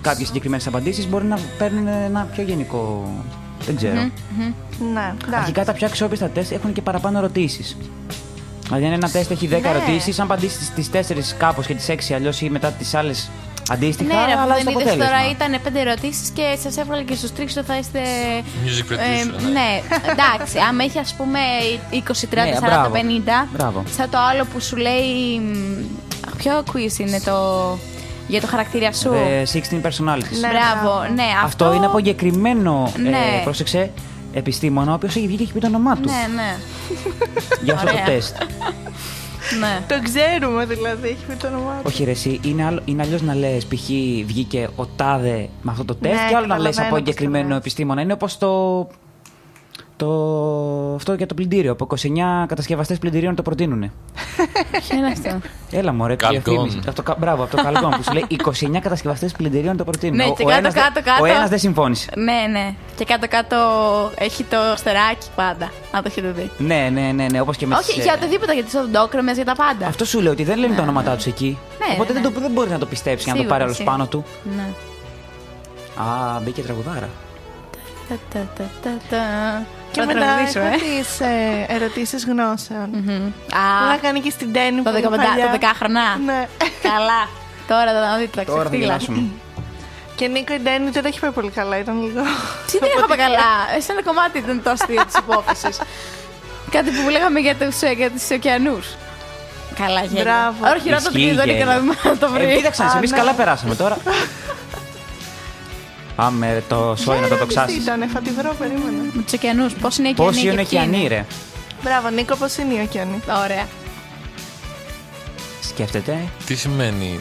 κάποιες συγκεκριμένες απαντήσεις, μπορεί να παίρνουν ένα πιο γενικό. Δεν ξέρω.
Ναι, εντάξει.
Αρχικά τα πιο αξιόπιστα τεστ έχουν και παραπάνω ερωτήσεις. Δηλαδή, αν ένα τεστ έχει 10
Ναι.
ερωτήσεις, αν απαντήσεις τι 4 κάπως και τις 6 αλλιώς ή μετά τις άλλες αντίστοιχα,
Ναι, ρε, που
αλλάζει
δεν
το
είδες
αποτέλεσμα.
τώρα ήταν πέντε ερωτήσεις και σας έβγαλε και στους τρίξ θα είστε.
Music producer, ναι.
ναι, εντάξει. άμα έχει ας πούμε 20, 30, 40, 50.
Ναι, μπράβο. Μπράβο.
Σαν το άλλο που σου λέει. μ, Ποιο quiz είναι το. Για το χαρακτήρα σου.
Ε, 16 personalities.
Ναι,
Μπράβο,
μπράβο.
ναι.
Αυτό... είναι από εγκεκριμένο,
Ναι.
ε, πρόσεξε, επιστήμονα, ο οποίος έχει βγει και έχει πει το όνομά του.
Ναι, ναι.
Για αυτό το
Ωραία.
τεστ.
ναι.
Το ξέρουμε δηλαδή, έχει πει το όνομά του.
Όχι, ρε, εσύ, είναι, άλλο, είναι αλλιώς να λες, π.χ. βγήκε ο τάδε με αυτό το τεστ,
Ναι,
και άλλο να λες
καταλαβαίνω
από
πώς
εγκεκριμένο
το λες.
επιστήμονα. Είναι όπως το. Το, αυτό για το πλυντήριο. Από 29 κατασκευαστές πλυντηρίων το προτείνουν.
Ποιο είναι αυτό.
Έλα, μωρέ,
Καλκόν.
διαφήμιση. Από το, κα- μπράβο, από το καλκόν που σου λέει 29 κατασκευαστές πλυντηρίων το προτείνουν.
Ναι,
Ο-
και
ο
κάτω,
ένας δεν-
κάτω, κάτω.
Ο ένας δεν συμφώνησε.
ναι, ναι. Και κάτω-κάτω έχει το αστεράκι πάντα. Αν το έχετε δει.
Ναι, ναι, ναι, ναι όπως και με τις,
Όχι,
ε,
για οτιδήποτε, για τις οδοντόκρεμε, για τα πάντα.
Αυτό σου λέω ότι δεν λένε τα ονόματά τους εκεί.
Ναι,
Οπότε
ναι,
Δεν, το, δεν μπορεί να το πιστέψει και να το
Σίγουρα,
πάρει άλλο
σίγουρα.
πάνω του.
Ναι.
Α, μπήκε τραγουδάρα.
Τα, τα, τα, τα, τα.
Και
Θα
μετά
τραγουδήσω, ε.
έχω τις ε, ερωτήσεις γνώσεων.
Α,
Να κάνει και στην τέννη
το
που είναι
15
παλιά.
το 10χρονα.
Ναι.
Καλά. Τώρα θα δείτε τα
Τώρα θα
ξεφτύλα.
γελάσουμε.
Και Νίκο, η Ντένι δεν τα έχει πάει πολύ καλά, ήταν λίγο.
Τι δεν είχαμε καλά. Εσύ ένα κομμάτι ήταν το αστείο της υπόθεσης. Κάτι που λέγαμε για τους για τους ωκεανούς. Καλά, γέλιο.
Μπράβο.
Όχι, ρώτα την
Ισχύει,
Ιδόνη και
γέλιο.
να δούμε αν το
Ε,
βρει.
κοίταξαν, εμεί
ναι.
καλά περάσαμε τώρα. Πάμε ρε, το σόι να το τοξάσει.
Ήταν φατιδρό, περίμενα.
Με του ωκεανού, πώς είναι οι ωκεανοί.
Πόσοι είναι
και ποιοι
ωκεανοί, ρε.
Μπράβο, Νίκο, πώς είναι η ωκεανή.
Ωραία.
Σκέφτεται.
Τι σημαίνει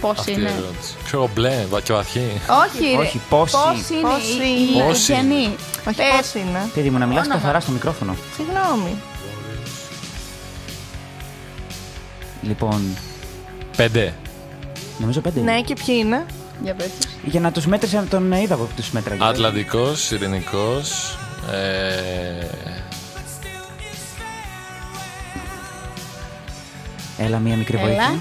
Πώ
αυτή η
είναι.
ερώτηση. Ξέρω, μπλε, βα- και βαθύ.
Όχι, ρε.
Όχι, πόσοι.
Πόσοι είναι
Πόσοι.
οι- οι
Πόσοι.
ωκεανοί.
Όχι,
Ε,
πώ είναι.
Παιδί μου, να μιλάς
Όνομα.
καθαρά στο μικρόφωνο.
Συγγνώμη.
Λοιπόν,
Πέντε.
νομίζω πέντε.
Ναι,
είναι.
και ποιοι είναι.
Για πες τους.
Για να τους μέτρησε από τον είδα που τους μέτραγε.
Ατλαντικός, ειρηνικός. Ε,
Έλα, μία μικρή
Έλα.
βοήθεια.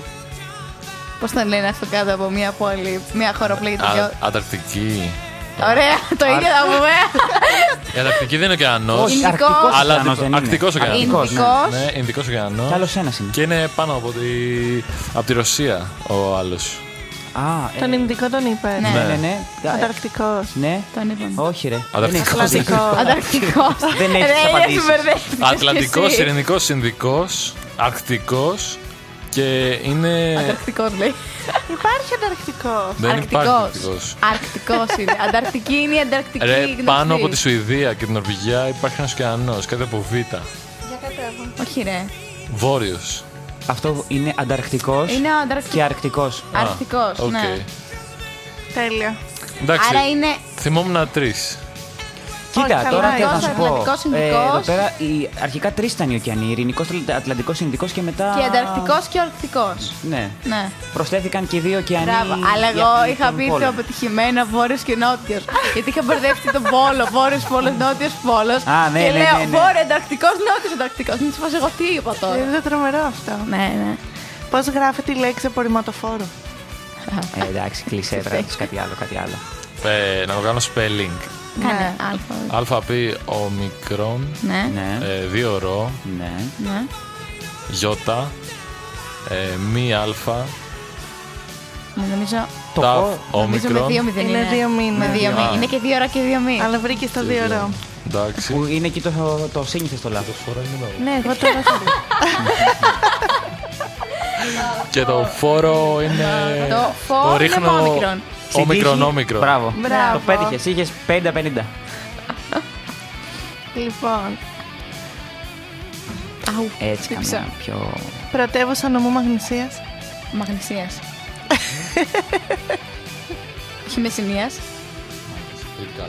Πώς τον λένε αυτό κάτω από μια πόλη, μια χώρα που λέγεται πιο.
α- Ανταρκτική.
Ωραία, το ίδιο θα πούμε.
Η Ανταρκτική δεν είναι ωκεανός.
Όχι,
Ινδικός.
αρκτικός
Αλλά
ωκεανός δεν είναι.
αρκτικός ωκεανός.
Αρκτικός, ναι.
Ινδικός.
Ναι, Ινδικός ωκεανός.
Κι άλλος ένας είναι.
Και είναι πάνω από τη, από τη Ρωσία ο άλλος.
Α, ε,
Τον
ναι,
Ινδικό τον είπε.
Ναι.
ναι, ναι.
Ανταρκτικός.
Ναι.
Τον είπαμε.
Όχι, ρε.
Ανταρκτικός.
έχεις απαντήσει.
Ατλαντικό.
Ανταρκτικός.
Δεν έχεις απαντήσεις.
Ατλαντικός, ειρηνικός, Ινδικός, Αρκτικός και είναι.
Ανταρκτικός λέει.
Υπάρχει Ανταρκτικός.
Δεν υπάρχει
Αρκτικός.
Αρκτικός.
Αρκτικός είναι. Ανταρκτική είναι η Ανταρκτική.
Ρε,
γνωστή.
πάνω από τη Σουηδία και την Νορβηγία υπάρχει ένας ωκεανός, κάτι από Β.
Όχι, ρε.
Βόρειος.
Αυτό είναι Ανταρκτικός
Είναι ο Ανταρκτικός.
και Αρκτικός.
Αρκτικός, ναι.
Τέλεια.
Εντάξει.
Άρα είναι
Θυμόμουν τρεις.
Κοίτα,
καλά,
τώρα τι
Ατλαντικός,
να σου πω.
Ατλαντικός,
Ε,
Ινδικός.
εδώ πέρα οι, αρχικά τρεις ήταν οι ωκεανοί. Ειρηνικό, Ατλαντικό, Ινδικό και μετά.
και Ανταρκτικός και Αρκτικός.
Ναι.
Ναι.
Προσθέθηκαν και δύο ωκεανοί.
Μπράβο. Αλλά
για-
εγώ
για
είχα
τον
πει το
πόλεμο.
αποτυχημένο βόρειος και νότιος. Γιατί είχα μπερδέψει τον πόλο, βόρειος πόλος, νότιος πόλος.
Α, ναι,
και
ναι,
λέω
ναι, ναι.
βόρειο ανταρκτικός, νότιος ανταρκτικός. Μην σου πω εγώ τι είπα
Ε,
τώρα.
Δεν τρομερό αυτό.
ναι, ναι.
Πώς γράφεται η λέξη απορριμματοφόρο.
Ε, εντάξει, κλεισέ, πρέπει να πεις κάτι άλλο, κάτι άλλο.
Ε, να το κάνω spelling.
Κάνε αλφα.
Αλφα πι ομικρόν.
Ναι,
Ναι,
Ε, δύο ρο.
ναι.
ναι.
Γιώτα. Ε, μη αλφα.
Μου Ναι, Νομίζω,
Το
Ταφ
πω.
νομίζω με δύο
ομικρόν.
μηδέν
Είναι δύο μήνες.
Με δύο
Α.
μήνες. Είναι και δύο ώρα και δύο μήνες.
Αλλά βρήκε τα δύο ρο.
Που
Εντάξει.
είναι εκεί το, το σύνηθες το λάθος.
Ναι, εγώ τώρα θα
Και το φόρο είναι.
Το φόρο είναι όμικρον.
Όμικρον, όμικρον.
Μπράβο.
Μπράβο.
Το πέτυχες. Είχες 50-50.
Λοιπόν,
Αου,
Έτσι
χτύπησα.
κάνουμε πιο.
πρωτεύουσα νομού Μαγνησίας.
Μαγνησίας. Χιμεσινίας.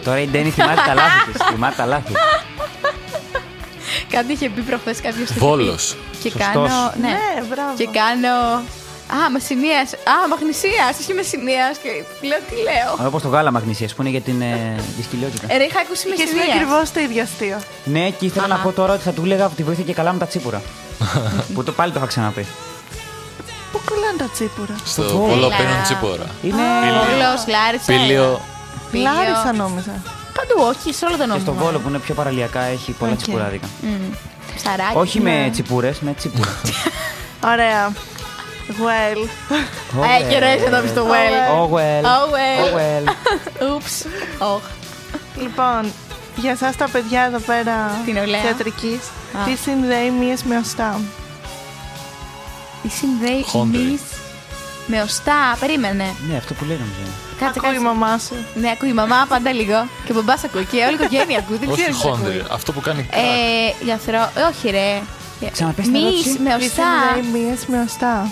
Τώρα η Ντένι θυμάται τα λάθη της. Θυμάται τα λάθη. της.
Κάτι είχε πει προχθές κάποιος. το είχε πει.
Βόλος.
Και
Σωστός.
κάνω... Ναι.
Ναι, μπράβο.
Και κάνω... Α, Μεσσηνία. Α, Μαγνησία. Εσύ Μεσσηνία. Και λέω τι λέω.
Όπω το γάλα μαγνησίας που είναι για την ε, δυσκολιότητα.
Ε, ρε, είχα ακούσει
Και είναι
Μεσσηνία.
ακριβώς το ίδιο αστείο.
Ναι, και ήθελα να
Αχα.
πω τώρα ότι θα του λέγα από τη βοήθεια και καλά με τα τσίπουρα. που το πάλι το είχα ξαναπεί.
Πού κολλάνε τα τσίπουρα.
Στο
Έλα.
πολλό παίρνουν τσιπόρα.
Είναι
Βόλος, Λάρισα.
Πήλιο.
Πήλιο.
Λάρισα νόμιζα.
Παντού, όχι, σε όλο τον
και
νόμο.
στο βόλο που είναι πιο παραλιακά, έχει πολλά
Οκ.
τσιπουράδικα.
Ψαράκι.
Όχι
ναι.
με τσιπούρες, με τσίπουρα.
Ωραία. Well.
Ε, και ρε, θα το πεις το well.
Oh well.
Oh well.
Oh well.
Ούψ. Οχ.
Λοιπόν, για εσάς τα παιδιά εδώ πέρα
Την ολέα.
θεατρικής,
Α.
τι συνδέει μία με οστά.
Τι συνδέει
Χόντρι.
εμείς με οστά. Περίμενε.
Ναι, αυτό που λέγαμε. Ζωή.
Κάτσε,
Ακούει η
κάτσε.
μαμά σου.
Ναι, ακούει η μαμά πάντα λίγο. Και ο μπαμπάς ακούει. Και όλη η οικογένεια ακούει. Δεν
Όχι
ξέρω τι ακούει.
χόντρι. Αυτό που κάνει κρακ.
Ε, λιαθρό. Όχι, ρε.
Ξαναπες την
Μυς
ερώτηση.
με
Τι
οστά.
συνδέει μία με οστά.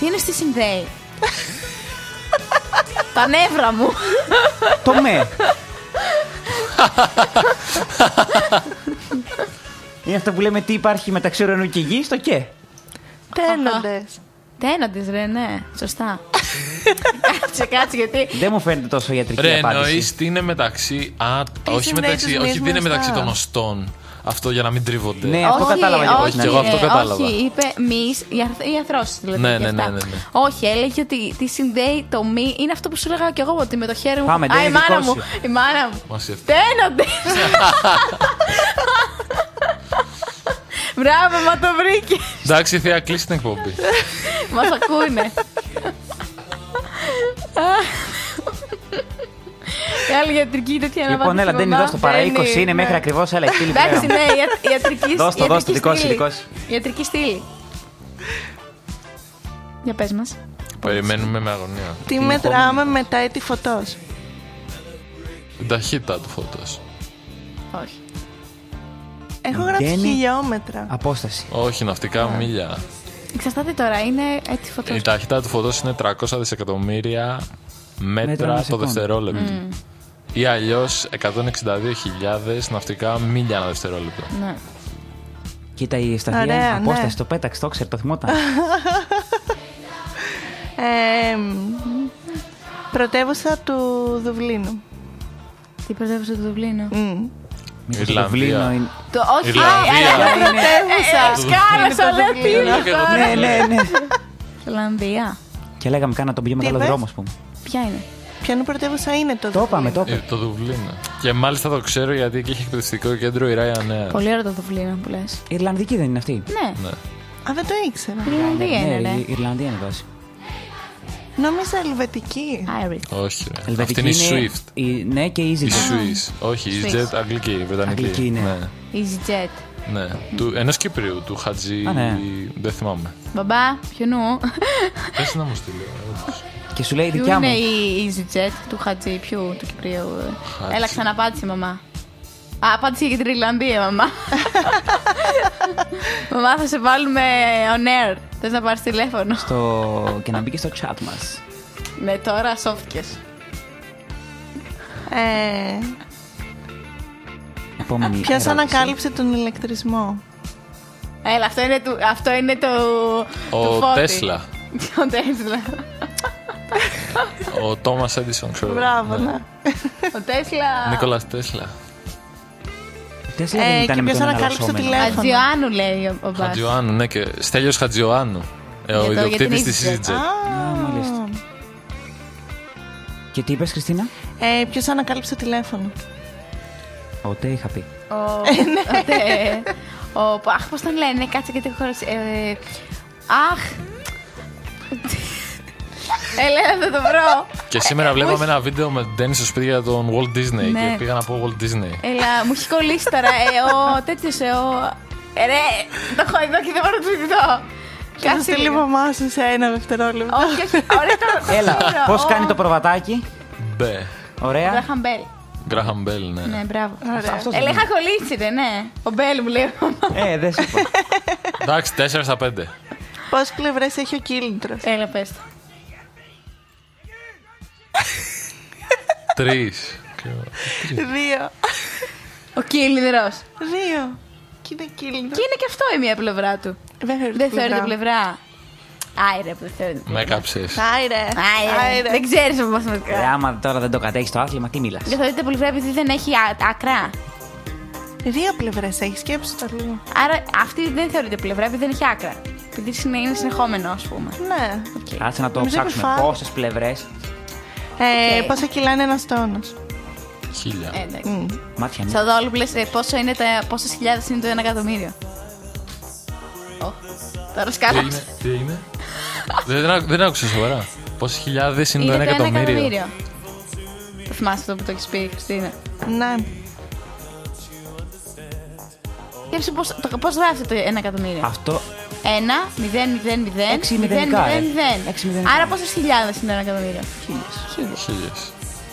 Τι είναι στη συνδέει. Τα νεύρα μου.
Το με. Είναι αυτό που λέμε τι υπάρχει μεταξύ ουρανού και γης στο και.
Τένοντες.
Τένοντες ρε, ναι. Σωστά. κάτσε, κάτσε, γιατί.
Δεν μου φαίνεται τόσο ιατρική
Ρε, εννοεί
απάντηση.
τι είναι μεταξύ. Α, όχι
συνδέει τους
μεταξύ.
μυς
Όχι,
με
δεν είναι
αυτά.
μεταξύ των οστών. Αυτό για να μην τρίβονται.
Ναι, αυτό κατάλαβα και εγώ
όχι,
στην αρχή.
Εγώ αυτό
ε,
κατάλαβα.
Όχι, είπε μης, η, αρθ- η αρθρώση δηλαδή.
Ναι,
και
ναι, ναι,
αυτά.
ναι, ναι.
Όχι, έλεγε ότι τι συνδέει το μη. Είναι αυτό που σου έλεγα και εγώ ότι με το χέρι μου.
Πάμε,
Α, η
Ντένι,
μάνα
δικό
μου.
σου.
Η μάνα μου.
Μας έφτασε.
Τένοντε. Μπράβο, μα το βρήκες.
Εντάξει, Θεία, κλείσει την εκπομπή.
Μας ακούνε. Άλλη ιατρική τέτοια να
Λοιπόν, έλα, Ντένι, δώσ' το παρά 20 είναι μέχρι ακριβώς. Έλα, εκεί λοιπόν.
Εντάξει, ναι, η ιατρική
Δώσ' το,
ιατρική
δώσ' το, δικό σου,
στήλη.
δικό σου.
Ιατρική στήλη. Για πες μας.
Περιμένουμε με αγωνία.
Τι μετράμε μετά έτη φωτός.
Την ταχύτητα του φωτός.
Όχι.
Έχω γράψει
Γέννη.
χιλιόμετρα.
Απόσταση.
Όχι, ναυτικά μίλια.
Εξαρτάται τώρα, είναι έτσι φωτός.
Η ταχύτητα του φωτός είναι 300 δισεκατομμύρια
Μέτρα ανά
μέτρα το
σεκόντα.
δευτερόλεπτο. Ή αλλιώς 162.000 ναυτικά μίλια ένα δευτερόλεπτο.
Ναι.
Κοίτα η
Ωραία,
σταθερή
ναι.
απόσταση. Το πέταξε, το ξέρει, το θυμόταν.
Ε, μ, πρωτεύουσα του Δουβλίνου.
Τι πρωτεύουσα του Δουβλίνου.
Μμ.
Μήπως το
Ιρλανδία.
Δουβλίνο είναι.
Το όχι,
Ιρλανδία.
αλλά
Είναι-
Πρωτεύουσα.
Ε, Σκάλασα, λέω τι είναι
Και εγώ-
τώρα.
Ναι, ναι, ναι.
Ιρλανδία.
Και λέγαμε κάνα τον πιο μεγάλο
είπες?
δρόμο, ας πούμε.
Ποια είναι.
Ποια είναι η πρωτεύουσα είναι το
Το
Δουβλίνο.
είπαμε, το
Ε,
είπαμε.
Το Δουβλίνο. Και μάλιστα το ξέρω γιατί εκεί έχει εκπαιδευτικό κέντρο η Ράια Νέα.
Πολύ ωραίο το Δουβλίνο που λες.
Ε.
Ιρλανδική δεν είναι αυτή.
Ναι,
Ναι.
Α, δεν το ήξερα.
Ιρλανδία είναι,
Ναι,
ρε.
η Ιρλανδία είναι η βάση.
Νόμιζα Ελβετική.
Irish.
Όχι. ρε. Αυτή
Ελβετική
είναι η Swift.
η- Ναι, και η
Η
EasyJet.
Swiss. Όχι, η
Swiss.
Jet Αγγλική, Βρετανική.
Αγγλική, ναι.
Ναι.
EasyJet.
ναι. Του, ενός Κυπρίου, του Χατζή.
Α, ναι.
Δεν θυμάμαι.
Μπαμπά, ποιου νου.
Πες να μου στείλει.
Και σου λέει η
Ποιου
δικιά μου.
είναι η EasyJet του Χατζή, ποιου του Κυπρίου. ε.
Χατζή.
Έλα, ξαναπάτησε η μαμά. Α, Απάντησε για την Ιρλανδία, μαμά. μαμά, θα σε βάλουμε on air. Θες να πάρεις τηλέφωνο.
στο... και να μπει και στο chat μας.
ναι, τώρα σώθηκες.
Ε,
Επόμενη
Ποιος
ερώτηση.
ανακάλυψε τον ηλεκτρισμό.
Έλα, αυτό είναι, του, αυτό είναι το. του
Ο
Φώτη.
Τέσλα.
Ο Τέσλα.
Ο Τόμα Έντισον, ξέρω.
Μπράβο, ναι.
Ο Τέσλα.
Νίκολας Τέσλα.
Τέσλα δεν
Ε,
ήταν
και
με
ποιος
τον
ανακάλυψε το
εργαζόμενο.
τηλέφωνο.
Χατζιωάννου λέει ο, ο Μπάς.
Χατζιωάννου, ναι, και Στέλιος Χατζιωάννου. Ε,
Για
ο
το- για την
ιδιοκτήτης της
EasyJet.
EasyJet.
Α, μάλιστα. Και τι είπες Χριστίνα?
Ε, Ποιος ανακάλυψε το τηλέφωνο.
Ότε είχα πει.
Ο, ο, τε- ο- ναι. αχ, πώς τον λένε, κάτσε και τη χωρίς. Ε, αχ. Ελένα, θα το βρω.
Και σήμερα
Ε, όχι.
βλέπαμε ένα βίντεο με τον Ντένι στο σπίτι για τον Walt Disney.
Ναι.
Και πήγα να πω Walt Disney.
Έλα, μου έχει κολλήσει τώρα. Ε, ο τέτοιος, ε, ο. Ε, ρε, το έχω εδώ και δεν μπορώ να το θυμηθώ.
Και θα στείλει η
λίγο.
μαμά σου σε ένα δευτερόλεπτο.
Όχι, όχι, ωραία, το
Έλα,
σίγουρα.
πώς
Ο-
κάνει το προβατάκι.
Μπε.
Ο
Ωραία.
Graham Bell.
Graham Bell, ναι.
Ναι, μπράβο.
Ωραία.
Αυτός
Ελά,
δεν
είχα
είναι.
κολλήσει, ρε, ναι. Ο Μπέλ μου λέει.
Ε, δεν σου είπα.
Εντάξει, 4 στα 5.
Πόσε πλευρές έχει ο κύλινδρο.
Έλα, πες το.
3.
Δύο.
Ο κύλινδρος.
Δύο. Και είναι κύλινδρο.
Και είναι και αυτό η μία πλευρά του.
Δεν θεωρεί
Δεν θεωρείται πλευρά. Άιρε, που δεν θεωρείται.
Με κάψε.
Άιρε.
Άιρε. Δεν ξέρεις από
Ε,
μαθηματικά.
άμα τώρα δεν το κατέχεις το άθλημα, τι μιλάς.
Δεν θεωρείται πλευρά επειδή δεν έχει α- άκρα.
Δύο πλευρές έχει, σκέψου τα λίγο.
Άρα αυτή δεν θεωρείται πλευρά επειδή δεν έχει άκρα. Επειδή είναι είναι συνεχόμενο, ας πούμε.
Ναι.
Κάτσε να το
Νομίζω
ψάξουμε
κουφά.
πόσες πλευρές.
Ε,
Οκ.
Πόσα κιλά είναι ένας τόνος.
Ε,
Χίλια.
εντάξει.
Μάτια μου.
Στο δόλου που λες, ε, πόσο είναι τα, πόσες χιλιάδες είναι το ένα εκατομμύριο. Ω, τώρα
Τι
σκάλα.
έγινε, τι έγινε. Δεν- δεν άκου- Δεν άκουσα σοβαρά. Πόσες χιλιάδες είναι το ένα εκατομμύριο.
Το θυμάσαι αυτό που το έχεις πει, Χριστίνα.
Ναι.
Σκέψου πώς, το, πώς γράφεται το ένα εκατομμύριο.
Αυτό
1, 0, 0, 0, 0, 0, 0.
Έξι μηδενικά, ε. Έξι μηδενικά.
Άρα πόσες χιλιάδες είναι ένα εκατομμύριο.
Χίλιες.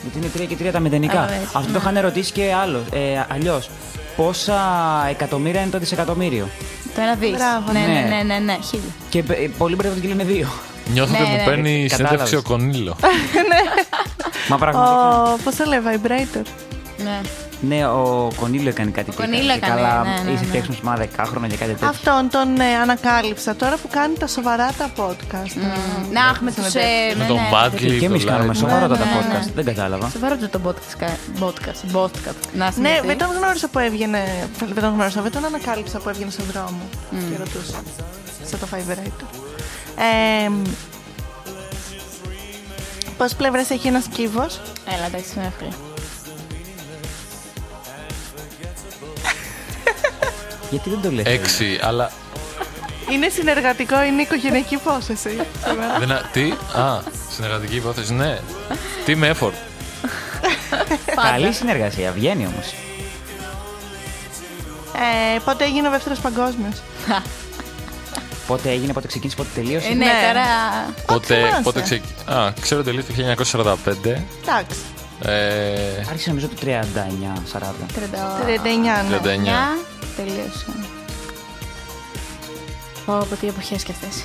Γιατί είναι 3 και 3 τα μηδενικά.
Α, έτσι,
Αυτό το είχαν ερωτήσει και άλλο. Ε, Αλλιώς, πόσα εκατομμύρια είναι το δισεκατομμύριο.
Το ένα δις.
Μπράβο.
Ναι, ναι,
Ναι.
ναι, ναι, ναι, χίλια.
Και ε, πολλοί μπερδεύονται και λένε δύο.
Νιώθω ότι
Ναι, ναι,
μου παίρνει συνέντευξη
κατάλαβες.
ο Κονίλο.
Μα πραγματικά.
Ο. Πώς το λέει, vibrator.
Ναι.
Ναι, ο Κονίλο έκανε κάτι τέτοιο. Και
Κονίλο έκανε,
Καλά,
ναι, ναι,
είχε
ναι.
φτιάξει μα 10 χρόνια και κάτι τέτοιο.
Αυτόν τον ε, ανακάλυψα τώρα που κάνει τα σοβαρά τα podcast.
Να, αχ, με τους... ε,
Με
ναι,
τον
ναι.
Και,
Μπάτλι,
και
τον
εμείς κάνουμε
Λάρι.
σοβαρότατα
Ναι, ναι,
podcast.
ναι.
Δεν κατάλαβα.
Σοβαρότητα το podcast. κα- Podcast. Podcast. Να
Ναι,
συνδεθεί.
δεν τον γνώρισα που έβγαινε. Δεν τον γνώρισα, δεν τον ανακάλυψα που έβγαινε στον δρόμο. Και ρωτούσα. Σε το vibrator. Ε, Πόσε πλευρές έχει ένας κύβος.
Έλα, εντάξει, είναι εύκολο.
Γιατί δεν το λε.
Έξι, αλλά.
Είναι συνεργατικό, είναι οικογενειακή υπόθεση. σήμερα.
δεν α- Τι. Α, συνεργατική υπόθεση, ναι. Τι με effort.
Καλή συνεργασία, βγαίνει όμως.
ε, πότε έγινε ο δεύτερος παγκόσμιος.
Πότε έγινε, πότε ξεκίνησε, πότε τελείωσε.
Ε, ναι,
Ναι.
τώρα.
Πότε,
θυμάσαι.
πότε ξεκίνησε. Α, ξέρω τελείωσε το 1945.
Εντάξει.
Ε,
Άρχισε νομίζω το 39-40.
39.
39, ναι.
39.
Τελείωσε. Πω, πω, τι εποχές και αυτές.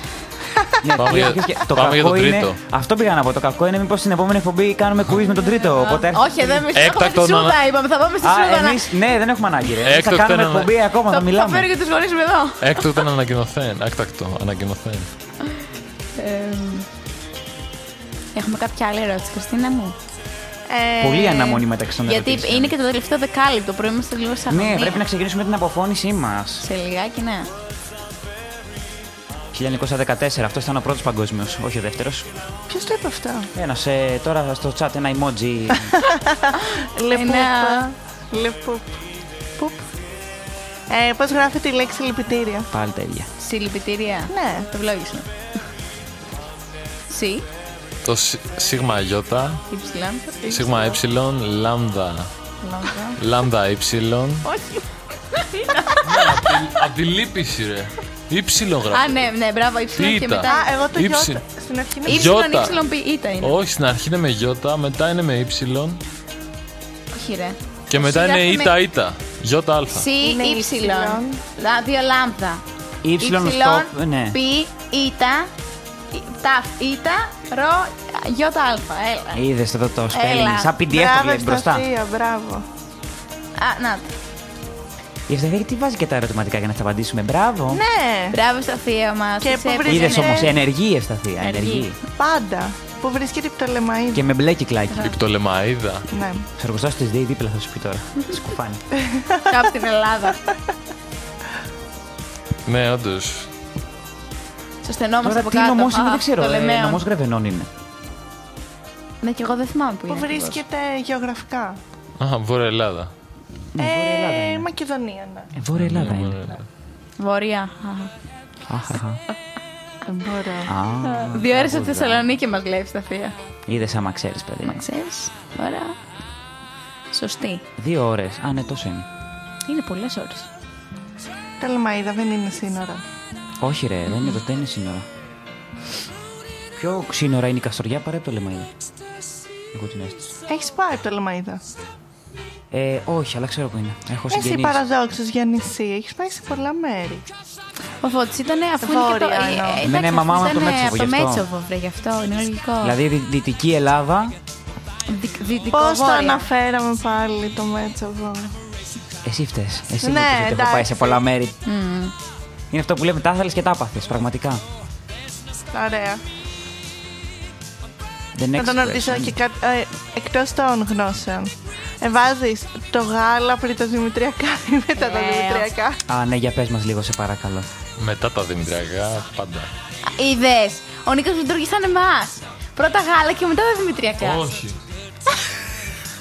Ναι,
Πάμε για-
και- το
πάμε για τον
κακό είναι-
τρίτο.
Αυτό πήγα να πω. Το κακό είναι μήπως στην επόμενη εκπομπή κάνουμε quiz με τον τρίτο. Οπότε έρχεται-
Όχι, δεν με
Έκτακτο
έχουμε τη
να-
σούδα, είπαμε. Θα πάμε στη σούδα.
Α,
να-
εμείς, ναι, δεν έχουμε ανάγκη. Ρε. Εμείς θα
Έκτακτο
κάνουμε
ένα-
εκπομπή ακόμα,
Θα-
θα
Θα φέρω
μιλάμε.
και τους γονείς μου εδώ.
Έκτακτο ήταν ανακοινωθέν. Έκτακτο ανακοινωθέν.
Εμ, Έχουμε κάποια άλλη ερώτηση, Χριστίνα μου.
Ε,
Πολύ αναμονή μεταξύ των
Γιατί
ερωτήσεων.
είναι και το τελευταίο δεκάλεπτο, πρωί είμαστε λίγο σαν
Ναι, πρέπει να ξεκινήσουμε την αποφώνησή μας.
Σε λιγάκι, ναι.
1914, αυτός ήταν ο πρώτος παγκόσμιος, όχι ο δεύτερος.
Ποιος το είπε αυτό.
Ένας ε, τώρα στο chat, ένα emoji.
Λεπούπα.
Ένα-
Λεπούπ. Πουπ. Ε, Πώς γράφεται η λέξη λυπητήρια.
Πάλι τα ίδια.
Συλληπιτήρια.
Ναι.
Το βλόγισμα. Συ,
Το σι- σίγμα γιώτα,
υψηλά.
σίγμα ε, λάμδα,
Λόγω.
λάμδα ε. Ναι,
Όχι.
Απ' τη λύπηση ρε. Ήψιλο
Α,
γράφει.
ναι, ναι, μπράβο, υψηλά και
Ήτα.
μετά. Ε,
Α, εγώ το
Ήψη.
γιώτα. Στην αρχή είναι
Ήψιλον,
Ιώτα.
ήψιλον, πι, ήτα είναι.
Όχι, στην αρχή είναι με γιώτα, μετά είναι με ύψιλον
Όχι, ρε.
και μετά
Γράφει
είναι
με-
ήτα ήτα. Γιώτα Α.
Σι
Είναι
ύψιλον.
Y.
Λα- Δύο λάμδα.
Ήψιλον, στόπ, ναι.
Πι, ήτα, ταφ, ήτα, ρο, γιώτα αλφα. Έλα.
Είδες εδώ το spelling.
Έλα.
Σαν PDF το
Μπράβο,
βλέπεις μπροστά.
Ευσταθία, μπράβο.
Α, να. το.
Η Ευσταθία γιατί βάζει και τα ερωτηματικά για να στα απαντήσουμε. Μπράβο.
Ναι,
Μπράβο στα θεία μας.
Και πού βρίσκεται.
Είδες όμως ενεργή η Ευσταθία.
Ενεργή.
Ενεργή.
πάντα. Που βρίσκεται η Πτολεμαΐδη.
Και με μπλε κυκλάκι.
Η Πτολεμαίδα.
Ναι.
Στο εργοστάσιο τη ΔΕΗ δίπλα θα σου πει τώρα. Σκουφάνι.
Κάπου στην Ελλάδα.
Ναι, όντως.
Στο στενό μας
Τώρα
από
τι
κάτω.
νομός είναι,
Α,
δεν ξέρω. ε,
το ε, Λεμαίο.
Νομός γρεβενών είναι.
Ναι, και εγώ δεν θυμάμαι που
Που
είναι. ακριβώς.
βρίσκεται γεωγραφικά.
Α, Βόρεια Ελλάδα.
Ναι, Βόρεια Ελλάδα
Ε,
είναι.
Μακεδονία, ναι.
Ε, Βόρεια Ελλάδα
Βόρεια
είναι.
Ελλάδα.
Βορεία. Α.
Αχαχα.
Δεν μπορώ.
Α,
Δύο ώρες από τη
τραγούδα.
Θεσσαλονίκη μας λέει στα θεία.
Είδες άμα ξέρεις, παιδί.
Μα ξέρεις. Ωραία. Σωστή.
Δύο ώρες. Α, ναι, τόσο είναι.
Είναι πολλές ώρες.
Πτολεμαΐδα δεν είναι σύνορα.
Όχι, ρε, δεν είναι το τέννη σύνορα. Πιο σύνορα είναι η Καστοριά παρά από το Λεμαϊδί. Εγώ την αίσθηση.
Έχεις πάει Πτολεμαΐδα.
Ε, όχι, αλλά ξέρω που είναι. Έχω
Εσύ
συγγενείς.
παραδόξως για νησί, έχεις πάει σε πολλά μέρη.
Ο Φώτης ήταν αφού είναι και το.
Βόρεια
ε,
εννοώ.
ε,
Ναι,
εντάξει,
ναι, μαμά μου
αφού
από το
ήταν, ε,
Μέτσοβο, γι'
Από
αυτό.
Μέτσοβο, βρε, γι' αυτό είναι λογικό.
Δηλαδή, δυ- Δυτική Ελλάδα,
Δυ- δυτικό
Πώς το
βόρειο.
αναφέραμε πάλι το Μέτσοβο.
εσύ φταίς. Εσύ
Ναι,
ναι, ότι έχω
εντάξει.
πάει σε πολλά μέρη.
Μμμ.
Είναι αυτό που λέμε τα ήθελες και τα άπαθες, πραγματικά.
Ωραία.
The
Να
next
τον ρωτήσω
question.
και κάτι εκτός των γνώσεων. Ε, βάζεις το γάλα πριν τα δημητριακά ή μετά τα
Ε,
δημητριακά.
Α, ναι, για πες μας λίγο, σε παρακαλώ.
Μετά τα Δημητριακά, πάντα.
Είδες. Ο Νίκος λειτουργεί σαν εμάς. Πρώτα γάλα και μετά τα Δημητριακά.
Όχι.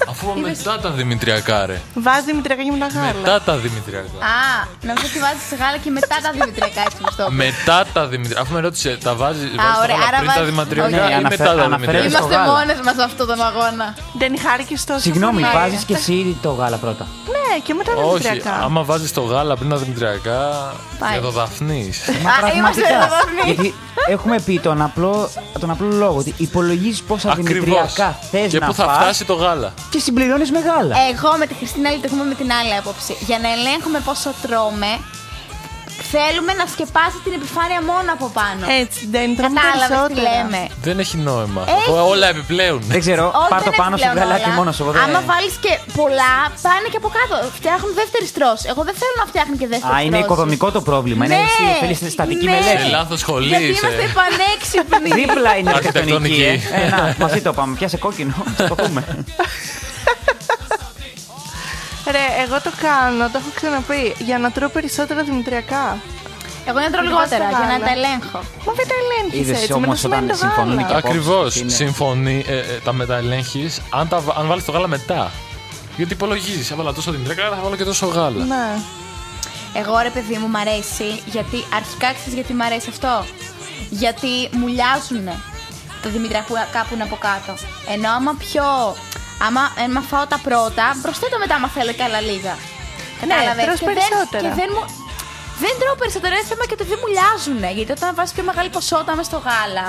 Αφού είπα μετά τα Δημητριακά, ρε.
Βάζεις δημητριακά και μετά γάλα.
Μετά τα Δημητριακά.
Α, νομίζω ότι βάζεις γάλα και μετά τα Δημητριακά. Έτσι μου το
Μετά τα Δημητριακά. Αφού με ρώτησε, τα βάζεις
ωραία, άρα
πριν τα
βάζεις-
Δημητριακά
Ναι,
ή
αναφε-
μετά τα
αναφέρεσαι
Δημητριακά.
στο
Είμαστε
γάλα.
μόνες μας σε αυτόν τον αγώνα.
Δεν χάρηκε τόσο.
Συγγνώμη,
πολύ.
βάζεις και εσύ το γάλα πρώτα.
Ναι, και μετά τα
Όχι,
δημητριακά.
άμα βάζεις το γάλα πριν τα Δημητριακά.
Πάει. Α,
Εδωδαφνή.
είμαστε ναι.
Πραγματικά.
δεδομένοι.
Γιατί έχουμε πει τον απλό, τον απλό λόγο ότι υπολογίζεις πόσα
Ακριβώς.
δημητριακά θες
Και
να
πού θα
φας
φτάσει το γάλα.
και συμπληρώνεις μεγάλα.
Εγώ με τη Χριστίνα λειτουργούμε με την άλλη άποψη. Για να ελέγχουμε πόσο τρώμε, θέλουμε να σκεπάσει την επιφάνεια μόνο από πάνω.
Ε,
Έτσι, δεν ήταν
Κατάλαβες τι
περισσότερα.
λέμε.
Δεν έχει νόημα.
Έχει.
Όλα επιπλέουν.
Δεν ξέρω,
Όχι,
πάρ το
δεν
πάνω σου
επιπλέον
γαλάκι
όλα.
μόνος σου. ε. εγώ δεν-
Άμα βάλεις και πολλά, πάνε και από κάτω. Φτιάχνουν δεύτερη στρώση. Εγώ δεν θέλω να φτιάχνει και
Α,
δεύτερη
είναι
στρώση.
οικοδομικό το πρόβλημα. Είναι
Ναι,
εσύ, θέλεις στατική
ναι.
Σε
μελέτη.
λάθο σχολή.
Γιατί
είσαι.
είμαστε πανέξυπνοι.
Δίπλα είναι
Αρχιτεκτονική.
αρχιτεκτονική. ε. Ε, να, μαζί το πάμε. Πιάσε κόκκινο. ας Το πούμε.
Ρε, εγώ το κάνω, το έχω ξαναπεί. Για να τρώω περισσότερα δημητριακά.
Εγώ να τρώω
Βάζω
λιγότερα για να
γάλα.
τα ελέγχω.
Μα δεν τα ελέγχεις
Είδες
έτσι.
όμως
με το σημαίνει
όταν
το γάλα.
συμφωνούν και-
Ακριβώ.
απόψεις είναι.
Συμφωνεί. ε, ε, τα μεταελέγχεις αν, τα βα- αν βάλεις το γάλα μετά. Γιατί υπολογίζεις. Έβαλα τόσο την τρέκα, άρα θα βάλω και τόσο γάλα.
Ναι.
Εγώ ρε παιδί μου μ' αρέσει γιατί αρχικά ξέρεις γιατί μ' αρέσει αυτό. Γιατί μουλιάζουν το Δημητριακό που κάπου είναι από κάτω. Ενώ άμα πιο. Άμα, άμα φάω τα πρώτα, προσθέτω μετά άμα θέλω και άλλα λίγα. Κατάλαβες.
Ναι, τρως
και δεν,
περισσότερα.
και δεν μου. Δεν τρώω περισσότερα, είναι θέμα και ότι δεν μουλιάζουν. Γιατί όταν βάζεις πιο μεγάλη ποσότητα μες στο γάλα,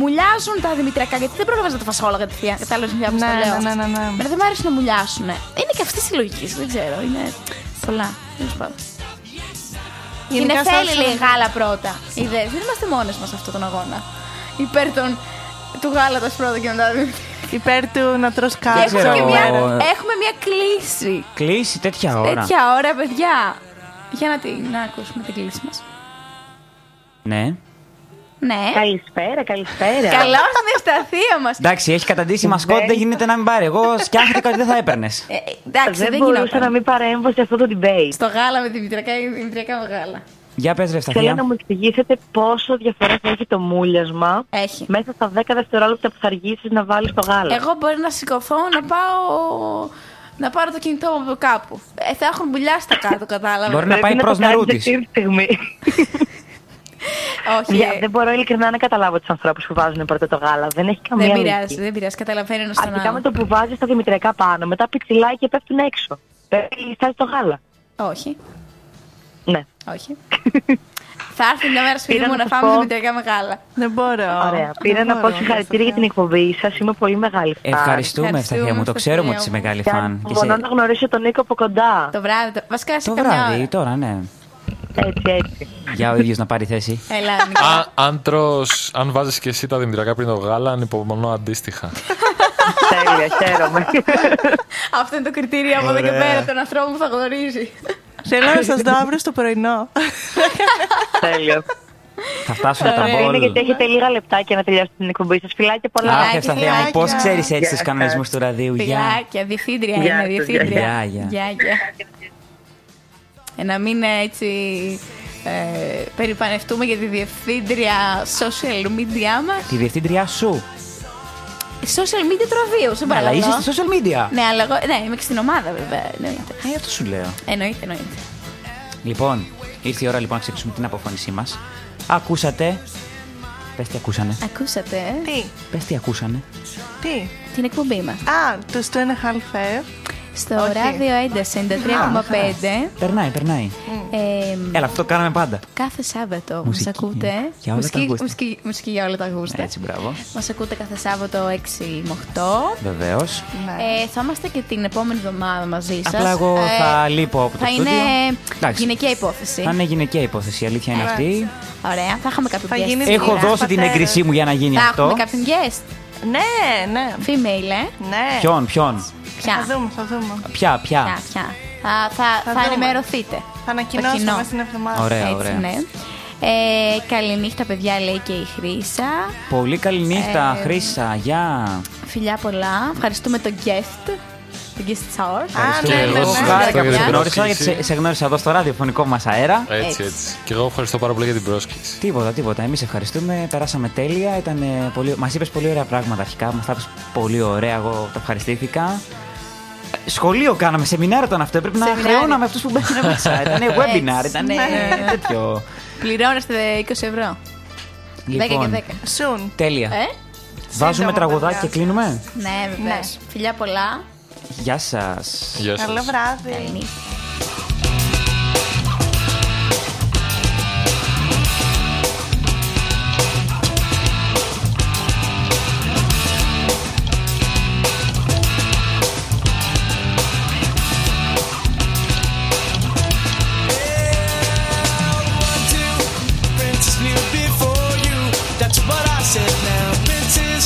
μουλιάζουν τα δημητριακά. Γιατί δεν πρόλαβε να τα φας όλα κατευθείαν. Κατάλαβε μια που
Ναι,
το λέω.
ναι, ναι, ναι, ναι.
Εμένα δεν μου αρέσει να μουλιάσουν. Είναι και αυτή τη λογική, δεν ξέρω. Είναι πολλά. τέλος πάντων. Είναι
Γενικά,
θέλει
σαν-
λίγα γάλα πρώτα. Είδες, δεν είμαστε μόνες μας σε αυτόν τον αγώνα. Υπέρ των του γάλατος πρώτα και μετά.
Υπέρ του να τρως
Και
κάτι.
έχουμε, και
ξέρω.
μια, έχουμε μια κλίση.
Κλείσει τέτοια ώρα.
Τέτοια ώρα, παιδιά. Για να την να ακούσουμε την κλίση μας.
Ναι.
Ναι.
Καλησπέρα, καλησπέρα.
Καλώς την ευσταθία μα.
Εντάξει, έχει καταντήσει η μασκότ, δεν γίνεται να μην πάρει. Εγώ σκιάχτηκα ότι δεν θα έπαιρνες.
Ε, εντάξει, δεν,
Δεν μπορούσα
γινόταν.
να μην παρέμβω
é
σε αυτό το debate.
Στο γάλα με δημητριακά ή δημητριακά με γάλα.
Για πες, ρε,
Θέλω να
Σταθία.
μου εξηγήσετε πόσο διαφορά θα έχει το μούλιασμα
Έχει.
μέσα στα 10 δευτερόλεπτα που θα αργήσεις να βάλεις το γάλα.
Εγώ μπορεί να σηκωθώ να πάω. Να πάρω το κινητό μου από κάπου. Ε, θα έχουν μπουλιάσει τα κάτω, κατάλαβα.
Μπορεί Ε, να
Πρέπει
πάει
το
προ
κάνεις
Νερούτης.
αυτή τη στιγμή.
Όχι.
Για- δεν μπορώ ειλικρινά να καταλάβω τους ανθρώπους που βάζουν πρώτα το γάλα. Δεν έχει καμία
Δεν
λογική.
πειράζει, δεν πειράζει. Καταλαβαίνω ένα τον
Αρχικά με
άλλο.
το που βάζεις τα δημητριακά πάνω, μετά πιτσιλάει και πέφτουν έξω. Πρέπει να λιστάρεις το γάλα.
Όχι,
Ναι.
όχι. Θα έρθει μια μέρα σπίτι
Πήρα
μου
να
να
σας
φάμε
πω.
δημητριακά μεγάλα.
Δεν μπορώ.
Ωραία.
Δεν
Πήρα να
μπορώ,
πω συγχαρητήρια για την εκπομπή σας. Είμαι πολύ μεγάλη φαν.
Ε, Ευχαριστούμε, Ευσταθία μου. Το ξέρουμε ότι είσαι
Ευχαριστούμε,
μεγάλη
Και
φαν. Και
Μπορώ
σε-
να γνωρίσω τον Νίκο από κοντά.
Το βράδυ. Το... Βασικά σε
Το
καμιά
βράδυ,
ώρα.
τώρα, ναι.
Έτσι, έτσι.
Για ο ίδιος να πάρει θέση.
Έλα, Νικόλα.
Α, αν τρως, αν βάζεις και εσύ τα δημητριακά πριν το γάλα, ανυπομονώ αντίστοιχα.
Τέλεια, χαίρομαι.
Αυτό είναι το κριτήριο από εδώ και
Ωραία.
πέρα των ανθρώπων που θα γνωρίζει.
Θέλω να σας δω αύριο στο πρωινό.
Τέλειο.
Θα φτάσουν τα
Ωραία είναι
μπολ.
γιατί έχετε λίγα λεπτάκια να τελειώσετε την εκπομπή σας. Φιλάκια πολλά.
Αχ,
Φιλάκια,
Ευσταθία μου,
φιλάκια.
πώς ξέρεις έτσι τους
σας.
κανονισμούς του ραδίου. Γεια.
Φιλάκια, διευθύντρια
Γεια
είναι,
σας,
διευθύντρια.
γεια. Γεια,
Γεια, γεια. Ε, Να μην ε, έτσι ε, περιπανευτούμε για τη διευθύντρια social media μας.
Τη διευθύντριά σου.
Social media του ραδίου, σε
Ναι, Αλλά
παρακαλώ.
είσαι στα social media.
Ναι, αλλά εγώ, ναι, είμαι και στην ομάδα βέβαια. Εννοείται.
Ε, αυτό σου λέω.
Εννοείται, εννοείται.
Λοιπόν, ήρθε η ώρα λοιπόν να ξεκινήσουμε την αποφώνησή μας. Ακούσατε. Πες τι ακούσανε.
Ακούσατε ε,
Τι,
Πες τι ακούσανε.
τι.
την εκπομπή μας.
Α, του του ένα ε. χαλφέ.
Στο
Όχι.
ράδιο ένταση 93,5
Περνάει, περνάει.
ε,
Έλα, αυτό κάναμε πάντα.
κάθε Σάββατο μας
Μουσική.
ακούτε.
Για όλα τα
μουσική,
γούστα.
μουσική- μουσική για όλα τα γούστα.
Έτσι, μπράβο.
Μας ακούτε κάθε Σάββατο 6 με 8.
Βεβαίω.
Ναι.
Ε, θα είμαστε και την επόμενη εβδομάδα μαζί σας.
Απλά εγώ
Ε,
θα λείπω από το
Θα
στούντιο.
είναι
Εντάξει.
γυναικεία υπόθεση. Ε,
Θα είναι γυναικεία υπόθεση, η αλήθεια είναι αυτή.
Ωραία, θα έχουμε κάποιο
Θα
guest.
γίνει
σίγουρα.
Έχω
Πατέρας.
δώσει την έγκρισή μου για να γίνει
Θα
αυτό.
έχουμε κάποιον guest.
Ναι, ναι.
Female, ε.
Ναι.
Ποιον, ποιον.
Ποια.
Θα δούμε, θα δούμε.
Ποια,
Ποια,
ποια.
ποια. Θα, θα, θα,
δούμε.
ενημερωθείτε.
Θα
Το κοινό.
ανακοινώσουμε στην εβδομάδα.
Ωραία.
Έτσι, ναι. Ε, καληνύχτα, παιδιά, λέει και η Χρύσα.
Πολύ καλή νύχτα,
Ε,
Χρύσα. Γεια.
Φιλιά πολλά. Ευχαριστούμε τον guest. Τον guest star.
Α,
Και
ναι,
εγώ
ναι,
ε,
σας
ναι.
ευχαριστώ για
που σε
την
γνώρισα, γιατί
πρόσκληση.
σε, σε γνώρισα εδώ στο ραδιοφωνικό μας αέρα.
Έτσι, έτσι. Και εγώ ευχαριστώ πάρα πολύ για την πρόσκληση.
Τίποτα, τίποτα. Εμείς ευχαριστούμε. Περάσαμε τέλεια. Ήταν, ε, πολύ... Μας είπες πολύ ωραία πράγματα αρχικά. Μας τα είπες πολύ ωραία. Εγώ τα ευχαριστήθηκα. Ε, Σχολείο κάναμε, σεμινάριο ήταν αυτό. Πρέπει να
Σεμινάριο.
χρεώναμε αυτούς που μπαίνουν μέσα. Ήταν webinar,
Έτσι,
ήταν
ναι.
τέτοιο.
Πληρώνεστε 20 ευρώ. 10 και 10.
Soon.
Λοιπόν, τέλεια.
Ε?
Βάζουμε
σύντομα,
τραγουδάκι και
παιδιά.
κλείνουμε.
Ναι, βεβαίως. Φιλιά πολλά.
Γεια σας.
Γεια
Καλό
σας.
βράδυ.
Καληνύχτα.
Princess knew before you. That's what I said now. Princess,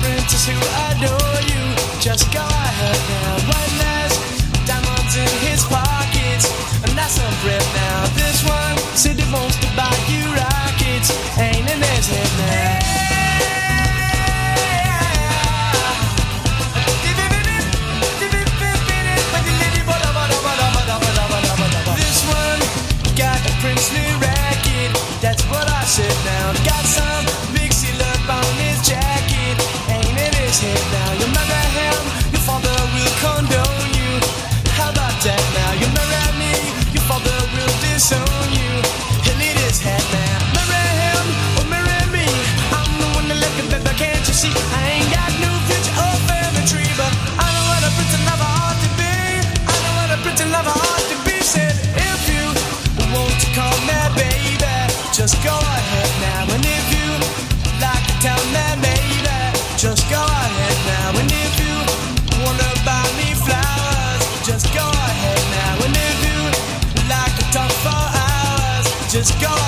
princess who adore you. Just go ahead now. One has diamonds in his pockets. And that's on prep now. This one said it wants to buy you rockets. Ain't in his head now. This one got a Prince new racket, that's what I said now. Got some big seal up on his jacket, ain't it his head now? You marry him, your father will condone you. How about that now? You marry me, your father will disown you. And it is head now. Marry him or marry me. I'm the one that left him, baby, can't you see? I ain't got no future or family tree, but I know what a prince and love ought to be. I know what a prince and love ought to be. Said if you want to call me baby, just go ahead now. And if you like to tell me maybe, just go ahead now. And if you wanna buy me flowers, just go ahead now. And if you like to talk for hours, just go ahead.